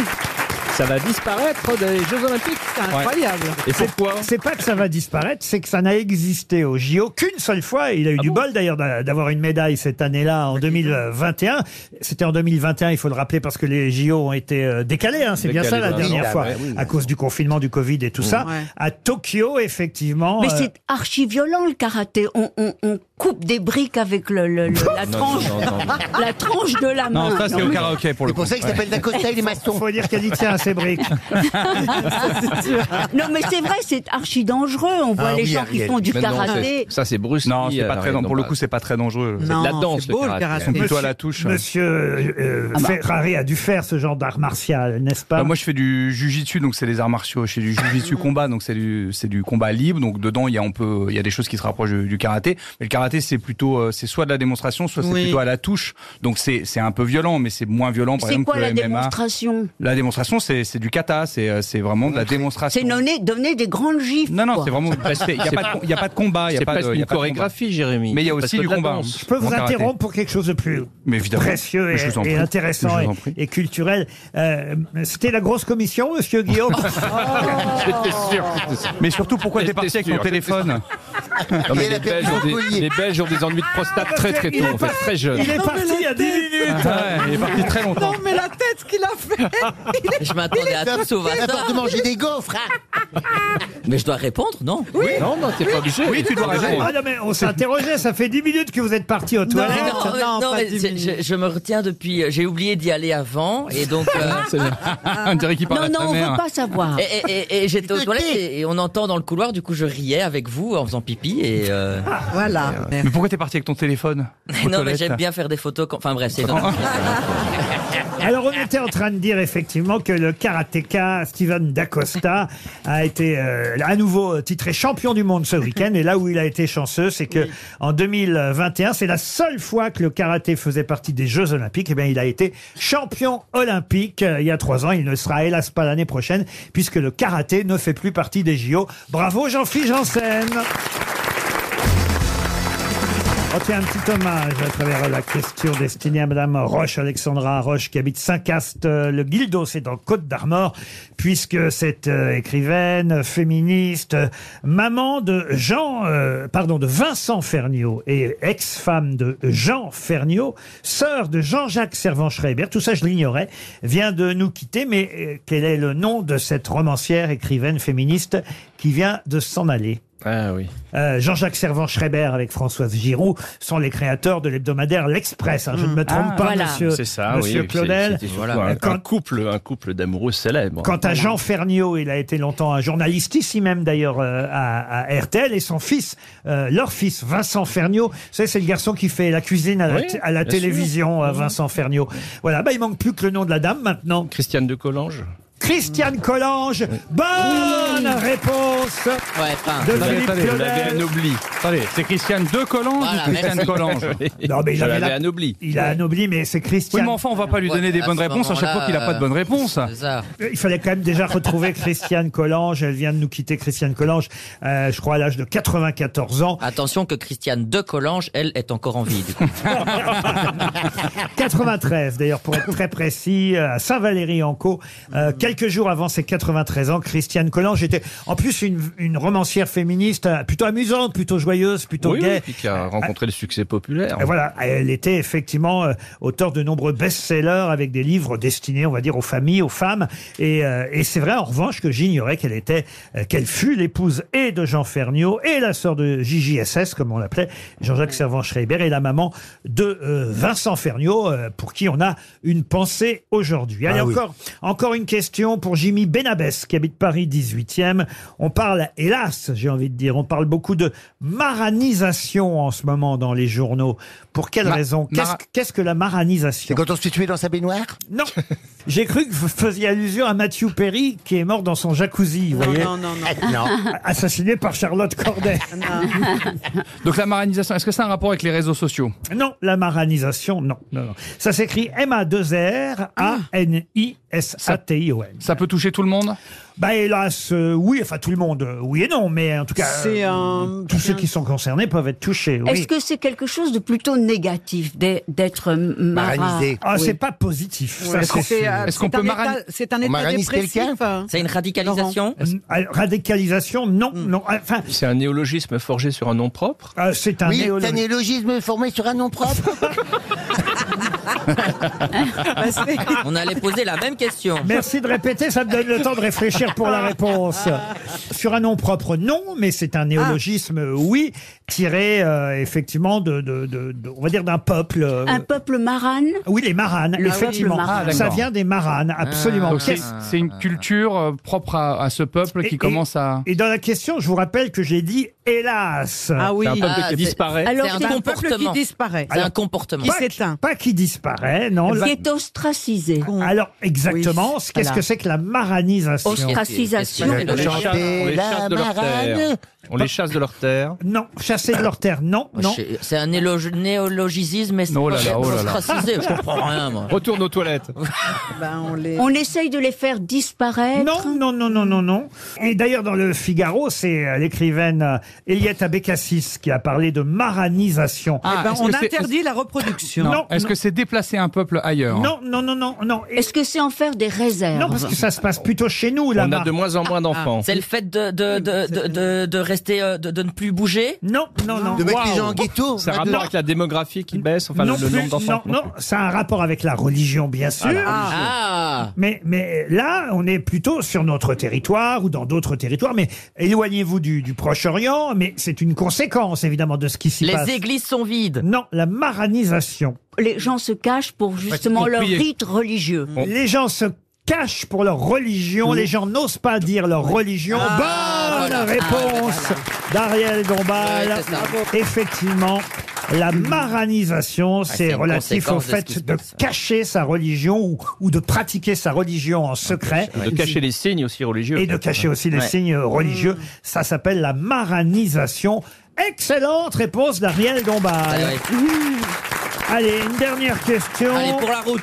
Ça va disparaître des Jeux Olympiques. C'est
incroyable.
Et pourquoi
C'est pas que ça va disparaître, c'est que ça n'a existé au JO qu'une seule fois. Il a eu
Ah
du bol d'ailleurs d'a- d'avoir une médaille cette
Bah,
année-là en 2021. C'était en 2021, il faut le rappeler parce que les JO ont été euh, décalés. hein, c'est bien ça
Décalés,
la
voilà.
dernière
Ah,
fois,
ouais, oui. Mmh.
à cause du confinement, du Covid et tout ça.
Ouais.
À Tokyo, effectivement.
Mais
euh,
c'est archi violent le karaté. On, on- on coupe des briques avec le, le- le- la
Non,
tranche,
non, non,
la tranche de la main.
Non, ça c'est
Non,
au
mais-
karaoké pour le
C'est
coup.
pour ça qu'il s'appelle Dacosta, il est maçon.
Faut dire qu'elle y tient à ses briques.
Non, mais c'est vrai, c'est archi dangereux. On voit
Ah
les
oui,
gens qui
Ariel.
font du
Mais non, c'est-
karaté.
ça, c'est Bruce
Non,
Lee,
c'est pas
euh,
très dangereux. Pour le
pas-
coup, c'est pas très dangereux.
C'est de la danse,
c'est beau, le
Ils
karaté. Ah bah.
sont plutôt à la touche. hein.
Monsieur euh,
Ah,
euh,
bah.
Ferrari a dû faire ce genre d'art martial, n'est-ce pas
Bah, moi, je fais du jujitsu, donc c'est des arts martiaux. Je fais du jujitsu combat, donc c'est du, c'est du combat libre. Donc dedans, il y a, on peut, il y a des choses qui se rapprochent du, du karaté. Mais le karaté, c'est plutôt, euh, c'est soit de la démonstration, soit c'est
Oui.
plutôt à la touche. Donc c'est, c'est un peu violent, mais c'est moins violent, par
C'est
exemple,
quoi
que
la
le MMA.
démonstration
La démonstration, c'est, c'est du kata. C'est, euh, c'est vraiment de la démonstration.
C'est donner, donner des grandes gifles.
Non, non,
quoi.
c'est vraiment. Il n'y a, pas de- il y a pas de combat. il y a
C'est
pas de-
presque
il y
une
a pas de combat.
chorégraphie, Jérémy.
Mais il y a
C'est presque
aussi
de
du
la
combat.
danse.
Je peux vous
en karaté.
interrompre pour quelque chose de plus
Mais évidemment.
précieux
Mais
et,
je vous en
et
prie.
intéressant
Je
et,
vous en prie.
et culturel. Euh, C'était la grosse commission, monsieur Guillaume
J'étais sûr.
Oh. Mais surtout, pourquoi t'es
J'étais
parti avec
sûr,
ton
j'étais
téléphone
Non, mais
Il
les,
a
Belges
perdu
ont
un collier.
des, les Belges ont des ennuis de prostate très très
Ah, Il
tôt,
est
en fait,
pas-
très jeune.
Il est parti il y a 10 minutes
Ah ouais, Il est parti très longtemps.
Non, mais la tête qu'il a fait
Je m'attendais à tout sauf à
Il a
ça.
peur de manger des gaufres, hein
Mais je dois répondre, non
Oui. Non, non, t'es pas Oui. obligé. Oui, tu dois répondre.
Ah non, mais on s'est interrogé, ça fait 10 minutes que vous êtes parti aux toilettes.
non, euh, non, mais c'est- je, je me retiens depuis. euh, J'ai oublié d'y aller avant, et donc. euh, Ah.
On dirait qu'il parle à ta mère.
savoir. Et, et- et- et j'étais aux toilettes et, et on entend dans le couloir, du coup je riais avec vous en faisant pipi et. euh,
Voilà.
Mais pourquoi t'es parti avec ton téléphone aux
non, mais
toilettes
j'aime bien faire des photos. quand- Enfin bref, c'est. dans-
Alors, on était en train de dire effectivement que le karatéka Steven Dacosta a été euh, à nouveau titré champion du monde ce week-end. Et là où il a été chanceux, c'est que en 2021, c'est la seule fois que le karaté faisait partie des Jeux Olympiques. Et bien, il a été champion olympique euh, il y a trois ans. Il ne sera hélas pas l'année prochaine puisque le karaté ne fait plus partie des JO. Bravo Jean-Philippe Janssen. On tient un petit hommage à travers la question destinée à Madame Roche, Alexandra Roche, qui habite Saint-Cast, euh, le Guildo, c'est dans Côte d'Armor, puisque cette euh, écrivaine, féministe, euh, maman de Jean, euh, pardon, de Vincent Ferniaud et ex-femme de Jean Ferniaud, sœur de Jean-Jacques Servan-Schreiber, tout ça je l'ignorais, vient de nous quitter, mais euh, quel est le nom de cette romancière, écrivaine féministe, qui vient de s'en aller
Ah oui.
euh, Jean-Jacques Servan-Schreiber avec Françoise Giroud sont les créateurs de l'hebdomadaire L'Express. hein. je ne me trompe
Ah,
pas, monsieur,
C'est ça, oui, oui,
monsieur
c'est-
Claudel. Euh,
c'était surtout un, un couple, un couple d'amoureux célèbres.
Quant à Jean Ferniaud, il a été longtemps un journaliste, ici même d'ailleurs euh, à, à RTL, et son fils, euh, leur fils, Vincent Ferniaud, vous savez, c'est le garçon qui fait la cuisine à la,
Oui,
t- à la
bien sûr. Mhm.
télévision, euh, Vincent Ferniaud. Voilà, bah, il manque plus que le nom de la dame maintenant.
Christiane de Collange
Christiane Collange, bonne réponse de
Attendez,
Philippe
attendez, vous l'avez
Claudel.
anobli. Attendez, c'est Christiane de Collange
Voilà,
ou Christiane
merci.
Collange
Non, mais il
Je
avait
l'avais
la-
anobli.
Il a anobli, mais c'est Christian.
Oui, mais enfin, on va pas lui donner des bonnes réponses à euh, chaque fois qu'il a pas de bonnes réponses.
Il fallait quand même déjà retrouver Christiane Collange. Elle vient de nous quitter, Christiane Collange, euh, je crois à l'âge de 94 ans.
Attention que Christiane de Collange, elle, est encore en vie. du coup.
93 d'ailleurs pour être très précis euh, à Saint-Valéry-en-Caux Euh, quelques jours avant ses 93 ans Christiane Collange était en plus une, une romancière féministe euh, plutôt amusante plutôt joyeuse plutôt
Oui, oui,
gaie
puis qui a rencontré le succès populaire.
Et voilà, elle était effectivement euh, auteur de nombreux best-sellers avec des livres destinés, on va dire, aux familles, aux femmes. Et, euh, et c'est vrai, en revanche, que j'ignorais qu'elle était, euh, qu'elle fut l'épouse et de Jean Ferniaud et la sœur de JJSS, comme on l'appelait, Jean-Jacques Servan-Schreiber, et la maman de euh, Vincent Ferniaud, euh, pour qui on a une pensée aujourd'hui. Allez,
Ah oui.
encore, encore une question pour Jimmy Benabès, qui habite Paris 18e. On parle, hélas, j'ai envie de dire, on parle beaucoup de maranisation en ce moment dans les journaux. Pour quelle
Ma-
raison Qu'est-ce
mara-
qu'est-ce que la maranisation C'est
quand on se situait dans sa baignoire
Non J'ai cru que vous faisiez allusion à Mathieu Perry, qui est mort dans son jacuzzi, vous voyez
non, non, non.
Assassiné par Charlotte Corday.
Ah,
Donc la maranisation, est-ce que c'est un rapport avec les réseaux sociaux
Non, la maranisation, non. non, non. Ça s'écrit M-A-2-R-A-N-I-S-A-T-I-O-N.
Ça peut toucher tout le monde
Bah hélas, euh, oui, enfin tout le monde, euh, oui et non, mais en tout cas, euh,
C'est un-
tous ceux qui sont concernés peuvent être touchés. oui.
Est-ce que c'est quelque chose de plutôt négatif d'être- d'être mara-
Ah,
Oui.
c'est pas positif.
Ouais,
ça, c'est
c'est,
sûr.
euh, Est-ce qu'on c'est peut un maran- état- c'est un On état maranise dépressif, quelqu'un hein.
C'est une radicalisation
Ah, Radicalisation, non, non. Enfin,
C'est un néologisme forgé sur un nom propre
Ah, c'est un
oui,
néologisme.
c'est un néologisme formé sur un nom propre.
On allait poser la même question.
Bah, Merci de répéter, ça me donne le temps de réfléchir pour la réponse. Sur un nom propre, non, mais c'est un néologisme, euh, oui, tiré euh, effectivement de, de- de- de- on va dire d'un peuple. euh,
Un peuple marane
oui, les maranes,
Le
effectivement.
peuple maran. Ah,
ça
d'accord. Euh,
vient des maranes, absolument.
Donc, c'est-
Qu'est-ce-
C'est une culture euh, propre à, à ce peuple qui commence à.
Et dans la question, je vous rappelle que j'ai dit hélas.
Ah oui. Alors, c'est un, peuple qui
comportement.
disparaît.
C'est un comportement.
Qui
Pas-
s'éteint.
Pas qui disparaît, non. Ah,
Qui est ostracisé.
Alors, exactement.
Oui,
Qu'est-ce
voilà.
que c'est que la maranisation
Ostracisation.
On les chasse- on les
la
chasse de leur
marane.
terre. On les chasse de leur terre.
Non, chasser de leur terre, non, non.
C'est un élo- néologisme, mais c'est
Oh là
pas-
là, oh là là.
ostracisé, je comprends rien, moi.
Retourne aux toilettes.
Ben, On essaye de les faire disparaître.
Non, non, non, non, non, non. Et d'ailleurs, dans le Figaro, c'est euh, l'écrivaine Eliette Abécassis qui a parlé de maranisation.
Ah,
Eh ben, on interdit la reproduction.
Non. Est-ce que c'est déplacer un peuple ailleurs hein
Non, non, non, non, non.
Est-ce que c'est en faire des réserves
Non, parce que ça se passe plutôt chez nous, là.
de moins en
Ah,
moins d'enfants.
C'est le fait de, de, de, de, de- de rester, euh, de, de ne plus bouger
Non, non, non.
Ça a rapport avec la démographie qui baisse, enfin
non,
le, le
plus,
nombre d'enfants.
non, non, ça a un rapport avec la religion, bien sûr.
Ah, la
Ah.
religion.
Mais, mais là, on est plutôt sur notre territoire ou dans d'autres territoires. Mais éloignez-vous du, du Proche-Orient, mais c'est une conséquence, évidemment, de ce qui s'y
Les
passe.
églises sont vides.
Non, la maranisation.
Les gens se cachent pour justement
pour
leur
prier.
rite religieux.
Les gens se cachent pour leur religion, les gens n'osent pas dire leur religion.
Ah,
Bonne
voilà.
réponse d'Ariel Dombal.
Ouais, c'est ça. Hmm.
Effectivement. La maranisation, c'est
c'est une
relatif au
conséquence de ce qui se
fait de cacher sa religion ou, ou de pratiquer sa religion en secret.
De cacher les signes aussi religieux.
Et de cacher
hein.
aussi les
Ouais.
signes religieux. Ça s'appelle la maranisation. Excellente réponse d'Ariel Dombal. Mmh. Allez, une dernière question.
Allez, pour la route.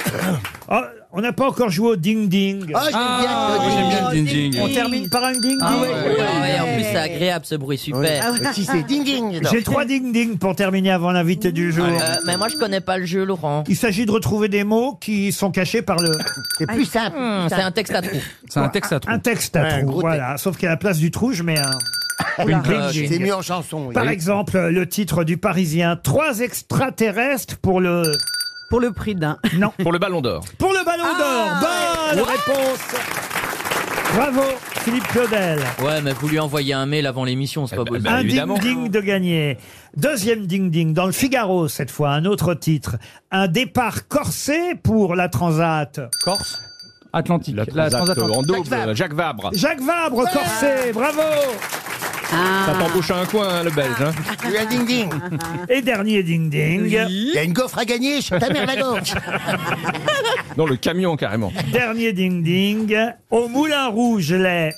Ah, on n'a pas encore joué au ding-ding.
Ah, j'aime bien. Ah, moi, j'aime bien le ding-ding.
On termine par un ding-ding.
Ah ouais, ouais, ouais, en
Eh.
plus c'est agréable ce bruit super.
Ah
ding. J'ai trois ding-ding pour terminer avant l'invité du jour.
Euh, mais moi je connais pas le jeu Laurent.
Il s'agit de retrouver des mots qui sont cachés par le. C'est
plus simple, plus Hmm, simple. c'est un texte à trous. C'est un texte à trous.
Un texte à
Ouais, un
trous,
gros
voilà. Sauf qu'à la place du euh, trou, je mets un.
Une
un
cloche.
ding-ding.
C'est mieux en chanson, oui.
Par
Oui.
exemple, le titre du Parisien Trois extraterrestres pour le.
Pour le prix d'un.
Non.
Pour le ballon d'or.
Pour le ballon d'or. Bonne
Ouais.
réponse. Bravo, Philippe Claudel.
Ouais, mais vous lui envoyez un mail avant l'émission, c'est pas possible.
un ding-ding de gagner. Deuxième ding-ding dans le Figaro, cette fois, un autre titre. Un départ corsé pour la Transat. Corse
Atlantique. La transatlantique.
Euh, en double, Jacques Vabre. Jacques Vabre.
Jacques Vabre, corsé, bravo
Ah.
Ah,
Ça
Ah.
t'embouche à un coin, hein, le belge. hein.
Le ding-ding.
Et dernier ding-ding.
Il y a une gaufre à gagner, je ta mère la gorge.
Non, le camion carrément.
Dernier ding-ding. Au Moulin Rouge, les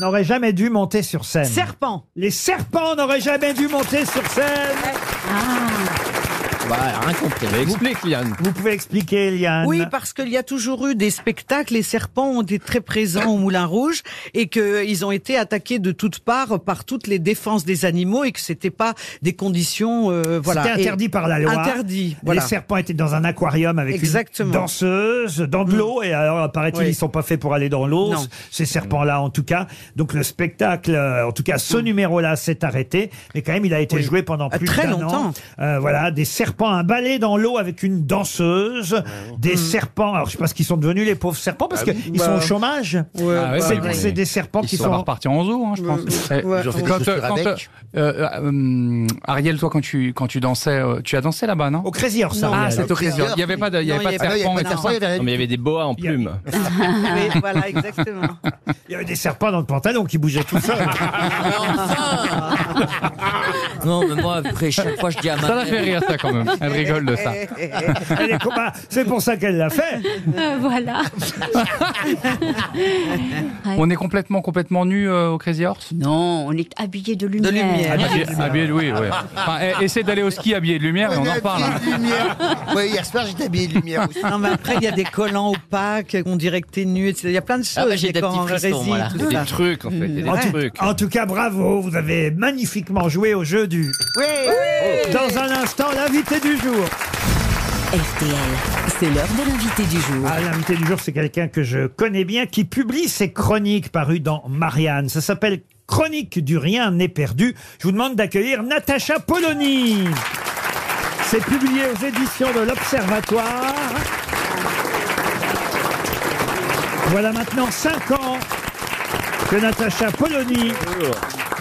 n'auraient jamais dû monter sur scène.
Serpent.
Les serpents n'auraient jamais dû monter sur scène.
Ah.
Bah, rien compris. Mais explique, Liane.
Vous pouvez expliquer, Eliane
Oui, parce qu'il y a toujours eu des spectacles. Les serpents ont été très présents au Moulin Rouge et qu'ils ont été attaqués de toutes parts par toutes les défenses des animaux et que c'était pas des conditions. euh, voilà.
C'était
Et-
interdit par la loi.
Interdit. Voilà.
Les serpents étaient dans un aquarium avec
Exactement. Mm.
une danseuse, dans de l'eau, et alors, paraît-il,
Oui.
ils sont pas faits pour aller dans l'eau,
Non.
ces serpents-là, en tout cas. Donc, le spectacle, euh, en tout cas,
Mm.
ce numéro-là s'est arrêté, mais quand même, il a été joué pendant plus
Ah, très
d'un
longtemps.
an. Euh, voilà, des serpents, un ballet dans l'eau avec une danseuse, des
Mm.
serpents, alors je sais pas ce qu'ils sont devenus, les pauvres serpents, parce
Ah
qu'ils
oui.
sont
Bah.
au chômage.
Ah ouais,
c'est
bah oui.
c'est des serpents
Ils
qui
sont-
sont...
Ça va repartir en zoo, hein, je pense. Eh,
ouais. Ils ont fait des
Quand,
chaussures
euh, quand,
avec.
euh, euh, euh, Ariel, toi, quand tu, quand tu dansais, euh, tu as dansé là-bas, non
Au Crazy Horse,
Ah,
Ariel.
c'était au Crazy Horse. Il n'y avait pas de, il y avait pas de serpent. et tout ça.
Non, mais il y avait des boas en plumes.
Oui, voilà, exactement.
Il y avait des serpents dans le pantalon qui bougeaient tout seuls.
Non, mais moi après chaque fois je dis à ma
Ça la
mère-
fait rire, ça, quand même. Elle rigole de ça.
Elle est
bah,
combat- C'est pour ça qu'elle l'a fait.
voilà.
On est complètement, complètement nus euh, au Crazy Horse
Non, on est habillé de lumière. Ah,
Habillé, habillé de- oui, ouais. Enfin, bah, eh, essaie d'aller au ski habillé de lumière et on en parle. hein.
Oui, hier soir, j'étais habillé de lumière aussi.
Non, mais après, il y a des collants opaques, on dirait que t'es nu, etc. Il y a plein de choses.
Ah, bah, j'ai
des
des
collants
petits
en
frissons,
résine,
voilà.
tout
Il y a des
ça.
trucs, en fait. Il y a des
En tout,
trucs.
en tout cas, bravo, vous avez magnifiquement joué au jeu du... Dans un instant, l'invité du jour.
RTL, c'est l'heure de l'invité du jour.
Ah, l'invité du jour, c'est quelqu'un que je connais bien, qui publie ses chroniques parues dans Marianne. Ça s'appelle Chronique du rien n'est perdu. Je vous demande d'accueillir Natacha Polony. C'est publié aux éditions de l'Observatoire. Voilà maintenant 5 ans que Natacha Polony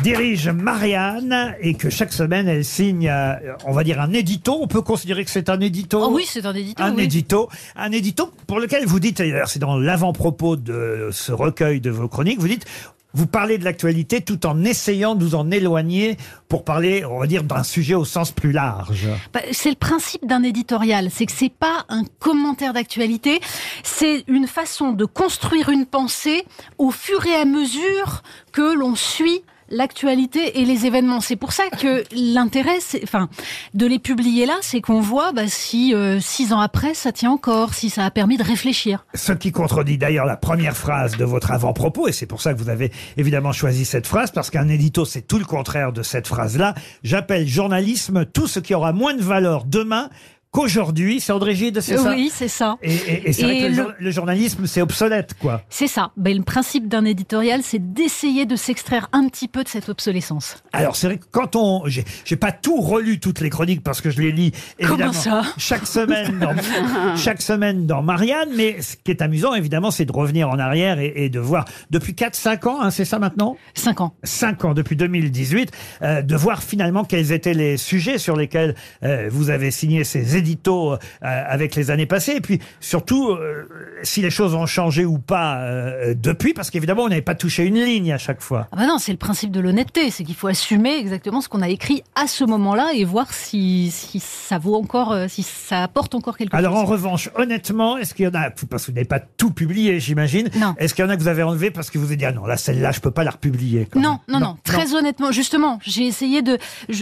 dirige Marianne et que chaque semaine elle signe, euh, on va dire, un édito. On peut considérer que c'est un édito
Oh oui, c'est un édito.
un
oui.
édito, un édito pour lequel vous dites, d'ailleurs c'est dans l'avant-propos de ce recueil de vos chroniques, vous dites, vous parlez de l'actualité tout en essayant de vous en éloigner pour parler, on va dire, d'un sujet au sens plus large.
Bah, c'est le principe d'un éditorial, c'est que c'est pas un commentaire d'actualité, c'est une façon de construire une pensée au fur et à mesure que l'on suit l'actualité et les événements. C'est pour ça que l'intérêt, c'est- enfin, de les publier là, c'est qu'on voit bah, si euh, six ans après, ça tient encore, si ça a permis de réfléchir.
Ce qui contredit d'ailleurs la première phrase de votre avant-propos, et c'est pour ça que vous avez évidemment choisi cette phrase, parce qu'un édito, c'est tout le contraire de cette phrase-là. J'appelle journalisme tout ce qui aura moins de valeur demain qu'aujourd'hui. C'est André Gide, c'est ça
oui, c'est ça.
Et, et- et c'est vrai
Et
que le,
le-
jour- le journalisme, c'est obsolète, quoi.
C'est ça. Ben, le principe d'un éditorial, c'est d'essayer de s'extraire un petit peu de cette obsolescence.
Alors c'est vrai que quand on, j'ai j'ai pas tout relu toutes les chroniques parce que je les lis évidemment
Comment ça
chaque semaine, dans, chaque semaine dans Marianne. Mais ce qui est amusant évidemment, c'est de revenir en arrière et, et de voir depuis 4-5 ans, hein, c'est ça maintenant
5 ans.
5 ans depuis 2018, euh, de voir finalement quels étaient les sujets sur lesquels euh, vous avez signé ces éditos euh, avec les années passées. Et puis surtout, euh, si les choses ont changé ou pas euh, depuis, parce qu'évidemment on n'avait pas touché une ligne à chaque fois.
Ah bah non, c'est le principe de l'honnêteté, c'est qu'il faut assumer exactement ce qu'on a écrit à ce moment-là et voir si, si ça vaut encore, euh, si ça apporte encore quelque
Alors
chose.
en revanche, honnêtement, est-ce qu'il y en a, parce que vous n'avez pas tout publié, j'imagine, est-ce qu'il y en a que vous avez enlevé parce que vous avez dit, ah non, là, celle-là, je peux pas la republier. quand
Non,
même.
non, non, Très honnêtement, justement, j'ai essayé de,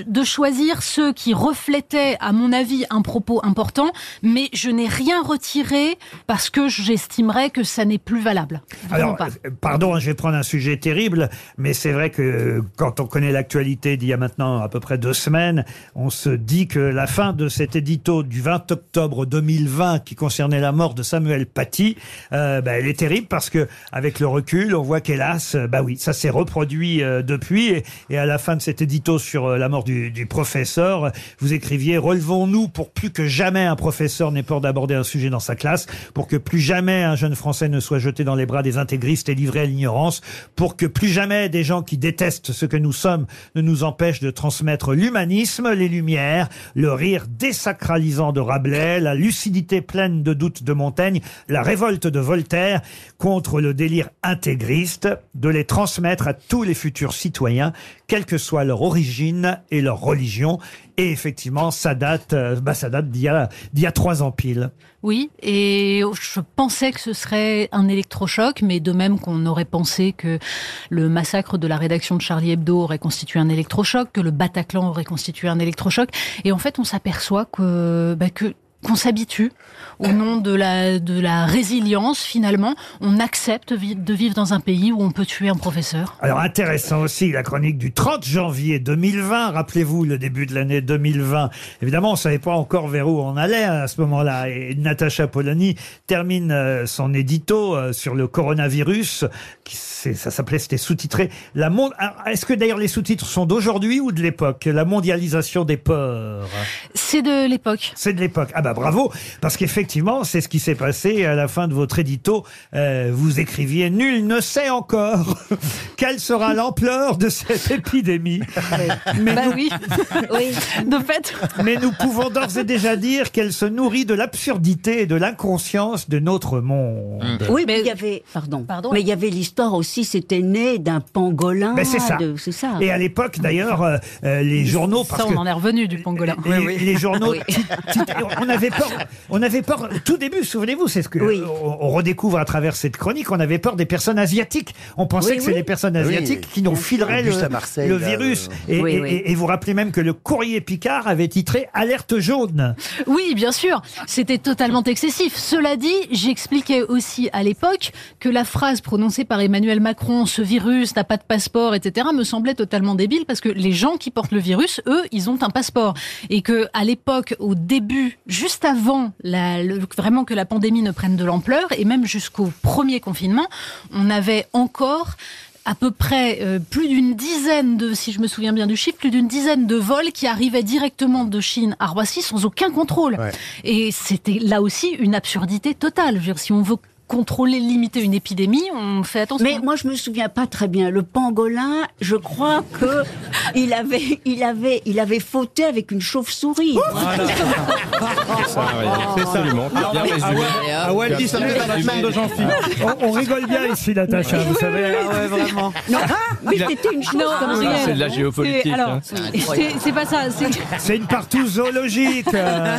de choisir ceux qui reflétaient, à mon avis, un propos important, mais je n'ai rien retiré parce que j'estimerais que ça n'est plus valable. Vraiment
Alors,
pas.
euh, pardon, hein, je vais prendre un sujet terrible, mais c'est vrai que euh, quand on connaît l'actualité d'il y a maintenant à peu près deux semaines, on se dit que la fin de cet édito du 20 octobre 2020 qui concernait la mort de Samuel Paty, euh, bah, elle est terrible parce que avec le recul, on voit qu'hélas, euh, bah oui, ça s'est reproduit euh, depuis. Et, et à la fin de cet édito sur euh, la mort du, du professeur, euh, vous écriviez Relevons-nous pour plus que jamais un professeur n'ait peur d'aborder un sujet dans sa classe, pour que plus jamais un jeune Français ne soit jeté dans les bras des intégristes et livré à l'ignorance, pour que plus jamais des gens qui détestent ce que nous sommes ne nous empêchent de transmettre l'humanisme, les lumières, le rire désacralisant de Rabelais, la lucidité pleine de doutes de Montaigne, la révolte de Voltaire contre le délire intégriste, de les transmettre à tous les futurs citoyens, quelle que soit leur origine et leur religion. Et effectivement, ça date, euh, bah, ça date d'il y a, d'il y a trois ans pile.
Oui, et je pensais que ce serait un électrochoc, mais de même qu'on aurait pensé que le massacre de la rédaction de Charlie Hebdo aurait constitué un électrochoc, que le Bataclan aurait constitué un électrochoc, et en fait on s'aperçoit que, bah, que qu'on s'habitue au nom de la, de la résilience finalement, on accepte vi- de vivre dans un pays où on peut tuer un professeur.
Alors intéressant aussi la chronique du 30 janvier 2020. Rappelez-vous le début de l'année 2020. Évidemment, on savait pas encore vers où on allait hein, à ce moment-là. Et Natacha Polony termine euh, son édito euh, sur le coronavirus. Qui, c'est- ça s'appelait, c'était sous-titré. La monde. Ah, Est-ce que d'ailleurs les sous-titres sont d'aujourd'hui ou de l'époque La mondialisation des peurs.
C'est de l'époque.
C'est de l'époque. Ah bah bravo, parce qu'effectivement, c'est ce qui s'est passé à la fin de votre édito. Euh, vous écriviez « Nul ne sait encore quelle sera l'ampleur de cette épidémie
Bah oui. oui. De fait.
mais nous pouvons d'ores et déjà dire qu'elle se nourrit de l'absurdité et de l'inconscience de notre monde.
Oui, mais il y avait, pardon, mais il y avait l'histoire aussi, c'était né d'un pangolin.
Ben, c'est
Ah,
ça.
de- c'est ça.
Et à l'époque, d'ailleurs, euh, euh, les journaux...
Ça,
parce
on
que-
en est revenu du pangolin.
Les, les journaux, tit- tit- on avait peur, on avait peur, tout début, souvenez-vous, c'est ce que on, on redécouvre à travers cette chronique, on avait peur des personnes asiatiques. On pensait
Oui,
que
oui.
c'est les personnes
Oui.
asiatiques qui nous
Le
fileraient le,
bus à Marseille,
le
là,
virus.
euh.
Et,
Oui,
et-
oui.
et- et vous rappelez même que le courrier Picard avait titré Alerte jaune.
Oui, bien sûr, c'était totalement excessif. Cela dit, j'expliquais aussi à l'époque que la phrase prononcée par Emmanuel Macron, ce virus n'a pas de passeport, etc., me semblait totalement débile parce que les gens qui portent le virus, eux, ils ont un passeport. Et que, à l'époque, au début, juste avant la- le- vraiment que la pandémie ne prenne de l'ampleur, et même jusqu'au premier confinement, on avait encore à peu près euh, plus d'une dizaine de, si je me souviens bien du chiffre, plus d'une dizaine de vols qui arrivaient directement de Chine à Roissy sans aucun contrôle. Et c'était là aussi une absurdité totale. Je veux dire, si on veut contrôler, limiter une épidémie, on fait attention.
Mais moi, je me souviens pas très bien. Le pangolin, je crois que il avait, il avait, il avait fauté avec une chauve-souris.
C'est ça. Bien résumé.
Ah ouais, dis, ça me met dans la semaine de Jean-Philippe. On, on rigole bien ici, Natacha, vous savez.
vraiment.
Non,
Ah,
ah,
mais c'était une chose
Non,
comme
rien.
ça.
C'est de la géopolitique,
C'est- alors,
hein.
c'est- c'est- c'est pas ça. C'est
C'est une partout zoologique. euh.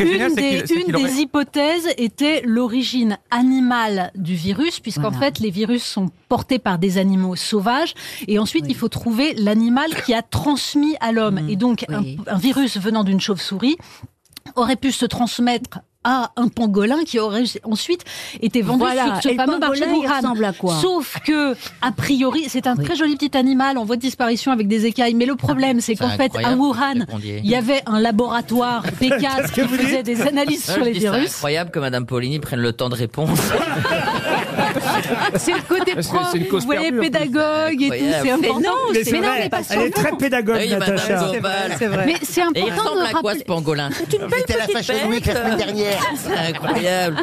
une des, une des hypothèses était l'origine animal du virus, puisqu'en
Voilà.
fait, les virus sont portés par des animaux sauvages. Et ensuite, il faut trouver l'animal qui a transmis à l'homme. et donc, un-
Mm. oui.
un virus venant d'une chauve-souris aurait pu se transmettre à un pangolin qui aurait ensuite été vendu
Voilà.
sur ce
Et le
fameux marché
pangolin, il
de Wuhan.
ressemble à quoi
Sauf que, a priori, c'est un très joli petit animal en voie de disparition avec des écailles. Mais le problème, c'est qu'en fait, à
incroyable,
Wuhan,
le pondier.
il y avait un laboratoire P4
Qu'est-ce
qui
que vous
faisait
dites
des analyses
Ah,
sur
je
les
dis, c'est
virus.
incroyable que Madame Paulini prenne le temps de répondre.
C'est le côté
Parce que
prof,
c'est une
vous
cause
voyez,
perdue, en plus.
pédagogue et tout,
Incroyable.
c'est important.
Mais non, Mais c'est
mais
vrai,
non, mais pas
elle est
sûrement.
très pédagogue, Oui, Madame Natacha. Gobal. C'est vrai.
Mais c'est important
Et il ressemble
de
à quoi,
rappeler-
ce pangolin C'est une belle
la
petite
Fashion Week la
bête.
semaine dernière.
C'est incroyable.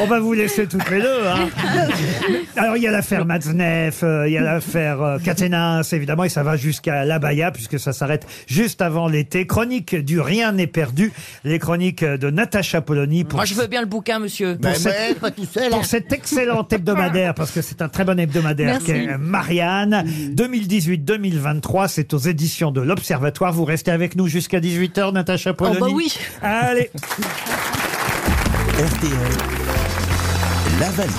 On va vous laisser toutes les deux. hein. Alors, il y a l'affaire Matzneff, euh, il y a l'affaire euh, Caténins, évidemment, et ça va jusqu'à l'Abaya, puisque ça s'arrête juste avant l'été. Chronique du Rien n'est perdu, les chroniques de Natacha Polony. Pour
Moi, je veux Ben bien le bouquin, monsieur.
pour, cette-
hein.
pour cet excellent hebdomadaire, parce que c'est un très bon hebdomadaire,
Merci.
qui est Marianne. 2018-2023, c'est aux éditions de l'Observatoire. Vous restez avec nous jusqu'à 18h, Natacha Polony.
bah oui.
Allez.
La valise.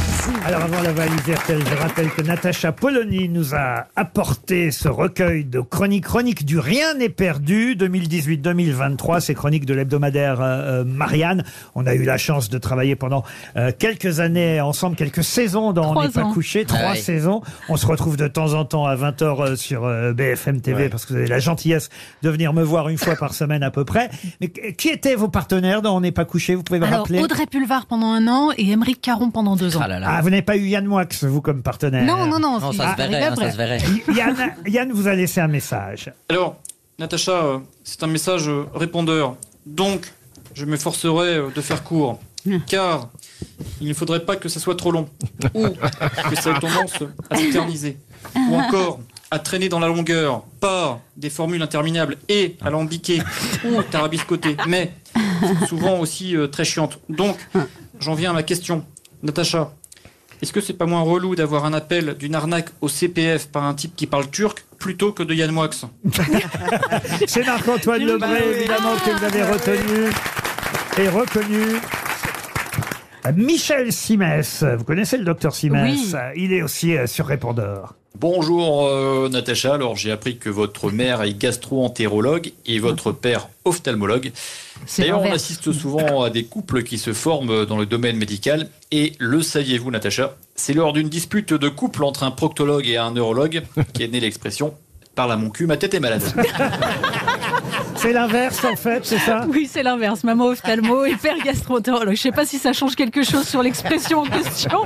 Alors avant la valise RTL, je rappelle que Natacha Polony nous a apporté ce recueil de chroniques, chroniques du Rien n'est perdu, 2018-2023, ces chroniques de l'hebdomadaire euh, euh, Marianne. On a eu la chance de travailler pendant euh, quelques années ensemble, quelques saisons dans
Trois
On n'est pas
ans.
couché, trois
Ah oui.
saisons. On se retrouve de temps en temps à 20h sur euh, BFM TV parce que vous avez la gentillesse de venir me voir une fois par semaine à peu près. Mais qu- qui étaient vos partenaires dans On n'est pas couché Vous pouvez me
Alors,
rappeler
Audrey Pulvar pendant un an et Émeric Caron pendant deux ans.
ah, vous n'avez pas eu Yann Moix, vous, comme partenaire
Non, non, non, Non, ça
se verrait, hein, ça se verrait.
Yann, Yann vous a laissé un message.
Alors, Natacha, euh, c'est un message euh, répondeur. Donc, je m'efforcerai euh, de faire court. Car il ne faudrait pas que ça soit trop long. Ou que ça ait tendance à s'éterniser. Ou encore à traîner dans la longueur par des formules interminables et alambiquées ou tarabiscotées. Mais souvent aussi euh, très chiantes. Donc, j'en viens à ma question. Natacha, est-ce que c'est pas moins relou d'avoir un appel d'une arnaque au CPF par un type qui parle turc plutôt que de Yann Moix
C'est Marc-Antoine Lebré, évidemment, que vous avez retenu et reconnu. Michel Simès, vous connaissez le docteur Simès
Oui.
Il est aussi euh, sur répondeur.
Bonjour euh, Natacha, alors j'ai appris que votre mère est gastro-entérologue et votre père ophtalmologue. D'ailleurs, on
l'inverse.
assiste souvent à des couples qui se forment dans le domaine médical. Et le saviez-vous, Natacha C'est lors d'une dispute de couple entre un proctologue et un neurologue qu'est née l'expression Parle à mon cul, ma tête est malade.
Ah, C'est l'inverse, en fait, c'est ça
Oui, c'est l'inverse. Maman ophtalmo et père gastroentérologue. Je sais pas si ça change quelque chose sur l'expression en question.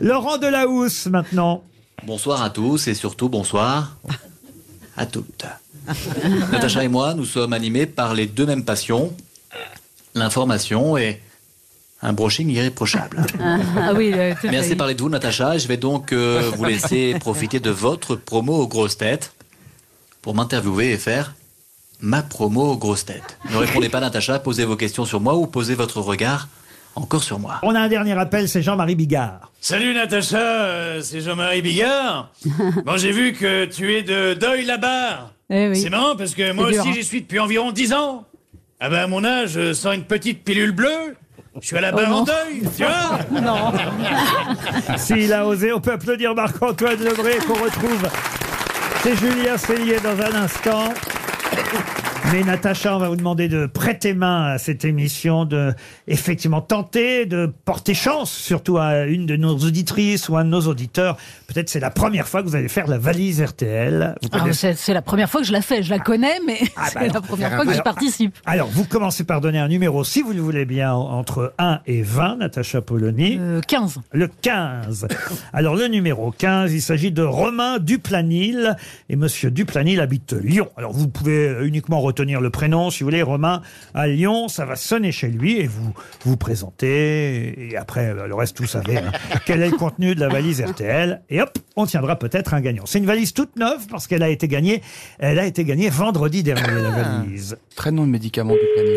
Laurent Delahousse, maintenant.
Bonsoir à tous et surtout bonsoir à toutes. Natacha et moi, nous sommes animés par les deux mêmes passions, l'information et un brushing irréprochable.
Ah oui, euh, tout à
Mais
fait.
assez parlé de vous, Natacha. Je vais donc euh, vous laisser profiter de votre promo aux grosses têtes pour m'interviewer et faire ma promo aux grosses têtes. Ne répondez pas, Natacha. Posez vos questions sur moi ou posez votre regard encore sur moi.
On a un dernier appel, c'est Jean-Marie Bigard.
Salut,
Natacha, euh, c'est Jean-Marie Bigard. Bon, j'ai vu que tu es de Deuil-la-Barre.
Eh oui.
C'est marrant parce que
C'est
moi
dur,
aussi
hein.
j'y suis depuis environ 10 ans. Ah ben à mon âge, euh, sans une petite pilule bleue, je suis à la
Oh
barre en
non.
deuil, tu vois
Non. S'il a osé, on peut applaudir Marc-Antoine Lebré qu'on retrouve. C'est Julien Cellier dans un instant. Mais Natacha, on va vous demander de prêter main à cette émission, de effectivement tenter de porter chance, surtout à une de nos auditrices ou un de nos auditeurs. Peut-être c'est la première fois que vous allez faire la valise RTL. Vous
Ah, mais c'est c'est la première fois que je la fais. Je la connais, mais
Ah, bah
c'est la
alors,
première
faire
fois
un-
que je
alors-
participe.
Alors, vous commencez par donner un numéro, si vous le voulez bien, entre 1 et 20, Natacha Polony.
Le 15.
Le 15. Alors, le numéro 15, il s'agit de Romain Duplanil. Et monsieur Duplanil habite Lyon. Alors, vous pouvez uniquement retenir le prénom, si vous voulez. Romain à Lyon, ça va sonner chez lui et vous vous présentez. Et après, le reste, vous savez hein, quel est le contenu de la valise RTL. Et hop, on tiendra peut-être un gagnant. C'est une valise toute neuve parce qu'elle a été gagnée. Elle a été gagnée vendredi dernier, la valise.
Ah. Très nom de médicament du planil.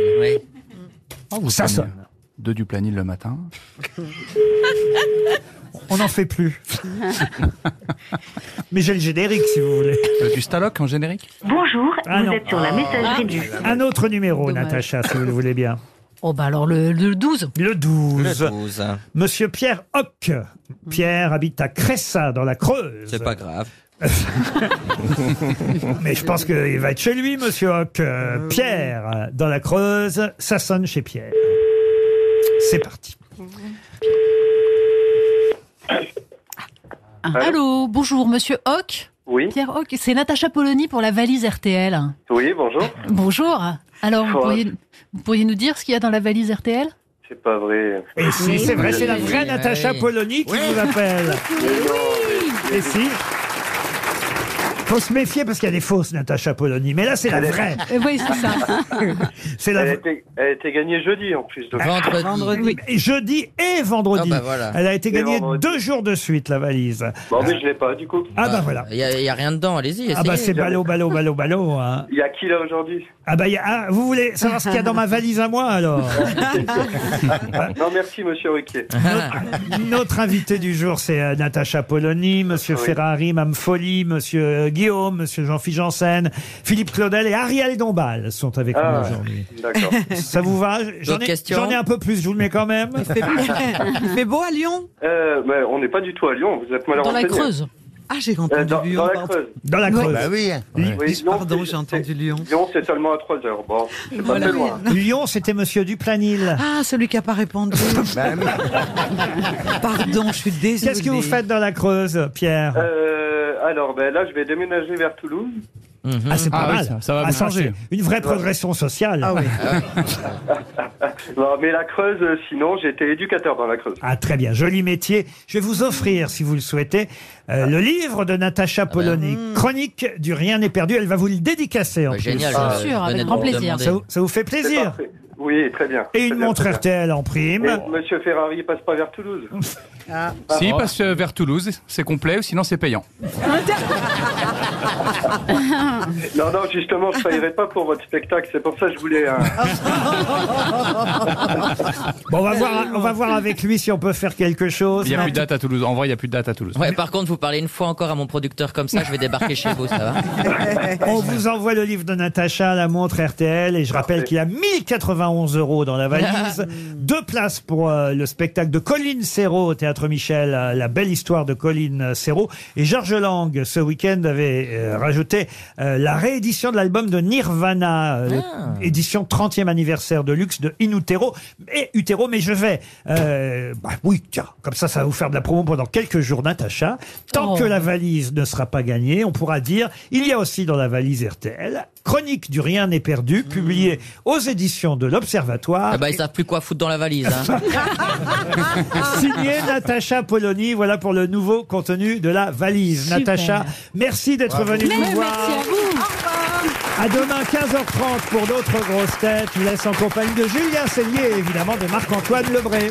Ça
prenez,
sonne.
euh, Deux du planil le matin.
On n'en fait plus. Mais j'ai le générique si vous voulez.
Euh, du Staloc en générique
Bonjour,
Ah,
Ah.
vous êtes sur la messagerie du-
Un autre numéro, Natacha, si vous le voulez bien.
Oh, bah alors le, le 12.
Le 12. Monsieur Pierre Hoc. Pierre habite à Cressa, dans la Creuse.
C'est pas grave.
Mais je pense qu'il va être chez lui, monsieur Hoc. Euh, Pierre, euh, dans la Creuse, ça sonne chez Pierre. C'est parti.
Allô, bonjour, monsieur Hoc.
Oui.
Pierre Hoc, c'est Natacha Polony pour la valise RTL.
Oui, bonjour.
Bonjour. Alors, vous
Bonjour.
pourriez, vous pourriez nous dire ce qu'il y a dans la valise RTL
C'est pas vrai.
Et si, c'est vrai, c'est la vraie Natacha Polony qui vous appelle. Et si faut se méfier parce qu'il y a des fausses Natacha Polony, mais là c'est la
Elle est-
vraie.
Euh, Oui, c'est ça.
C'est la
elle, a
vraie.
été, elle a été gagnée jeudi en plus. De
Ah,
Et Jeudi et vendredi.
Ah bah voilà.
Elle a été
Et
gagnée
vendredi.
deux jours de suite, la valise.
Bon, mais je l'ai pas du coup.
Ah bah voilà.
Il n'y a, rien dedans, allez-y.
Ah bah c'est ballot, ballot, ballot, ballot. hein.
Il y a qui là aujourd'hui
Ah bah il y a- ah, vous voulez savoir ce qu'il y a dans ma valise à moi alors
Non, merci monsieur Riquet.
Notre invité du jour, c'est euh, Natacha Polony, Monsieur Ferrari, Mme Folly, Monsieur euh, Guillaume, Monsieur Jean-Philippe Janssen, Philippe Claudel et Ariel Dombal sont avec
Ah,
nous aujourd'hui.
d'accord.
Ça vous va J'en
D'autres
ai,
questions
j'en ai un peu plus, je vous le mets quand même.
Il fait beau à Lyon
Euh, mais on n'est pas du tout à Lyon, vous êtes mal renseigné.
Ah, j'ai
Euh,
entendu
dans,
Lyon.
dans la
pardon.
Creuse.
Dans la Creuse.
Bah
Bah
Oui, Lyon,
Pardon,
c'est-
j'ai entendu Lyon.
Lyon, c'est seulement à 3 heures. Bon, c'est pas très loin.
Lyon, c'était Monsieur Duplanil.
Ah, celui qui n'a pas répondu. Bah Pardon, je suis désolé.
Qu'est-ce que vous faites dans la Creuse, Pierre
Euh, alors, ben, là, je vais déménager vers Toulouse.
Ah, c'est pas
Ah oui,
mal.
ça- ça va
Ah,
vous changer.
c'est Une vraie
Ouais.
progression sociale. Ah,
Non, mais la Creuse, euh, sinon, j'étais éducateur dans la Creuse.
Ah, très bien, joli métier. Je vais vous offrir, si vous le souhaitez,
Ah.
euh, le livre de Natacha
ben,
Polony, Chronique du Rien n'est perdu. Elle va vous le dédicacer en plus.
hmm. génial, Bien euh, sûr, avec venez grand de me plaisir. demander.
Ça vous, ça vous fait
C'est
plaisir
parfait. Oui, très bien.
Et une
Très bien,
montre
très bien.
RTL en prime. Ah.
Et Monsieur Ferrari il passe pas vers Toulouse.
Si, passe euh, vers Toulouse, c'est complet, ou sinon c'est payant.
Non, non, justement, je payerai pas pour votre spectacle. C'est pour ça que je voulais. euh, un-
Ah, Bon, on va voir, on
hein.
va voir avec lui si on peut faire quelque chose.
Il y a plus de
Date à Toulouse. En vrai, il n'y a plus de date à Toulouse.
Ouais, par contre, vous parlez une fois encore à mon producteur comme ça, je vais débarquer chez vous, ça va
On vous envoie le livre de Natacha, la montre RTL, et je rappelle qu'il y a 1091 euros dans la valise. Deux places pour euh, le spectacle de Colline Serrault au Théâtre Michel, euh, la belle histoire de Colline euh, Serrault. Et Georges Lang, ce week-end, avait euh, rajouté euh, la réédition de l'album de Nirvana, euh, le- édition 30e anniversaire de luxe de Inutero. Et Utero, mais je vais. euh, bah oui, tiens, comme ça, ça va vous faire de la promo pendant quelques jours, Natacha.
Oh.
Tant que la valise ne sera pas gagnée, on pourra dire il y a aussi dans la valise RTL Chronique du Rien n'est perdu, publiée aux éditions de l'Observatoire.
Hmm. Ah bah, ils savent plus quoi foutre dans la valise. hein.
Signé Natacha Polony, voilà pour le nouveau contenu de la valise.
Super.
Natacha, merci d'être venue nous
Mais
voir.
merci à
À demain 15h30 pour d'autres grosses têtes. Je vous laisse en compagnie de Julien Cellier et évidemment de Marc-Antoine Lebré.